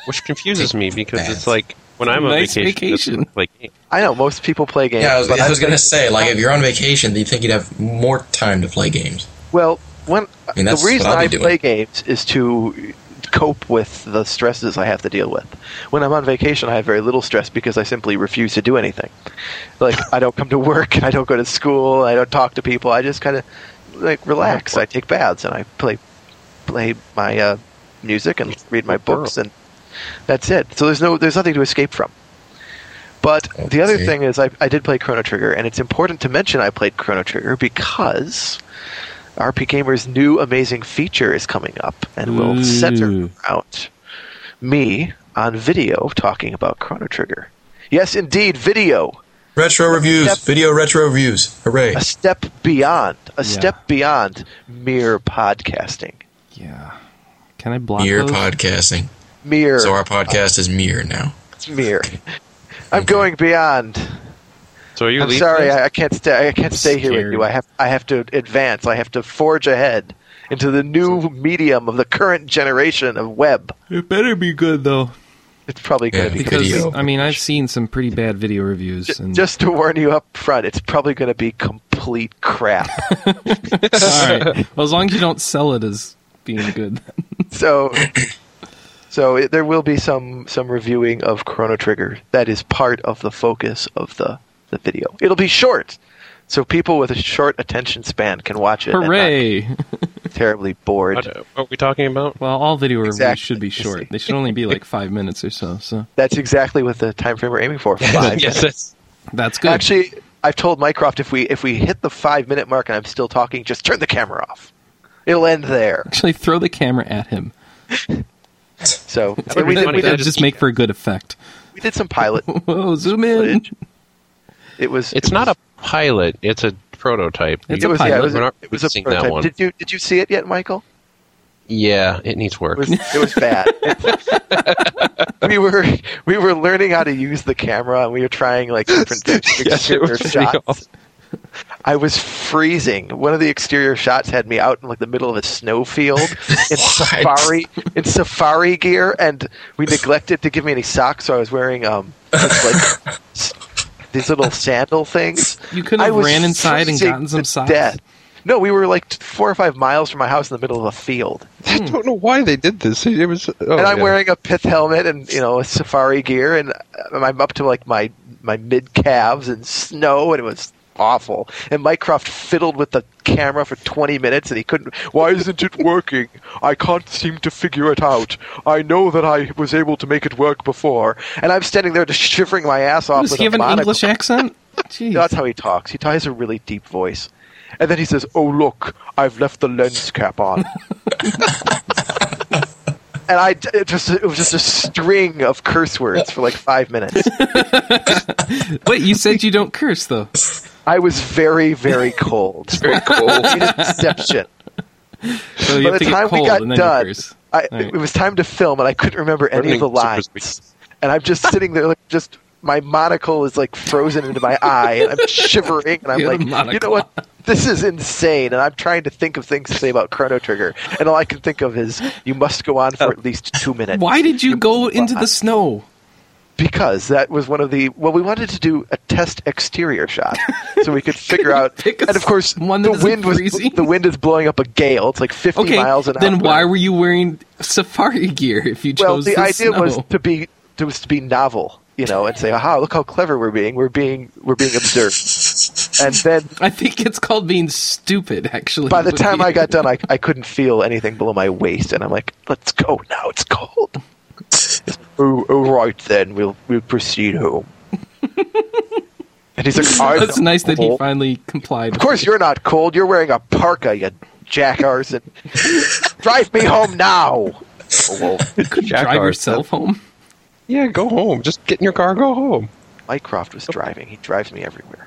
Speaker 4: which confuses me because
Speaker 3: Bad.
Speaker 4: it's like when I'm
Speaker 1: Nice
Speaker 4: on vacation,
Speaker 1: vacation.
Speaker 4: it's like
Speaker 2: I know most people play games.
Speaker 3: Yeah, I was,
Speaker 2: but
Speaker 3: I
Speaker 2: I'm
Speaker 3: was gonna
Speaker 2: like-
Speaker 3: say, like, if you're on vacation, you'd think you'd have more time to play games.
Speaker 2: well, when
Speaker 3: mean, that's
Speaker 2: the reason
Speaker 3: what I'll
Speaker 2: I
Speaker 3: be
Speaker 2: play games is to cope with the stresses I have to deal with. When I'm on vacation, I have very little stress because I simply refuse to do anything. Like I don't come to work, I don't go to school, I don't talk to people. I just kind of like relax. I take baths and I play play my uh, music and read my books and that's it. So there's no there's nothing to escape from. But the other
Speaker 3: Okay.
Speaker 2: thing is I, I did play Chrono Trigger and it's important to mention I played Chrono Trigger because RP Gamer's new amazing feature is coming up and will
Speaker 1: Ooh.
Speaker 2: center out me on video talking about Chrono Trigger. Yes, indeed, video.
Speaker 3: Retro reviews,
Speaker 2: Yep.
Speaker 3: video retro reviews. Hooray.
Speaker 2: A step beyond, a step beyond mere podcasting.
Speaker 1: yeah. Can I block
Speaker 3: Mere
Speaker 1: those?
Speaker 3: podcasting.
Speaker 2: Mere,
Speaker 3: So our podcast is Mere now.
Speaker 2: it's mere. I'm going beyond.
Speaker 4: So are you
Speaker 2: I'm
Speaker 4: leaving?
Speaker 2: sorry, I, I can't stay. I can't stay here with
Speaker 1: scared.
Speaker 2: you. I have I have to advance. I have to forge ahead into the new medium of the current generation of web.
Speaker 1: It better be good though,
Speaker 2: It's probably going
Speaker 3: Yeah,
Speaker 2: to be
Speaker 1: because
Speaker 3: Video.
Speaker 1: I mean I've seen some pretty bad video reviews. and
Speaker 2: just to warn you up front. It's probably going to be complete crap.
Speaker 1: all right. Well, as long as you don't sell it as being good.
Speaker 2: so, so it, there will be some some reviewing of Chrono Trigger. That is part of the focus of the the video. It'll be short. So people with a short attention span can watch it. and not
Speaker 1: Hooray!
Speaker 2: be terribly bored.
Speaker 4: What, what are we talking about?
Speaker 1: Well, all video reviews
Speaker 2: Exactly.
Speaker 1: should be short. They should only be like five minutes or so. So
Speaker 2: That's exactly what the time frame we're aiming for. Five.
Speaker 4: yes, that's,
Speaker 1: that's good.
Speaker 2: Actually, I've told Mycroft if we if we hit the five minute mark and I'm still talking, just turn the camera off. It'll end there.
Speaker 1: Actually, throw the camera at him.
Speaker 2: So
Speaker 4: would
Speaker 2: and we,
Speaker 4: be
Speaker 2: did,
Speaker 4: funny.
Speaker 1: That'd
Speaker 2: we, did,
Speaker 4: That'd
Speaker 1: just
Speaker 4: be-
Speaker 1: make for a good effect.
Speaker 2: we did some pilot
Speaker 1: Whoa, zoom in.
Speaker 2: footage. It was.
Speaker 4: it's
Speaker 2: it
Speaker 4: not
Speaker 2: was-
Speaker 4: a pilot; it's a prototype.
Speaker 1: It's
Speaker 2: It
Speaker 1: a
Speaker 2: was, yeah,
Speaker 1: pilot.
Speaker 2: it was,
Speaker 4: We're not
Speaker 2: it was a
Speaker 4: releasing that
Speaker 2: prototype.
Speaker 4: one.
Speaker 2: Did you did you see it yet, Michael?
Speaker 4: yeah, it needs work.
Speaker 2: It was, it was bad. we were we were learning how to use the camera, and we were trying like different
Speaker 4: Yes, it
Speaker 2: exterior
Speaker 4: was pretty
Speaker 2: shots.
Speaker 4: awful.
Speaker 2: I was freezing. One of the exterior shots had me out in like the middle of a snowfield in safari in safari gear, and we neglected to give me any socks, so I was wearing um just, like s- these little sandal things.
Speaker 1: You could
Speaker 2: I
Speaker 1: have
Speaker 2: was
Speaker 1: ran inside and
Speaker 2: freezing
Speaker 1: gotten some
Speaker 2: to
Speaker 1: socks.
Speaker 2: death. No, we were like t- four or five miles from my house in the middle of a field,
Speaker 4: I don't know why they did this. It was. Oh,
Speaker 2: and I'm
Speaker 4: yeah.
Speaker 2: wearing a pith helmet and you know a safari gear, and uh, I'm up to like my my mid calves and snow, and it was awful. And Mycroft fiddled with the camera for 20 minutes, and he couldn't. Why isn't it working? I can't seem to figure it out. I know that I was able to make it work before, and I'm standing there just shivering my ass off.
Speaker 1: Does
Speaker 2: with
Speaker 1: he
Speaker 2: a
Speaker 1: have an
Speaker 2: monocle.
Speaker 1: English accent? Jeez.
Speaker 2: That's how he talks. He has a really deep voice. And then he says, Oh, look, I've left the lens cap on. and I, it, just, it was just a string of curse words for like five minutes.
Speaker 1: Wait, you said you don't curse though.
Speaker 2: I was very, very cold. very cold. Deception.
Speaker 1: So you
Speaker 2: By
Speaker 1: have
Speaker 2: the
Speaker 1: to
Speaker 2: time
Speaker 1: get cold
Speaker 2: we got
Speaker 1: and then you
Speaker 2: done,
Speaker 1: curse.
Speaker 2: I,
Speaker 1: All right.
Speaker 2: it was time to film, and I couldn't remember any of the
Speaker 4: Burning super
Speaker 2: lines. And I'm just sitting there, like just my monocle is like frozen into my eye, and I'm shivering, and I'm
Speaker 1: You had a
Speaker 2: like, you
Speaker 1: monocle
Speaker 2: know what? This is insane, and I'm trying to think of things to say about Chrono Trigger, and all I can think of is, "You must go on for at least two minutes."
Speaker 1: Oh. Why did you go into the snow?
Speaker 2: Because that was one of the well, we wanted to do a test exterior shot, so we could figure out.
Speaker 1: pick a
Speaker 2: and of course,
Speaker 1: s- one that
Speaker 2: the
Speaker 1: isn't
Speaker 2: wind was
Speaker 1: freezing?
Speaker 2: the wind is blowing up a gale. It's like 50
Speaker 1: Okay,
Speaker 2: miles an hour.
Speaker 1: then why were you wearing safari gear if you chose
Speaker 2: well the idea
Speaker 1: snow?
Speaker 2: was to be to, was to be novel you know, and say, "Aha! Look how clever we're being. We're being we're being observed." and then
Speaker 1: I think it's called being stupid, actually.
Speaker 2: by the
Speaker 1: would
Speaker 2: time
Speaker 1: be-
Speaker 2: I got done, I I couldn't feel anything below my waist, and I'm like, "Let's go now. It's cold." oh, oh, right then. We'll we'll proceed home. and he's like, "I'm
Speaker 1: That's
Speaker 2: not
Speaker 1: nice that he
Speaker 2: cold."
Speaker 1: finally complied.
Speaker 2: Uh-huh. Of course, you're not cold. You're wearing a parka, you jackarson. Drive me home now. Oh, well,
Speaker 4: Jack
Speaker 1: drive
Speaker 4: Arthur.
Speaker 1: yourself home.
Speaker 4: Yeah, go home. Just get in your car, go home.
Speaker 2: Mycroft was driving. He drives me everywhere.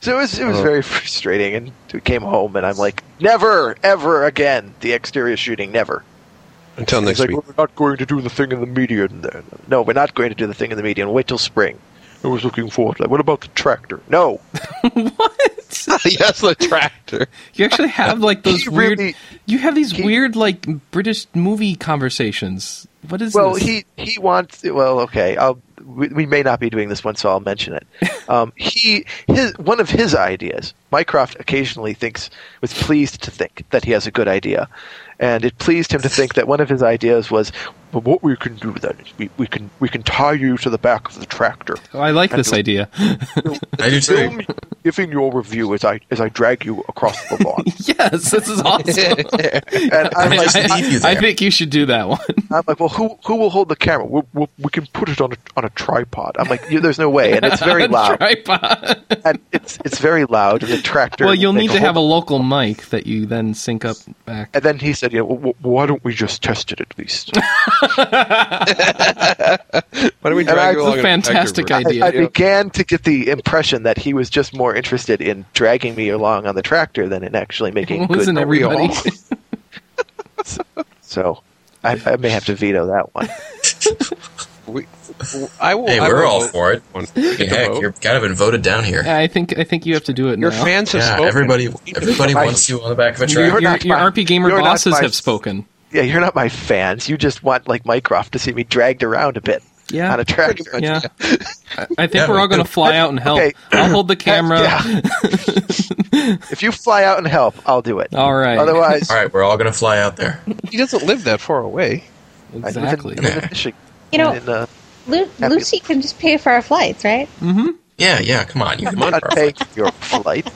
Speaker 2: So it was it
Speaker 4: Oh.
Speaker 2: was very frustrating. And we came home, and I'm like, never, ever again. The exterior shooting, never.
Speaker 4: Until
Speaker 2: He's
Speaker 4: next
Speaker 2: like,
Speaker 4: week.
Speaker 2: "Well, we're not going to do the thing in the median. Then no, we're not going to do the thing in the median. Wait till spring. I was looking forward to that. What about the tractor? No,
Speaker 1: what?
Speaker 4: yes, the tractor.
Speaker 1: You actually have like those
Speaker 2: He
Speaker 1: weird.
Speaker 2: really-
Speaker 1: you have these
Speaker 2: he-
Speaker 1: weird like British movie conversations. What is
Speaker 2: Well,
Speaker 1: this?
Speaker 2: he he wants. Well, okay. I'll, we, we may not be doing this one, so I'll mention it. Um, he his one of his ideas. Mycroft occasionally thinks was pleased to think that he has a good idea, and it pleased him to think that one of his ideas was. But what we can do then is we, we can we can tie you to the back of the tractor.
Speaker 1: Oh, I like this idea.
Speaker 3: I do
Speaker 2: Film
Speaker 3: too.
Speaker 2: me giving your review as I as I drag you across the lawn.
Speaker 1: yes, this is awesome.
Speaker 2: And I'm
Speaker 3: I
Speaker 2: like,
Speaker 3: just leave you
Speaker 1: I
Speaker 3: there.
Speaker 1: think you should do that one.
Speaker 2: I'm like, well, who who will hold the camera? We'll, we'll, we can put it on a, on a tripod. I'm like, yeah, there's no way, and it's very
Speaker 1: On
Speaker 2: loud.
Speaker 1: tripod.
Speaker 2: and it's it's very loud, and the tractor.
Speaker 1: Well, you'll
Speaker 2: they
Speaker 1: need
Speaker 2: go,
Speaker 1: to have a
Speaker 2: "Hold-"
Speaker 1: local mic that you then sync up back.
Speaker 2: And then he said, "Yeah, well, wh- why don't we just test it at least?"
Speaker 4: Why don't we
Speaker 2: I-
Speaker 4: drag
Speaker 2: It's a
Speaker 4: you along? in tractor
Speaker 1: fantastic
Speaker 4: for-
Speaker 1: idea.
Speaker 2: I, I began to get the impression that he was just more interested in dragging me along on the tractor than in actually making good.
Speaker 1: Wasn't everybody?
Speaker 2: So, I, I may have to veto that one.
Speaker 4: We, I will,
Speaker 3: Hey,
Speaker 4: I
Speaker 3: we're
Speaker 4: will
Speaker 3: all
Speaker 4: vote
Speaker 3: for it.
Speaker 4: on- get the
Speaker 3: Heck,
Speaker 4: vote.
Speaker 3: you're kind of been voted down here.
Speaker 1: I think I think you have to do it
Speaker 4: Your
Speaker 1: now.
Speaker 4: fans have
Speaker 3: Yeah,
Speaker 4: spoken.
Speaker 3: everybody, everybody
Speaker 2: I-
Speaker 3: wants you on the back of a
Speaker 1: Your-
Speaker 3: tractor.
Speaker 2: You're
Speaker 1: your,
Speaker 2: not
Speaker 1: your
Speaker 2: my-
Speaker 1: RP gamer
Speaker 2: you're not
Speaker 1: bosses
Speaker 2: my-
Speaker 1: have spoken.
Speaker 2: Yeah, you're not my fans. You just want like Mycroft to see me dragged around a bit
Speaker 1: Yeah.
Speaker 2: on a tractor.
Speaker 1: Yeah, I I think
Speaker 3: Yeah,
Speaker 1: we're all
Speaker 3: but-
Speaker 1: going to fly out and help.
Speaker 2: Okay.
Speaker 1: I'll hold the camera.
Speaker 2: Yeah. if you fly out and help, I'll do it.
Speaker 1: All right.
Speaker 2: Otherwise,
Speaker 3: All right, we're all gonna fly out there.
Speaker 4: He doesn't live that far away.
Speaker 2: I live in-
Speaker 1: Exactly.
Speaker 2: I live in Michigan,
Speaker 5: You know,
Speaker 2: in, uh,
Speaker 5: Lu-
Speaker 2: Happy-
Speaker 5: Lucy can just pay for our flights, right?
Speaker 1: Mm-hmm.
Speaker 3: Yeah, yeah, come on, you. Come
Speaker 2: I'm
Speaker 3: on,
Speaker 2: not paying for your flight.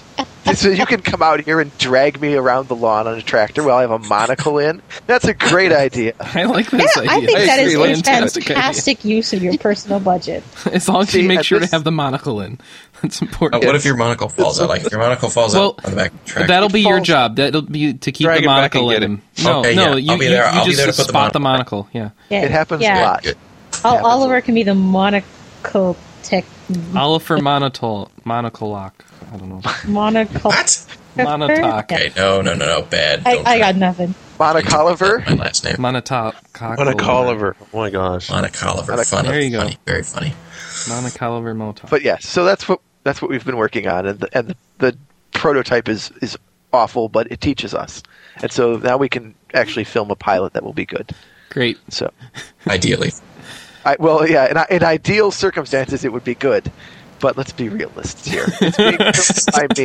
Speaker 2: So you can come out here and drag me around the lawn on a tractor while I have a monocle in. That's a great idea.
Speaker 1: I like
Speaker 5: Yeah,
Speaker 1: this idea.
Speaker 5: I think that
Speaker 1: It's
Speaker 5: is a
Speaker 1: fantastic idea.
Speaker 5: fantastic use of your personal budget.
Speaker 1: As long as
Speaker 2: See,
Speaker 1: you make
Speaker 2: at
Speaker 1: sure
Speaker 2: this-
Speaker 1: to have the monocle in. That's
Speaker 3: Uh,
Speaker 1: important.
Speaker 3: what if your monocle falls out? Like if your monocle falls
Speaker 1: Well,
Speaker 3: out on the back of the tractor.
Speaker 1: That'll be your
Speaker 4: falls-
Speaker 1: job. That'll be to keep
Speaker 4: Drag
Speaker 1: the
Speaker 4: it back
Speaker 1: monocle
Speaker 4: and
Speaker 1: in him.
Speaker 4: get
Speaker 1: No,
Speaker 3: Okay,
Speaker 1: no,
Speaker 3: yeah,
Speaker 1: you,
Speaker 3: I'll be
Speaker 1: you,
Speaker 3: there.
Speaker 1: you
Speaker 3: I'll be
Speaker 1: just
Speaker 3: there to put the
Speaker 1: spot the monocle. Yeah.
Speaker 5: Yeah,
Speaker 2: It happens a
Speaker 5: yeah.
Speaker 2: lot.
Speaker 3: Good.
Speaker 5: Ol-
Speaker 2: happens a
Speaker 5: Oliver can be the monocle tech
Speaker 1: Oliver monotol monocle lock. I don't know.
Speaker 5: monocle.
Speaker 3: What?
Speaker 1: Monotoc.
Speaker 5: Yeah.
Speaker 3: Okay, no, no, no, no, bad.
Speaker 5: I,
Speaker 3: Don't
Speaker 5: I
Speaker 3: try.
Speaker 5: got nothing.
Speaker 2: Monica Oliver.
Speaker 3: My last name.
Speaker 1: Monotoc.
Speaker 4: Monocolliver. Oh my gosh.
Speaker 3: Monica Oliver.
Speaker 2: Monica-
Speaker 3: Funny.
Speaker 1: There you go.
Speaker 3: funny, Very funny.
Speaker 1: Monocoliver motoc.
Speaker 2: But yes, so that's what that's what we've been working on, and the, and the, the prototype is is awful, but it teaches us, and so now we can actually film a pilot that will be good.
Speaker 1: Great.
Speaker 2: So,
Speaker 3: Ideally.
Speaker 2: I, well, yeah, in, i- in ideal circumstances, it would be good. But let's be realists here. It's being filmed by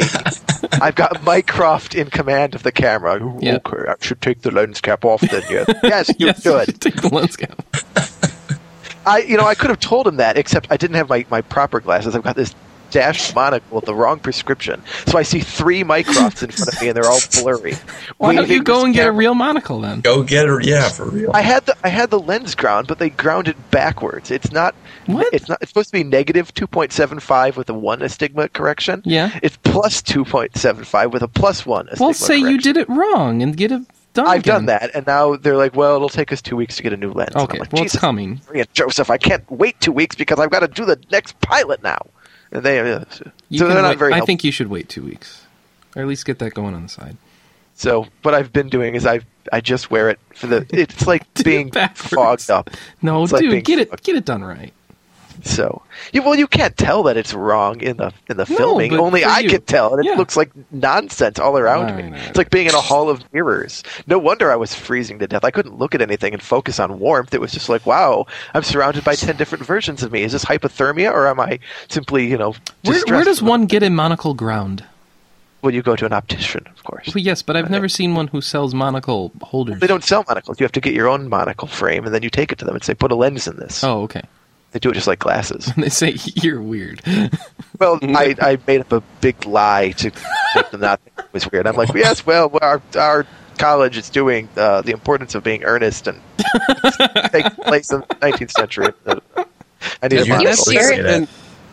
Speaker 2: me. I've got Mycroft in command of the camera. Ooh,
Speaker 1: Yeah.
Speaker 2: Okay, I should take the lens cap off then. Yeah. Yes, you
Speaker 1: Yes,
Speaker 2: should.
Speaker 1: Take the lens cap.
Speaker 2: I, you know, I could have told him that, except I didn't have my, my proper glasses. I've got this dashed monocle with the wrong prescription, so I see three Mycrofts in front of me, and they're all blurry.
Speaker 1: Why don't you
Speaker 2: Waving
Speaker 1: go
Speaker 2: this
Speaker 1: and get a
Speaker 2: camera.
Speaker 1: real monocle then?
Speaker 3: Go get her. Yeah, for real.
Speaker 2: I had the I had the lens ground, but they ground it backwards. It's not
Speaker 1: What?
Speaker 2: it's not it's supposed to be negative two point seven five with a one astigma correction.
Speaker 1: Yeah.
Speaker 2: It's plus two point seven five with a plus one astigma
Speaker 1: Well, say you
Speaker 2: correction.
Speaker 1: did it wrong and get it done.
Speaker 2: I've done
Speaker 1: again.
Speaker 2: that, and now they're like, "Well, it'll take us two weeks to get a new lens." And
Speaker 1: Okay,
Speaker 2: I'm like,
Speaker 1: well, it's
Speaker 2: Jesus,
Speaker 1: coming.
Speaker 2: Maria Joseph, I can't wait two weeks because I've got to do the next pilot now. And they, uh,
Speaker 1: You
Speaker 2: so
Speaker 1: can
Speaker 2: they're not
Speaker 1: wait-
Speaker 2: very.
Speaker 1: I
Speaker 2: helpful.
Speaker 1: think you should wait two weeks, or at least get that going on the side.
Speaker 2: so. What I've been doing is I I just wear it for the. It's like
Speaker 1: Do it
Speaker 2: being
Speaker 1: backwards.
Speaker 2: fogged up.
Speaker 1: No,
Speaker 2: It's like
Speaker 1: dude,
Speaker 2: being
Speaker 1: get it,
Speaker 2: fucked.
Speaker 1: get it done right.
Speaker 2: So, you, well, you can't tell that it's wrong in the in the
Speaker 1: No,
Speaker 2: filming.
Speaker 1: but
Speaker 2: Only
Speaker 1: for
Speaker 2: I
Speaker 1: you.
Speaker 2: can tell, and it
Speaker 1: Yeah.
Speaker 2: looks like nonsense all around
Speaker 1: Alright,
Speaker 2: me.
Speaker 1: alright.
Speaker 2: It's like being in a hall of mirrors. No wonder I was freezing to death. I couldn't look at anything and focus on warmth. It was just like, wow, I'm surrounded by ten different versions of me. Is this hypothermia, or am I simply, you know,
Speaker 1: Where,
Speaker 2: distressed
Speaker 1: where does
Speaker 2: from the-
Speaker 1: one get a monocle ground?
Speaker 2: Well, you go to an optician, of course.
Speaker 1: Well, yes, but I've never seen one who sells monocle holders.
Speaker 2: They don't sell monocles. You have to get your own monocle frame, and then you take it to them and say, put a lens in this.
Speaker 1: Oh, okay.
Speaker 2: They do it just like glasses.
Speaker 1: They say you're weird.
Speaker 2: Well, I, I made up a big lie to make them not think it was weird. I'm like, yes, well, our, our college is doing uh, the importance of being earnest and take place in the 19th century. I need
Speaker 3: Did
Speaker 2: a
Speaker 3: you
Speaker 5: You're
Speaker 2: monocle.
Speaker 5: serious?
Speaker 3: say that?
Speaker 4: And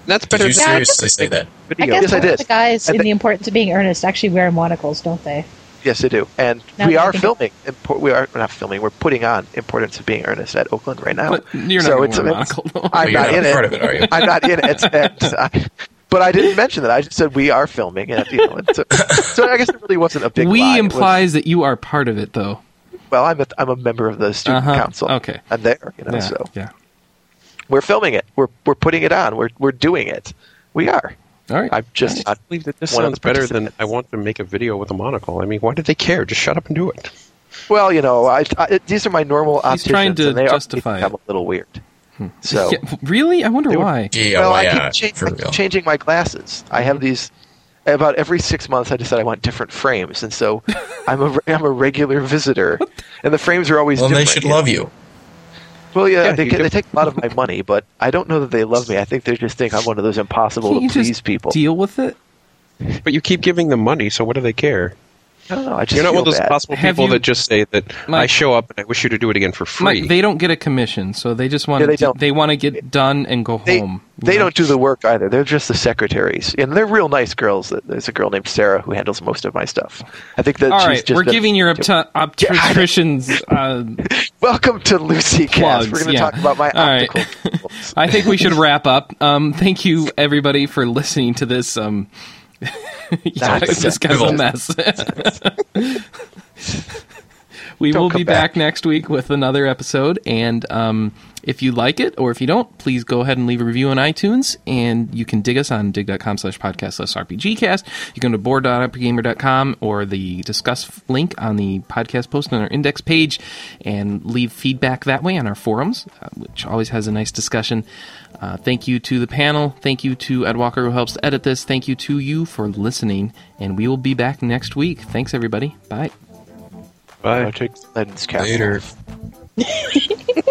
Speaker 4: that's
Speaker 3: Did
Speaker 4: better
Speaker 3: you
Speaker 4: than
Speaker 3: seriously say that?
Speaker 5: I guess
Speaker 2: Yes, I
Speaker 5: most of
Speaker 2: did.
Speaker 5: the guys
Speaker 2: I
Speaker 5: in
Speaker 2: think-
Speaker 5: the importance of being earnest actually wear monocles, don't they?
Speaker 2: Yes, they do. And
Speaker 5: Now
Speaker 2: we
Speaker 5: that I
Speaker 2: are
Speaker 5: think-
Speaker 2: filming. Impor- we are we're not filming. We're putting on importance of being earnest at Oakland right now.
Speaker 1: But you're not
Speaker 2: so
Speaker 1: gonna
Speaker 2: it's,
Speaker 1: wear a
Speaker 2: it's-
Speaker 1: monocle, though.
Speaker 2: I'm
Speaker 3: Well, you're
Speaker 2: not
Speaker 3: not
Speaker 2: in
Speaker 3: part
Speaker 2: it.
Speaker 3: of it, are you?
Speaker 2: I'm not in it. It's, it's, I, but I didn't mention that. I just said we are filming, and you know, it's, so I guess it really wasn't a big.
Speaker 1: we
Speaker 2: lie. It was-
Speaker 1: implies that you are part of it, though.
Speaker 2: well, I'm a, I'm a member of the student
Speaker 1: Uh-huh.
Speaker 2: council.
Speaker 1: Okay.
Speaker 2: I'm there. You know,
Speaker 1: Yeah,
Speaker 2: so
Speaker 1: yeah.
Speaker 2: we're filming it. We're we're putting it on. We're we're doing it. We are.
Speaker 1: All right.
Speaker 2: I'm just
Speaker 4: I
Speaker 2: not.
Speaker 4: believe that this
Speaker 2: one of
Speaker 4: sounds
Speaker 2: the
Speaker 4: better than
Speaker 2: participants.
Speaker 4: I want to make a video with a monocle. I mean, why did they care? Just shut up and do it.
Speaker 2: Well, you know, I, I these are my normal
Speaker 1: He's
Speaker 2: options.
Speaker 1: trying to
Speaker 2: and they
Speaker 1: justify
Speaker 2: I'm
Speaker 1: it. Hmm.
Speaker 2: a little weird. So.
Speaker 1: Yeah, really? I wonder why.
Speaker 3: Yeah,
Speaker 2: well,
Speaker 3: why
Speaker 2: I
Speaker 3: not?
Speaker 2: keep, change-
Speaker 3: For
Speaker 2: I keep
Speaker 3: real.
Speaker 2: changing my glasses. I
Speaker 1: Mm-hmm.
Speaker 2: have these about every six months. I decide I want different frames, and so I'm a re- I'm a regular visitor, and the frames are always.
Speaker 3: Well, then they
Speaker 2: different.
Speaker 3: should love you.
Speaker 2: Well, yeah,
Speaker 4: Yeah,
Speaker 2: they,
Speaker 4: you
Speaker 2: ca-
Speaker 4: do.
Speaker 2: they take a lot of my money, but I don't know that they love me. I think they just think I'm one of those impossible
Speaker 1: Can't
Speaker 2: to
Speaker 1: you
Speaker 2: please
Speaker 1: just
Speaker 2: people.
Speaker 1: deal with it?
Speaker 4: But you keep giving them money, so what do they care?
Speaker 2: I don't know. I just
Speaker 4: You're not
Speaker 2: feel
Speaker 4: one of those
Speaker 2: bad.
Speaker 4: possible
Speaker 1: Have
Speaker 4: people
Speaker 1: you-
Speaker 4: that just say that I
Speaker 1: Mike-
Speaker 4: show up and I wish you to do it again for free.
Speaker 1: Mike, they don't get a commission, so they just want
Speaker 2: Yeah, they
Speaker 1: to
Speaker 2: don't.
Speaker 1: they want to get done and go
Speaker 2: They,
Speaker 1: home. you
Speaker 2: they
Speaker 1: know?
Speaker 2: don't do the work either. They're just the secretaries, and they're real nice girls. There's a girl named Sarah who handles most of my stuff. I think that
Speaker 1: All
Speaker 2: she's
Speaker 1: right,
Speaker 2: just
Speaker 1: we're
Speaker 2: been-
Speaker 1: giving your opti- obstetricians. Uh,
Speaker 2: welcome to Lucy Cast. We're
Speaker 1: Plugs,
Speaker 2: going to
Speaker 1: yeah.
Speaker 2: talk about my
Speaker 1: All right.
Speaker 2: optical. tools.
Speaker 1: I think we should wrap up. Um, thank you everybody for listening to this. Um, yeah,
Speaker 2: That's
Speaker 1: this guy's a mess. we
Speaker 2: Don't
Speaker 1: will
Speaker 2: come
Speaker 1: be back. next week with another episode, and um, if you like it or if you don't, please go ahead and leave a review on iTunes, and you can dig us on dig.com slash podcast slash rpgcast. You can go to board.rpgamer.com or the discuss link on the podcast post on our index page, and leave feedback that way on our forums, uh, which always has a nice discussion. Uh, thank you to the panel. Thank you to Ed Walker who helps edit this. Thank you to you for listening, and we will be back next week. Thanks everybody. Bye.
Speaker 4: Bye.
Speaker 2: Lens Castle.
Speaker 3: Later.